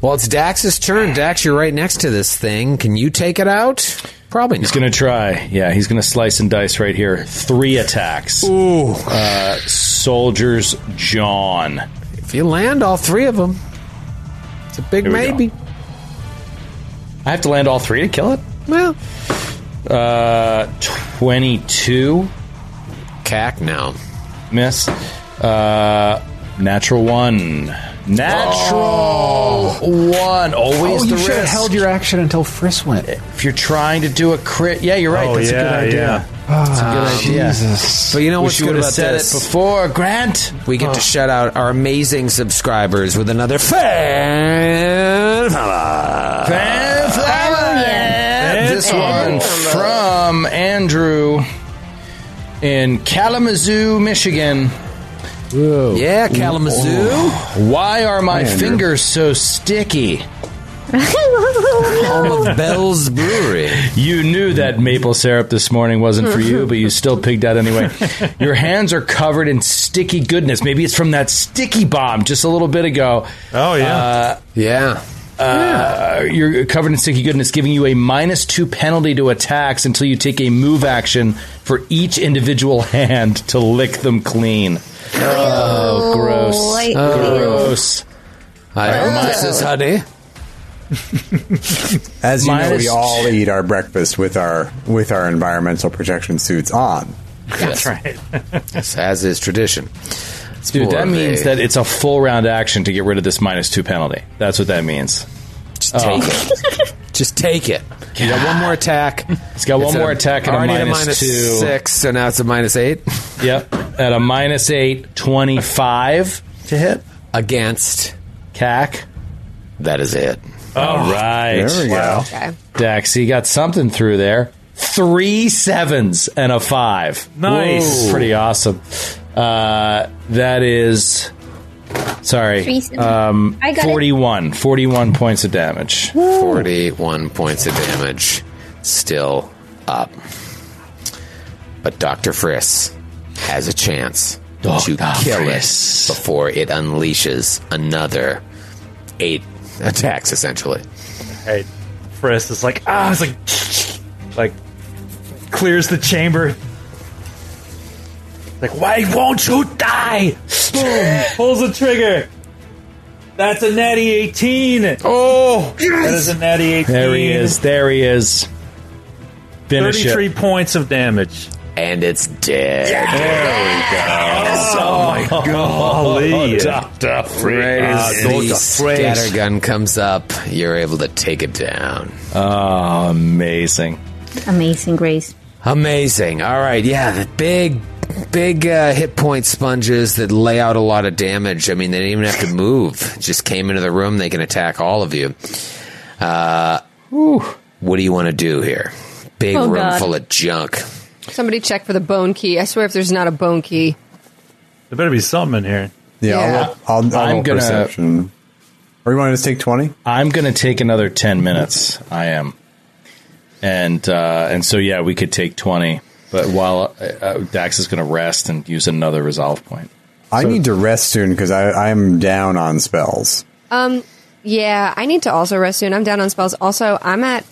[SPEAKER 4] Well, it's Dax's turn. Dax, you're right next to this thing. Can you take it out? Probably not.
[SPEAKER 7] He's going to try. Yeah, he's going to slice and dice right here. Three attacks. Ooh. Uh, Soldier's John.
[SPEAKER 4] If you land all three of them, it's a big maybe.
[SPEAKER 7] I have to land all three to kill it?
[SPEAKER 4] Well.
[SPEAKER 7] Uh, 22.
[SPEAKER 4] Cack now.
[SPEAKER 7] Miss. Uh, natural one. Natural
[SPEAKER 4] Oh,
[SPEAKER 7] one. Always
[SPEAKER 8] oh,
[SPEAKER 7] the
[SPEAKER 8] you should have
[SPEAKER 7] risk.
[SPEAKER 8] held your action until Frisk went.
[SPEAKER 7] If you're trying to do a crit, yeah, you're right.
[SPEAKER 8] Oh,
[SPEAKER 7] That's
[SPEAKER 8] yeah,
[SPEAKER 7] a good idea.
[SPEAKER 8] yeah.
[SPEAKER 7] That's a
[SPEAKER 4] Ah,
[SPEAKER 7] good idea.
[SPEAKER 4] Jesus. But you know
[SPEAKER 7] Wish
[SPEAKER 4] what's
[SPEAKER 7] you
[SPEAKER 4] good
[SPEAKER 7] would've
[SPEAKER 4] about
[SPEAKER 7] said
[SPEAKER 4] this?
[SPEAKER 7] it before, Grant? Ah.
[SPEAKER 4] We get to shout out our amazing subscribers with another fan. Fan
[SPEAKER 7] Oh. This one from Andrew in Kalamazoo, Michigan.
[SPEAKER 4] Yeah, Kalamazoo.
[SPEAKER 7] Why are my
[SPEAKER 4] Hi, Andrew.
[SPEAKER 7] fingers so sticky? Oh,
[SPEAKER 4] Home of Bell's Brewery.
[SPEAKER 7] You knew that maple syrup this morning wasn't for you, but you still pigged out anyway. Your hands are covered in sticky goodness. Maybe it's from that sticky bomb just a little bit ago. Oh, yeah.
[SPEAKER 4] yeah.
[SPEAKER 7] Uh, You're covered in sticky goodness, giving you a minus two penalty to attacks until you take a move action for each individual hand to lick them clean. Oh, gross.
[SPEAKER 16] I-
[SPEAKER 7] gross.
[SPEAKER 4] I
[SPEAKER 7] hope this
[SPEAKER 4] is honey.
[SPEAKER 9] As you know,
[SPEAKER 7] Minus-
[SPEAKER 9] we all eat our breakfast with our with our environmental protection suits on.
[SPEAKER 4] That's
[SPEAKER 10] right.
[SPEAKER 4] as is tradition.
[SPEAKER 7] Dude,
[SPEAKER 4] more
[SPEAKER 7] that
[SPEAKER 4] of
[SPEAKER 7] means
[SPEAKER 4] a-
[SPEAKER 7] that it's a full round action to get rid of this minus two penalty. That's what that means. Oh. Just
[SPEAKER 4] take it. Just take it. You got one more attack.
[SPEAKER 7] It's got one
[SPEAKER 4] It's at
[SPEAKER 7] more
[SPEAKER 4] a-
[SPEAKER 7] attack and a
[SPEAKER 4] already at a
[SPEAKER 7] minus,
[SPEAKER 4] minus
[SPEAKER 7] two.
[SPEAKER 4] six, so now it's a minus eight.
[SPEAKER 7] Yep. At a minus eight, 25 to hit.
[SPEAKER 4] Against.
[SPEAKER 7] CAC.
[SPEAKER 4] That is it.
[SPEAKER 7] All right.
[SPEAKER 4] There we go. Wow. Okay.
[SPEAKER 7] Dax, you got something through there. Three sevens and a five.
[SPEAKER 10] Nice.
[SPEAKER 7] Whoa. Pretty awesome. Uh, that is. Sorry.
[SPEAKER 11] Three-
[SPEAKER 7] Um,
[SPEAKER 11] I got it.
[SPEAKER 7] 41. 41 points of damage.
[SPEAKER 4] 41 points of damage. Still up. But Dr. Friss has a chance to kill it before it unleashes another eight attacks, essentially.
[SPEAKER 10] Hey, Friss is like, ah, it's like, like, clears the chamber. Like, why won't you die? Boom! Pulls the trigger. That's a natty 18.
[SPEAKER 4] Oh,
[SPEAKER 10] that is a natty 18.
[SPEAKER 7] There he is. There he is. Finish it.
[SPEAKER 10] 33 points of damage.
[SPEAKER 4] And it's dead.
[SPEAKER 10] There we go. Oh, my golly. Ah,
[SPEAKER 4] Dr. Friss. the scattergun comes up. You're able to take it down. Ah,
[SPEAKER 7] Oh, amazing.
[SPEAKER 11] Amazing Grace.
[SPEAKER 4] Amazing. All right. Yeah. The big, big uh, hit point sponges that lay out a lot of damage. I mean, they didn't even have to move. Just came into the room. They can attack all of you. Uh, what do you want to do here? Big
[SPEAKER 5] Oh,
[SPEAKER 4] room
[SPEAKER 5] God.
[SPEAKER 4] full of junk.
[SPEAKER 5] Somebody check for the bone key. I swear, if there's not a bone key,
[SPEAKER 10] There better be something in here.
[SPEAKER 9] Yeah, I'll
[SPEAKER 5] Yeah.
[SPEAKER 9] roll- I'll, I'll,
[SPEAKER 7] I'm
[SPEAKER 9] roll
[SPEAKER 7] gonna-
[SPEAKER 9] perception. Or you want to just take twenty?
[SPEAKER 7] I'm going to take another 10 minutes. I am. And uh, and so, yeah, we could take 20. But while uh, uh, Dax is going to rest and use another resolve point.
[SPEAKER 9] I need to rest soon because I I'm down on spells.
[SPEAKER 5] um, yeah, I need to also rest soon. I'm down on spells. Also, I'm at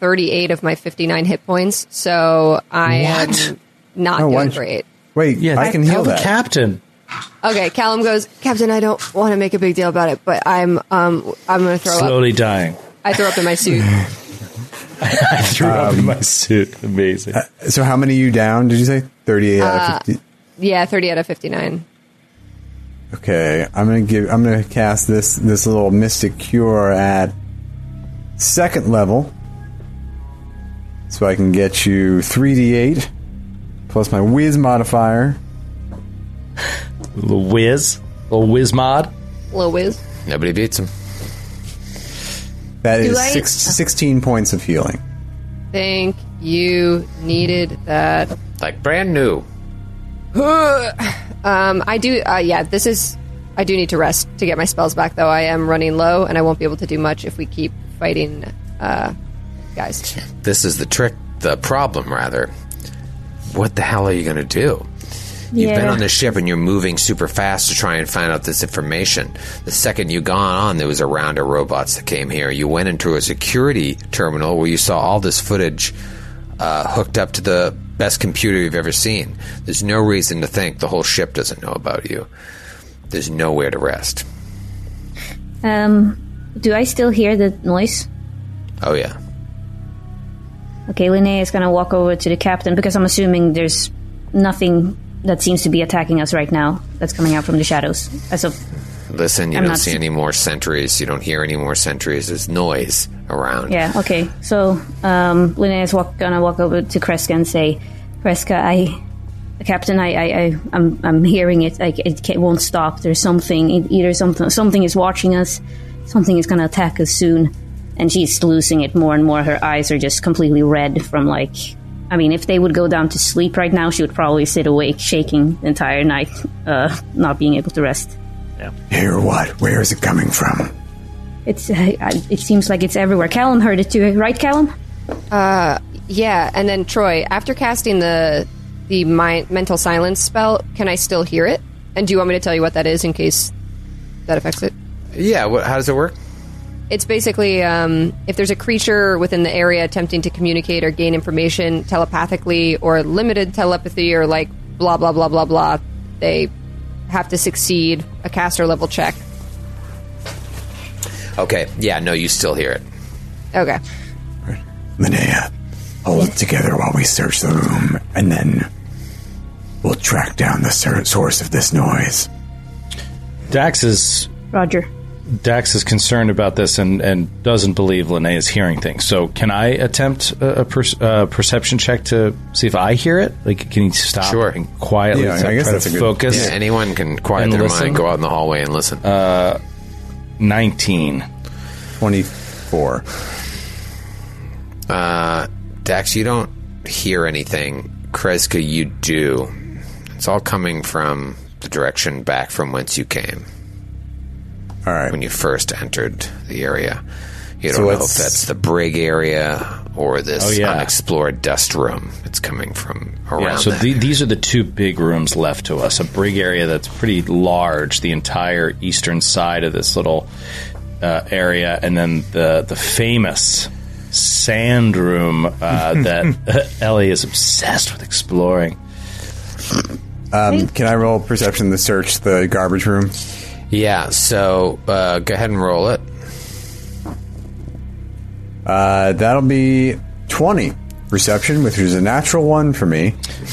[SPEAKER 5] 38 of my 59 hit points, so I am not
[SPEAKER 9] Oh, why
[SPEAKER 5] doing
[SPEAKER 9] don't you-
[SPEAKER 5] great.
[SPEAKER 9] Wait, yeah, I can heal that.
[SPEAKER 7] captain.
[SPEAKER 5] Okay, Callum goes, Captain. I don't want to make a big deal about it, but I'm um, I'm gonna throw up.
[SPEAKER 7] Slowly dying.
[SPEAKER 5] I throw up in my suit.
[SPEAKER 7] I threw up in my suit. Amazing.
[SPEAKER 9] Um, uh, so how many you down? Did you say thirty eight out
[SPEAKER 5] Uh,
[SPEAKER 9] of fifty?
[SPEAKER 5] Yeah, 30 out of 59.
[SPEAKER 9] Okay, I'm gonna give. I'm gonna cast this this little mystic cure at second level, so I can get you 3d8 plus my whiz modifier.
[SPEAKER 7] Little whiz, little whiz mod.
[SPEAKER 5] Little whiz.
[SPEAKER 4] Nobody beats him.
[SPEAKER 9] That
[SPEAKER 5] Do
[SPEAKER 9] is
[SPEAKER 5] I-
[SPEAKER 9] six, 16 points of healing.
[SPEAKER 5] Think you needed that.
[SPEAKER 4] Like brand new.
[SPEAKER 5] um, I do. Uh, yeah, this is. I do need to rest to get my spells back, though. I am running low, and I won't be able to do much if we keep fighting uh, guys.
[SPEAKER 4] This is the trick, the problem, rather. What the hell are you going to do? You've been on the ship and you're moving super fast to try and find out this information. The second you gone on, there was a round of robots that came here. You went into a security terminal where you saw all this footage uh, hooked up to the best computer you've ever seen. There's no reason to think the whole ship doesn't know about you. There's nowhere to rest.
[SPEAKER 11] Um, do I still hear the noise?
[SPEAKER 4] Oh yeah.
[SPEAKER 11] Okay, Linnea is gonna walk over to the captain because I'm assuming there's nothing that seems to be attacking us right now that's coming out from the shadows. As of
[SPEAKER 4] Listen, you
[SPEAKER 11] I'm
[SPEAKER 4] don't
[SPEAKER 11] not
[SPEAKER 4] see
[SPEAKER 11] s-
[SPEAKER 4] any more sentries. You don't hear any more sentries. There's noise around.
[SPEAKER 11] yeah, okay. So um, Linnea is walk, gonna walk over to Kreska and say, "Kreska, I, Captain, I, I, I I'm, I'm hearing it. I, it ca won't stop. There's something. e- Either something, something is watching us. Something is gonna attack us soon." And she's losing it more and more. Her eyes are just completely red from like. I mean, if they would go down to sleep right now, she would probably sit awake, shaking the entire night, uh, not being able to rest.
[SPEAKER 9] Hear what? Where is it coming from?
[SPEAKER 11] It's. I, I, it seems like it's everywhere. Callum heard it too, right, Callum?
[SPEAKER 5] Uh, yeah, and then Troy, after casting the the mind, mental silence spell, can I still hear it? And do you want me to tell you what that is in case that affects it?
[SPEAKER 4] Yeah. What, how does it work?
[SPEAKER 5] It's basically um, if there's a creature within the area attempting to communicate or gain information telepathically or limited telepathy or like blah blah blah blah blah, they have to succeed a caster level check.
[SPEAKER 4] Okay. Yeah. No, you still hear it.
[SPEAKER 5] Okay.
[SPEAKER 9] Linnea, hold it together while we search the room, and then we'll track down the sur- source of this noise.
[SPEAKER 7] Dax is
[SPEAKER 11] Roger.
[SPEAKER 7] Dax is concerned about this and, and doesn't believe Linnea is hearing things. So, can I attempt a, a, per, uh perception check to see if I hear it? Like, can he stop
[SPEAKER 4] Sure.
[SPEAKER 7] and quietly
[SPEAKER 4] Yeah, I
[SPEAKER 7] try
[SPEAKER 4] guess
[SPEAKER 7] to
[SPEAKER 4] that's a good-
[SPEAKER 7] focus?
[SPEAKER 4] Yeah, anyone can quiet
[SPEAKER 7] and
[SPEAKER 4] their mind, go out in the hallway and listen.
[SPEAKER 7] Uh, nineteen.
[SPEAKER 9] Twenty-four.
[SPEAKER 4] Uh, Dax, you don't hear anything. Kreska, you do. It's all coming from the direction back from whence you came.
[SPEAKER 9] All right.
[SPEAKER 4] When you first entered the area, you
[SPEAKER 9] So
[SPEAKER 4] don't know if
[SPEAKER 9] let's-
[SPEAKER 4] that's the brig area or this
[SPEAKER 7] Oh, yeah.
[SPEAKER 4] unexplored dust room. It's coming from around.
[SPEAKER 7] Yeah, so
[SPEAKER 4] that.
[SPEAKER 7] the, these are the two big rooms left to us. A brig area that's pretty large, the entire eastern side of this little uh, area, and then the the famous sand room uh, that Ellie is obsessed with exploring.
[SPEAKER 9] Um, can I roll perception to search the garbage room?
[SPEAKER 4] Yeah. So uh, go ahead and roll it.
[SPEAKER 9] Uh, that'll be twenty perception, which is a natural one for me.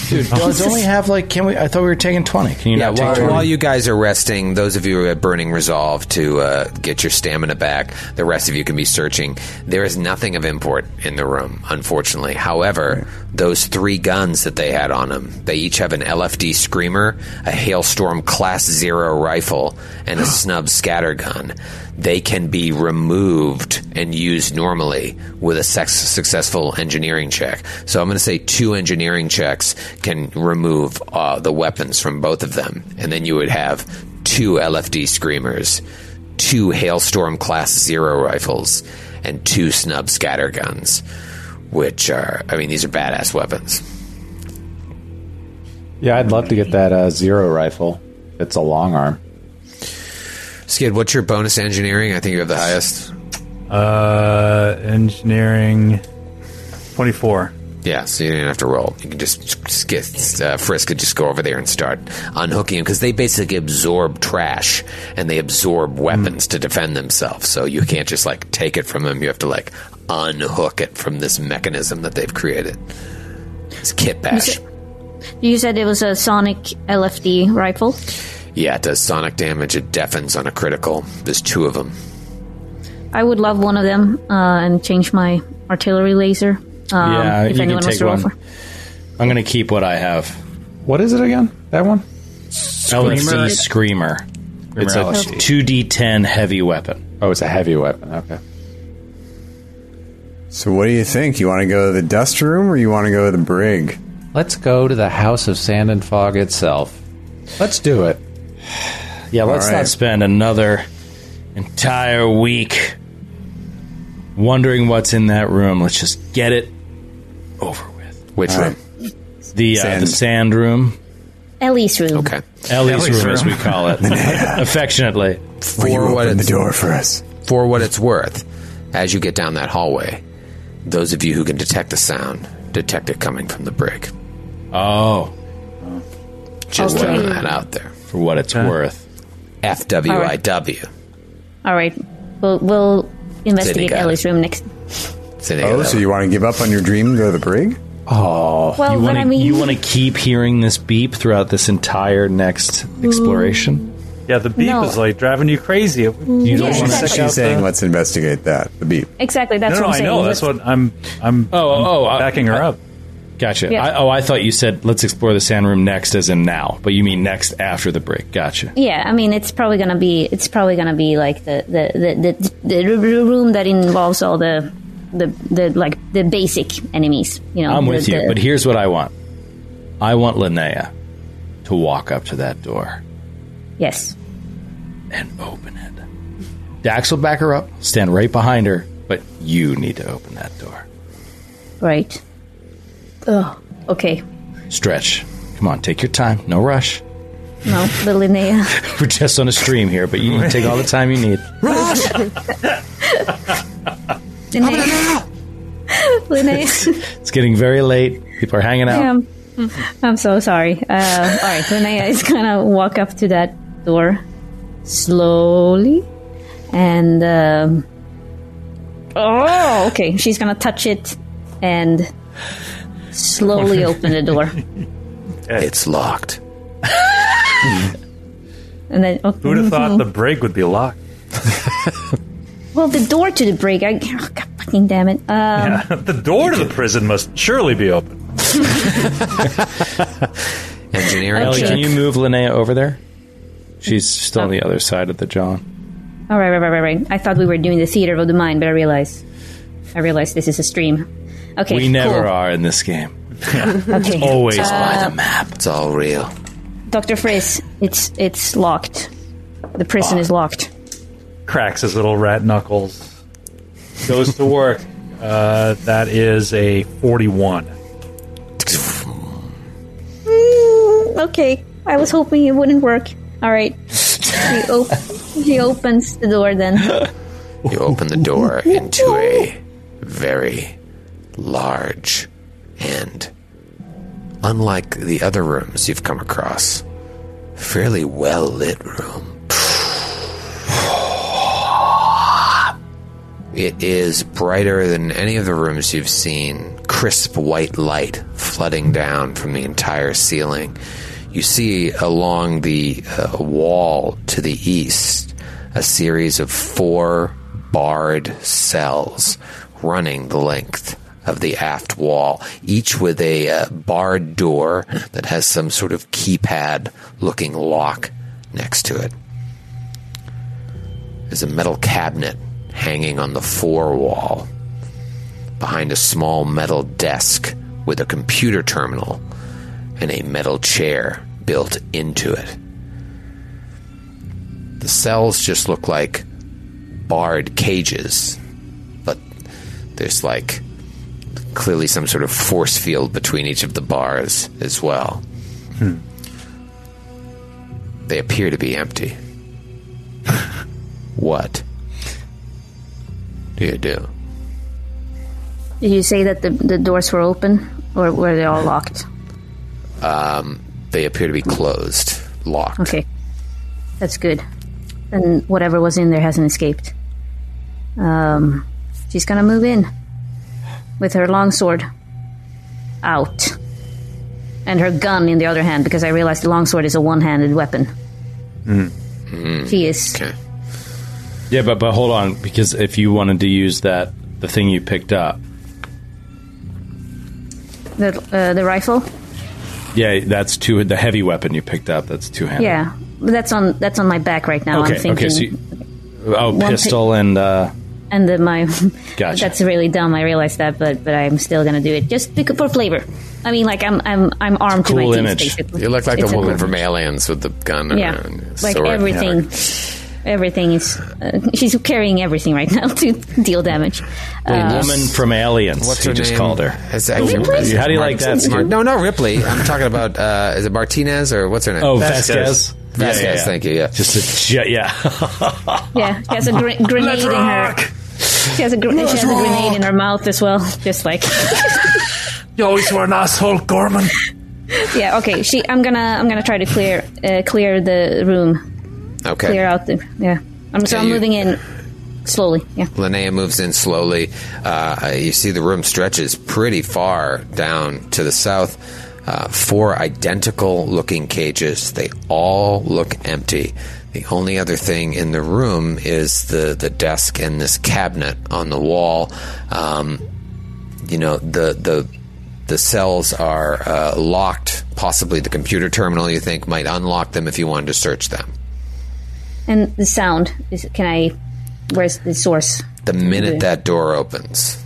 [SPEAKER 7] Dude, does only have like? Can we? I thought we were taking twenty. Can you
[SPEAKER 4] yeah,
[SPEAKER 7] not
[SPEAKER 4] while,
[SPEAKER 7] take 20?
[SPEAKER 4] while you guys are resting, those of you who are burning resolve to uh, get your stamina back, the rest of you can be searching. There is nothing of import in the room, unfortunately. However, those three guns that they had on them, they each have an LFD Screamer, a Hailstorm Class Zero rifle, and a Snub Scatter Gun. They can be removed and used normally with a sex- successful engineering check. So I'm going to say two engineering checks can remove uh, the weapons from both of them, and then you would have two LFD screamers, two hailstorm class zero rifles, and two snub scatter guns, which are I mean these are badass weapons.
[SPEAKER 8] Yeah, I'd love to get that uh, zero rifle. It's a long arm.
[SPEAKER 4] Skid, what's your bonus engineering? I think you have the highest.
[SPEAKER 10] Uh, engineering, twenty-four.
[SPEAKER 4] Yeah, so you didn't have to roll. You can just skip. Uh, Frisk could just go over there and start unhooking them because they basically absorb trash and they absorb weapons to defend themselves. So you can't just like take it from them. You have to like unhook it from this mechanism that they've created. It's kit bash.
[SPEAKER 11] You said it was a Sonic LFD rifle.
[SPEAKER 4] Yeah, it does sonic damage. It deafens on a critical. There's two of them.
[SPEAKER 11] I would love one of them uh, and change my artillery laser. Um,
[SPEAKER 7] yeah,
[SPEAKER 11] if
[SPEAKER 7] you
[SPEAKER 11] anyone
[SPEAKER 7] can
[SPEAKER 11] wants
[SPEAKER 7] take
[SPEAKER 11] to roll
[SPEAKER 7] one.
[SPEAKER 11] for.
[SPEAKER 7] I'm going to keep what I have.
[SPEAKER 8] What is it again? That one?
[SPEAKER 7] LFC Screamer. It's a
[SPEAKER 8] LFD.
[SPEAKER 7] 2d10 heavy weapon.
[SPEAKER 8] Oh, it's a heavy weapon. Okay.
[SPEAKER 9] So, what do you think? You want to go to the dust room, or you want to go to the brig?
[SPEAKER 8] Let's go to the House of Sand and Fog itself. Let's do it.
[SPEAKER 7] Yeah, let's
[SPEAKER 8] All right.
[SPEAKER 7] not spend another entire week wondering what's in that room. Let's just get it over with. Uh,
[SPEAKER 4] Which
[SPEAKER 11] All room?
[SPEAKER 7] The, uh, the sand room.
[SPEAKER 11] Ellie's room. Okay.
[SPEAKER 7] Ellie's,
[SPEAKER 4] Ellie's
[SPEAKER 7] room, as
[SPEAKER 4] room.
[SPEAKER 7] we call it. Affectionately.
[SPEAKER 4] for what it's, the door for us. For what it's worth, as you get down that hallway, those of you who can detect the sound detect it coming from the brick.
[SPEAKER 7] Oh,
[SPEAKER 4] just
[SPEAKER 11] Okay.
[SPEAKER 4] throwing that out there
[SPEAKER 7] for what it's worth.
[SPEAKER 4] FWIW.
[SPEAKER 11] All right. We'll, we'll investigate
[SPEAKER 9] got it.
[SPEAKER 11] Ellie's room next.
[SPEAKER 9] oh, so you want to give up on your dream and go to the brig?
[SPEAKER 7] Oh,
[SPEAKER 11] Well,
[SPEAKER 7] you
[SPEAKER 11] but
[SPEAKER 7] want to
[SPEAKER 11] I mean-
[SPEAKER 7] you want to keep hearing this beep throughout this entire next exploration.
[SPEAKER 10] Yeah, the beep
[SPEAKER 11] No.
[SPEAKER 10] is like driving you crazy. You don't
[SPEAKER 11] Yeah,
[SPEAKER 10] want
[SPEAKER 11] exactly.
[SPEAKER 10] to
[SPEAKER 11] She's saying
[SPEAKER 9] let's investigate that. The beep.
[SPEAKER 11] Exactly. That's
[SPEAKER 10] no, no,
[SPEAKER 11] what I'm
[SPEAKER 10] I
[SPEAKER 11] saying.
[SPEAKER 10] know. That's
[SPEAKER 11] Let's-
[SPEAKER 10] what I'm. I'm.
[SPEAKER 7] Oh, oh,
[SPEAKER 10] backing her up.
[SPEAKER 7] Gotcha.
[SPEAKER 11] Yeah.
[SPEAKER 7] I, oh, I thought you said let's explore the sand room next, as in now, but you mean next after the break. Gotcha.
[SPEAKER 11] Yeah, I mean, it's probably gonna be it's probably gonna be like the the the, the, the r- r- room that involves all the the the like the basic enemies. You know,
[SPEAKER 7] I'm
[SPEAKER 11] the-
[SPEAKER 7] with you,
[SPEAKER 11] the-
[SPEAKER 7] but here's what I want. I want Linnea to walk up to that door.
[SPEAKER 11] yes,
[SPEAKER 7] and open it. Dax will back her up, stand right behind her, but you need to open that door.
[SPEAKER 11] right. Oh, okay.
[SPEAKER 7] Stretch. Come on, take your time. No rush.
[SPEAKER 11] No, but Linnea.
[SPEAKER 7] We're just on a stream here, but you can take all the time you need.
[SPEAKER 11] Linnea. Linnea.
[SPEAKER 7] It's getting very late. People are hanging out.
[SPEAKER 11] Damn. Um, I'm so sorry. Uh, all right, Linnea is gonna walk up to that door slowly, and um, oh, okay, she's gonna touch it and slowly open the door,
[SPEAKER 4] It's locked.
[SPEAKER 11] and then oh,
[SPEAKER 10] Who'd have thought the brig would be locked?
[SPEAKER 11] well, the door to the break. I oh, God fucking damn it. Um,
[SPEAKER 10] yeah. The door to the prison must surely be open.
[SPEAKER 4] Engineering
[SPEAKER 7] Ellie,
[SPEAKER 11] check.
[SPEAKER 7] can you move Linnea over there? She's still on the other side of the John.
[SPEAKER 11] All right, right, right, right, right. I thought we were doing the theater of the mind, but I realize, I realize this is a stream. Okay,
[SPEAKER 7] we never
[SPEAKER 11] cool.
[SPEAKER 7] are in this game.
[SPEAKER 11] Okay.
[SPEAKER 7] It's always
[SPEAKER 11] Uh,
[SPEAKER 7] by the map.
[SPEAKER 4] It's all real.
[SPEAKER 11] Doctor Frizz, it's it's locked. The prison is locked.
[SPEAKER 10] cracks his little rat knuckles, goes to work. Uh, that is a 41.
[SPEAKER 11] Mm, okay, I was hoping it wouldn't work. All right, he, op- he opens the door. Then
[SPEAKER 4] You open the door into a very large and, unlike the other rooms you've come across, fairly well lit room. It is brighter than any of the rooms you've seen, crisp white light flooding down from the entire ceiling. You see along the uh, wall to the east a series of four barred cells running the length of the aft wall, each with a uh, barred door that has some sort of keypad looking lock next to it. There's a metal cabinet hanging on the fore wall behind a small metal desk with a computer terminal and a metal chair built into it. The cells just look like barred cages, but there's like clearly some sort of force field between each of the bars as well.
[SPEAKER 10] Hmm.
[SPEAKER 4] They appear to be empty. what do you do?
[SPEAKER 11] Did you say that the the doors were open or were they all locked?
[SPEAKER 4] Um, they appear to be closed, locked.
[SPEAKER 11] Okay, that's good. And whatever was in there hasn't escaped. Um, she's gonna move in with her longsword out and her gun in the other hand because I realized the longsword is a one-handed weapon. Hmm.
[SPEAKER 7] Hmm.
[SPEAKER 11] She is.
[SPEAKER 7] Yeah, but but hold on, because if you wanted to use that the thing you picked up,
[SPEAKER 11] The uh, the rifle.
[SPEAKER 7] yeah, that's two the heavy weapon you picked up. That's two handed.
[SPEAKER 11] Yeah, but that's on that's on my back right now. I'm
[SPEAKER 7] okay.
[SPEAKER 11] thinking,
[SPEAKER 7] Okay. So you, oh,
[SPEAKER 11] One pi-
[SPEAKER 7] pistol and uh,
[SPEAKER 11] and then my
[SPEAKER 7] Gotcha.
[SPEAKER 11] that's really dumb. I realize that, but but I'm still gonna do it just bec- for flavor. I mean, like I'm I'm I'm armed to my teeth, basically.
[SPEAKER 4] You look like
[SPEAKER 11] It's
[SPEAKER 4] the
[SPEAKER 11] a
[SPEAKER 4] woman
[SPEAKER 11] cool-
[SPEAKER 4] from Aliens with the gun.
[SPEAKER 11] Yeah,
[SPEAKER 4] and
[SPEAKER 11] like
[SPEAKER 4] sword.
[SPEAKER 11] everything. Everything is. Uh, she's carrying everything right now to deal damage. Uh,
[SPEAKER 7] woman from Aliens.
[SPEAKER 4] What's
[SPEAKER 7] you
[SPEAKER 4] her
[SPEAKER 7] just
[SPEAKER 4] name?
[SPEAKER 7] called her.
[SPEAKER 4] Is that-
[SPEAKER 7] How do you
[SPEAKER 4] Mar-
[SPEAKER 7] like that?
[SPEAKER 4] Mar- no, not Ripley. I'm talking about uh, is it Martinez or what's her name?
[SPEAKER 7] Oh, Vasquez.
[SPEAKER 4] Vasquez. Thank you. Yeah.
[SPEAKER 7] Just a ge- yeah.
[SPEAKER 11] yeah, she has a gre- grenade in her. She has a, gr- she has a grenade in her mouth as well, just like.
[SPEAKER 6] You always were an asshole, Gorman.
[SPEAKER 11] yeah. Okay. She. I'm gonna. I'm gonna try to clear. Uh, clear the room.
[SPEAKER 4] Okay.
[SPEAKER 11] Clear out the. Yeah. I'm. So
[SPEAKER 4] Yeah,
[SPEAKER 11] I'm
[SPEAKER 4] you-
[SPEAKER 11] moving in slowly. Yeah.
[SPEAKER 4] Linnea moves in slowly. Uh, you see the room stretches pretty far down to the south. Uh, four identical looking cages. They all look empty. The only other thing in the room is the, the desk and this cabinet on the wall. Um, you know, the, the, the cells are uh, locked. Possibly the computer terminal you think might unlock them if you wanted to search them.
[SPEAKER 11] And the sound is. Can I? Where's the source?
[SPEAKER 4] The minute
[SPEAKER 11] Okay.
[SPEAKER 4] that door opens,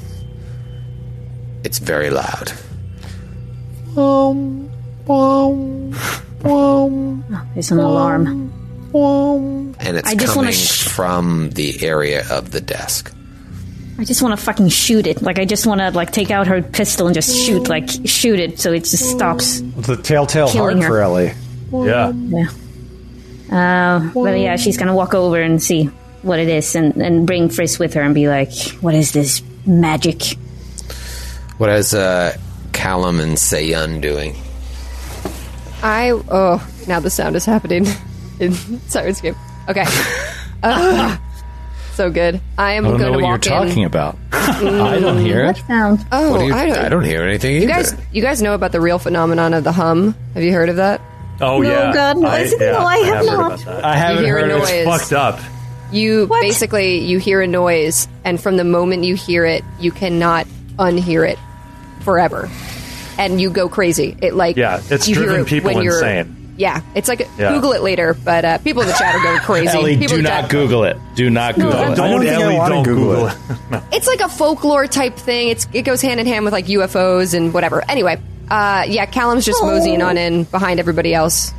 [SPEAKER 4] it's very loud.
[SPEAKER 16] Um, um, um,
[SPEAKER 11] There's Ah, an alarm.
[SPEAKER 16] um.
[SPEAKER 4] and it's
[SPEAKER 11] I just wanna
[SPEAKER 4] coming
[SPEAKER 11] sh-
[SPEAKER 4] from the area of the desk.
[SPEAKER 11] I just want to fucking shoot it. Like I just want to like take out her pistol and just shoot. Like shoot it so it just stops.
[SPEAKER 8] The telltale
[SPEAKER 11] Killing her.
[SPEAKER 8] heart for Ellie.
[SPEAKER 11] Yeah. Yeah. Uh, but yeah, she's gonna walk over and see what it is, and, and bring Frizz with her, and be like, "What is this magic?"
[SPEAKER 4] What is uh, Callum and Sayun doing?
[SPEAKER 5] I oh now the sound is happening in Sirenscape. Okay, Ugh. so good. I
[SPEAKER 7] I
[SPEAKER 5] am
[SPEAKER 7] don't
[SPEAKER 5] going
[SPEAKER 7] know
[SPEAKER 5] to
[SPEAKER 7] what you're
[SPEAKER 5] walk in.
[SPEAKER 7] talking about. I don't hear it.
[SPEAKER 11] sound?
[SPEAKER 5] Oh,
[SPEAKER 4] What do you-
[SPEAKER 5] I don't.
[SPEAKER 4] hear anything either.
[SPEAKER 5] you guys, you guys know about the real phenomenon of the hum. Have you heard of that?
[SPEAKER 10] Oh,
[SPEAKER 5] No,
[SPEAKER 10] yeah.
[SPEAKER 5] God, no, I said- no, I have
[SPEAKER 10] heard
[SPEAKER 5] not.
[SPEAKER 10] about that.
[SPEAKER 5] I haven't You hear a heard it.
[SPEAKER 10] It's
[SPEAKER 5] noise.
[SPEAKER 10] fucked up.
[SPEAKER 5] You basically you hear a noise, and from the moment you hear it, you cannot unhear it forever, and you go crazy. It like
[SPEAKER 10] Yeah, it's
[SPEAKER 5] you hear
[SPEAKER 10] driven
[SPEAKER 5] it
[SPEAKER 10] people
[SPEAKER 5] when you're-
[SPEAKER 10] insane.
[SPEAKER 5] Yeah, it's like
[SPEAKER 7] Yeah.
[SPEAKER 5] Google it later, but uh, people in the chat are going crazy.
[SPEAKER 7] Ellie,
[SPEAKER 5] people
[SPEAKER 7] do
[SPEAKER 5] in the chat
[SPEAKER 7] not Google it. Do not
[SPEAKER 5] No,
[SPEAKER 7] Google
[SPEAKER 5] I
[SPEAKER 7] it.
[SPEAKER 5] don't
[SPEAKER 10] think I wanna
[SPEAKER 7] Google it.
[SPEAKER 5] It's like a folklore type thing. It's it goes hand in hand with like Oh. UFOs and whatever. Anyway, uh, yeah, Callum's just moseying on in behind everybody else.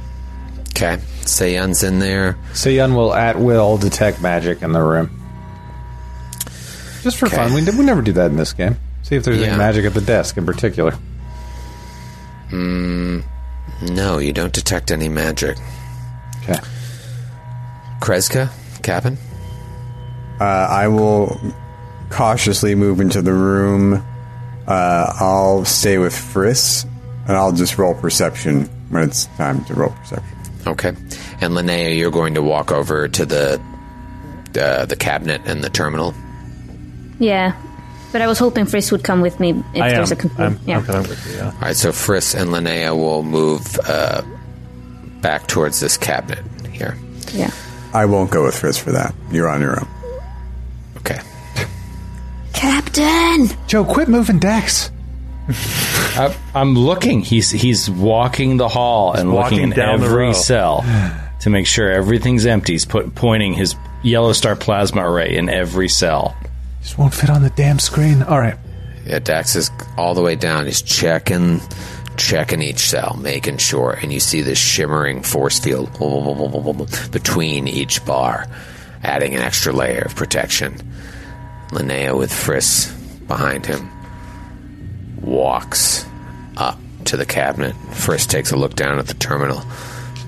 [SPEAKER 4] Okay. Seiyun's in there.
[SPEAKER 8] Seiyun will at will detect magic in the room. Just for fun. We, we never do that in this game. See if there's
[SPEAKER 4] Yeah.
[SPEAKER 8] any magic at the desk in particular.
[SPEAKER 4] Hmm. No, you don't detect any magic.
[SPEAKER 8] Okay.
[SPEAKER 4] Kreska, Cap'n.
[SPEAKER 9] Uh, I will cautiously move into the room. Uh, I'll stay with Friss, and I'll just roll perception when it's time to roll perception.
[SPEAKER 4] Okay. And Linnea, you're going to walk over to the uh, the cabinet and the terminal.
[SPEAKER 11] Yeah. But I was hoping Frisk would come with me if there's a computer. yeah.
[SPEAKER 4] All right, so Friss and Linnea will move uh, back towards this cabinet here.
[SPEAKER 11] Yeah.
[SPEAKER 9] I won't go with Frisk for that. You're on your own.
[SPEAKER 4] Okay.
[SPEAKER 11] Captain!
[SPEAKER 8] Joe, quit moving decks.
[SPEAKER 7] I, I'm looking. He's he's walking the hall and
[SPEAKER 6] walking
[SPEAKER 7] looking in
[SPEAKER 6] down the row.
[SPEAKER 7] every cell to make sure everything's empty. He's put, pointing his yellow star plasma array in every cell.
[SPEAKER 8] Just won't fit on the damn screen. All right.
[SPEAKER 4] Yeah, Dax is all the way down. He's checking, checking each cell, making sure. And you see this shimmering force field between each bar, adding an extra layer of protection. Linnea, with Friss behind him, walks up to the cabinet. Friss takes a look down at the terminal,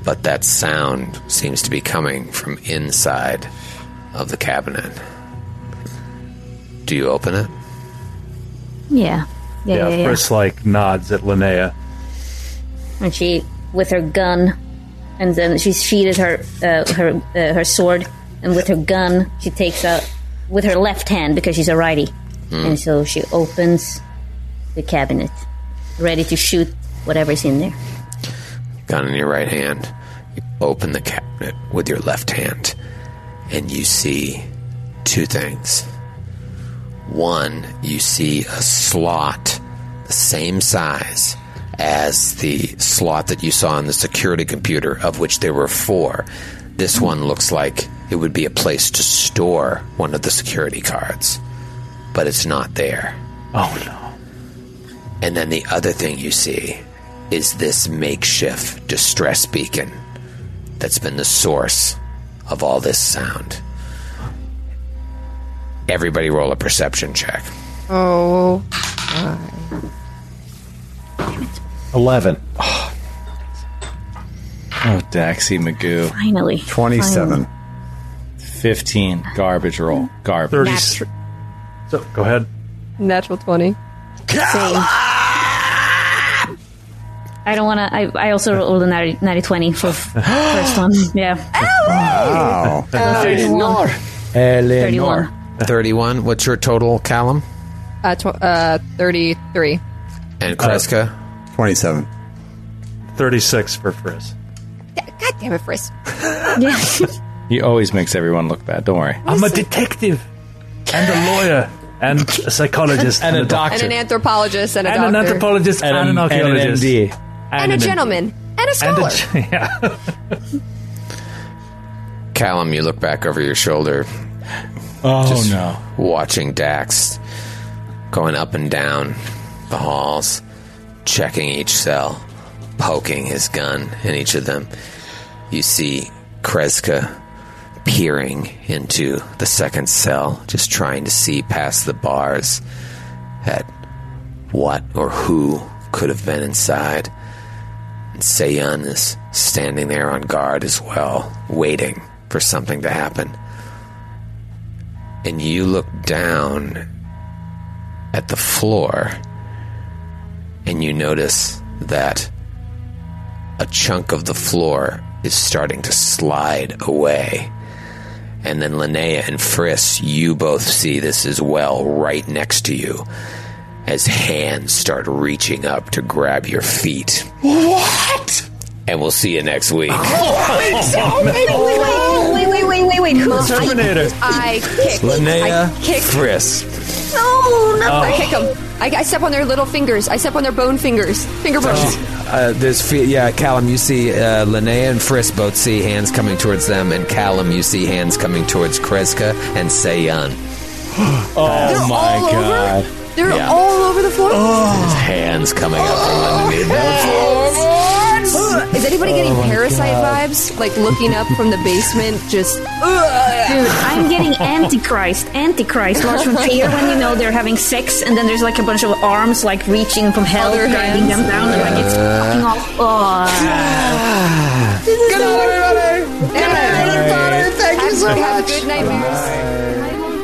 [SPEAKER 4] but that sound seems to be coming from inside of the cabinet. Do you open it?
[SPEAKER 11] Yeah. Yeah. Yeah. yeah.
[SPEAKER 10] Chris like nods at Linnea.
[SPEAKER 11] And she, with her gun, and then she's sheathed her uh, her uh, her sword, and with her gun, she takes out with her left hand because she's a righty,
[SPEAKER 4] Hmm.
[SPEAKER 11] and so she opens the cabinet, ready to shoot whatever's in there.
[SPEAKER 4] gun in your right hand. You open the cabinet with your left hand, and you see two things. One, you see a slot the same size as the slot that you saw in the security computer, of which there were four. This one looks like it would be a place to store one of the security cards, but it's not there.
[SPEAKER 10] Oh
[SPEAKER 4] no. And then the other thing you see is this makeshift distress beacon that's been the source of all this sound. Everybody roll a perception check.
[SPEAKER 5] Oh.
[SPEAKER 8] 11.
[SPEAKER 7] Oh, Daxy Magoo.
[SPEAKER 11] Finally.
[SPEAKER 9] 27.
[SPEAKER 7] 15. Garbage roll. Garbage.
[SPEAKER 5] 30.
[SPEAKER 7] So, go ahead.
[SPEAKER 5] Natural 20.
[SPEAKER 11] I don't wanna. I, I also rolled a 90, 90 20 for f- first one. Yeah.
[SPEAKER 4] Wow.
[SPEAKER 11] Eleanor.
[SPEAKER 5] 31.
[SPEAKER 4] 31. What's your total, Callum?
[SPEAKER 5] Uh, tw- uh, 33.
[SPEAKER 4] And Kreska?
[SPEAKER 9] 27.
[SPEAKER 10] 36 for Friss.
[SPEAKER 5] God damn it, Frisk.
[SPEAKER 7] He always makes everyone look bad. Don't worry.
[SPEAKER 10] I'm a detective and a lawyer and a psychologist
[SPEAKER 7] And a
[SPEAKER 5] And an anthropologist and a
[SPEAKER 10] And an
[SPEAKER 5] doctor.
[SPEAKER 10] anthropologist and, an archaeologist.
[SPEAKER 7] MD.
[SPEAKER 5] And a gentleman. And a scholar.
[SPEAKER 4] Callum, you look back over your shoulder.
[SPEAKER 7] Oh
[SPEAKER 4] no! Watching Dax going up and down the halls, checking each cell, poking his gun in each of them. You see Kreska peering into the second cell, just trying to see past the bars at what or who could have been inside. And Seyun is standing there on guard as well, waiting for something to happen. And you look down at the floor and you notice that a chunk of the floor is starting to slide away. And then Linnea and Friss, you both see this as well right next to you as hands start reaching up to grab your feet.
[SPEAKER 16] What?
[SPEAKER 4] And we'll see you next week.
[SPEAKER 5] Wait, wait, wait, wait, wait. Who's
[SPEAKER 4] Terminator.
[SPEAKER 5] I, I kick. I kick.
[SPEAKER 4] Friss.
[SPEAKER 5] No, no.
[SPEAKER 4] Oh.
[SPEAKER 5] I kick them. I, I step on their little fingers. I step on their bone fingers. Finger bones.
[SPEAKER 4] Uh, there's fe- yeah, Callum. You see uh, Linnea and Friss both see hands coming towards them, and Callum, you see hands coming towards Kreska and Seyun.
[SPEAKER 7] Oh
[SPEAKER 4] my god!
[SPEAKER 5] They're
[SPEAKER 4] Yeah.
[SPEAKER 5] all over the floor.
[SPEAKER 4] Hands coming up from underneath them.
[SPEAKER 5] Hands. Ugh. Is anybody getting
[SPEAKER 11] Oh my
[SPEAKER 5] parasite
[SPEAKER 11] God.
[SPEAKER 5] vibes? Like looking up from the basement, just.
[SPEAKER 11] Dude, I'm getting Antichrist, Antichrist, Lords from Fear when you know they're having sex and then there's like a bunch of arms like reaching from hell,
[SPEAKER 5] Other
[SPEAKER 11] grinding them
[SPEAKER 5] hands.
[SPEAKER 11] down and like it's fucking all. Oh.
[SPEAKER 5] Good night, everybody. Good night, everybody. Thank you so much. Good nightmares.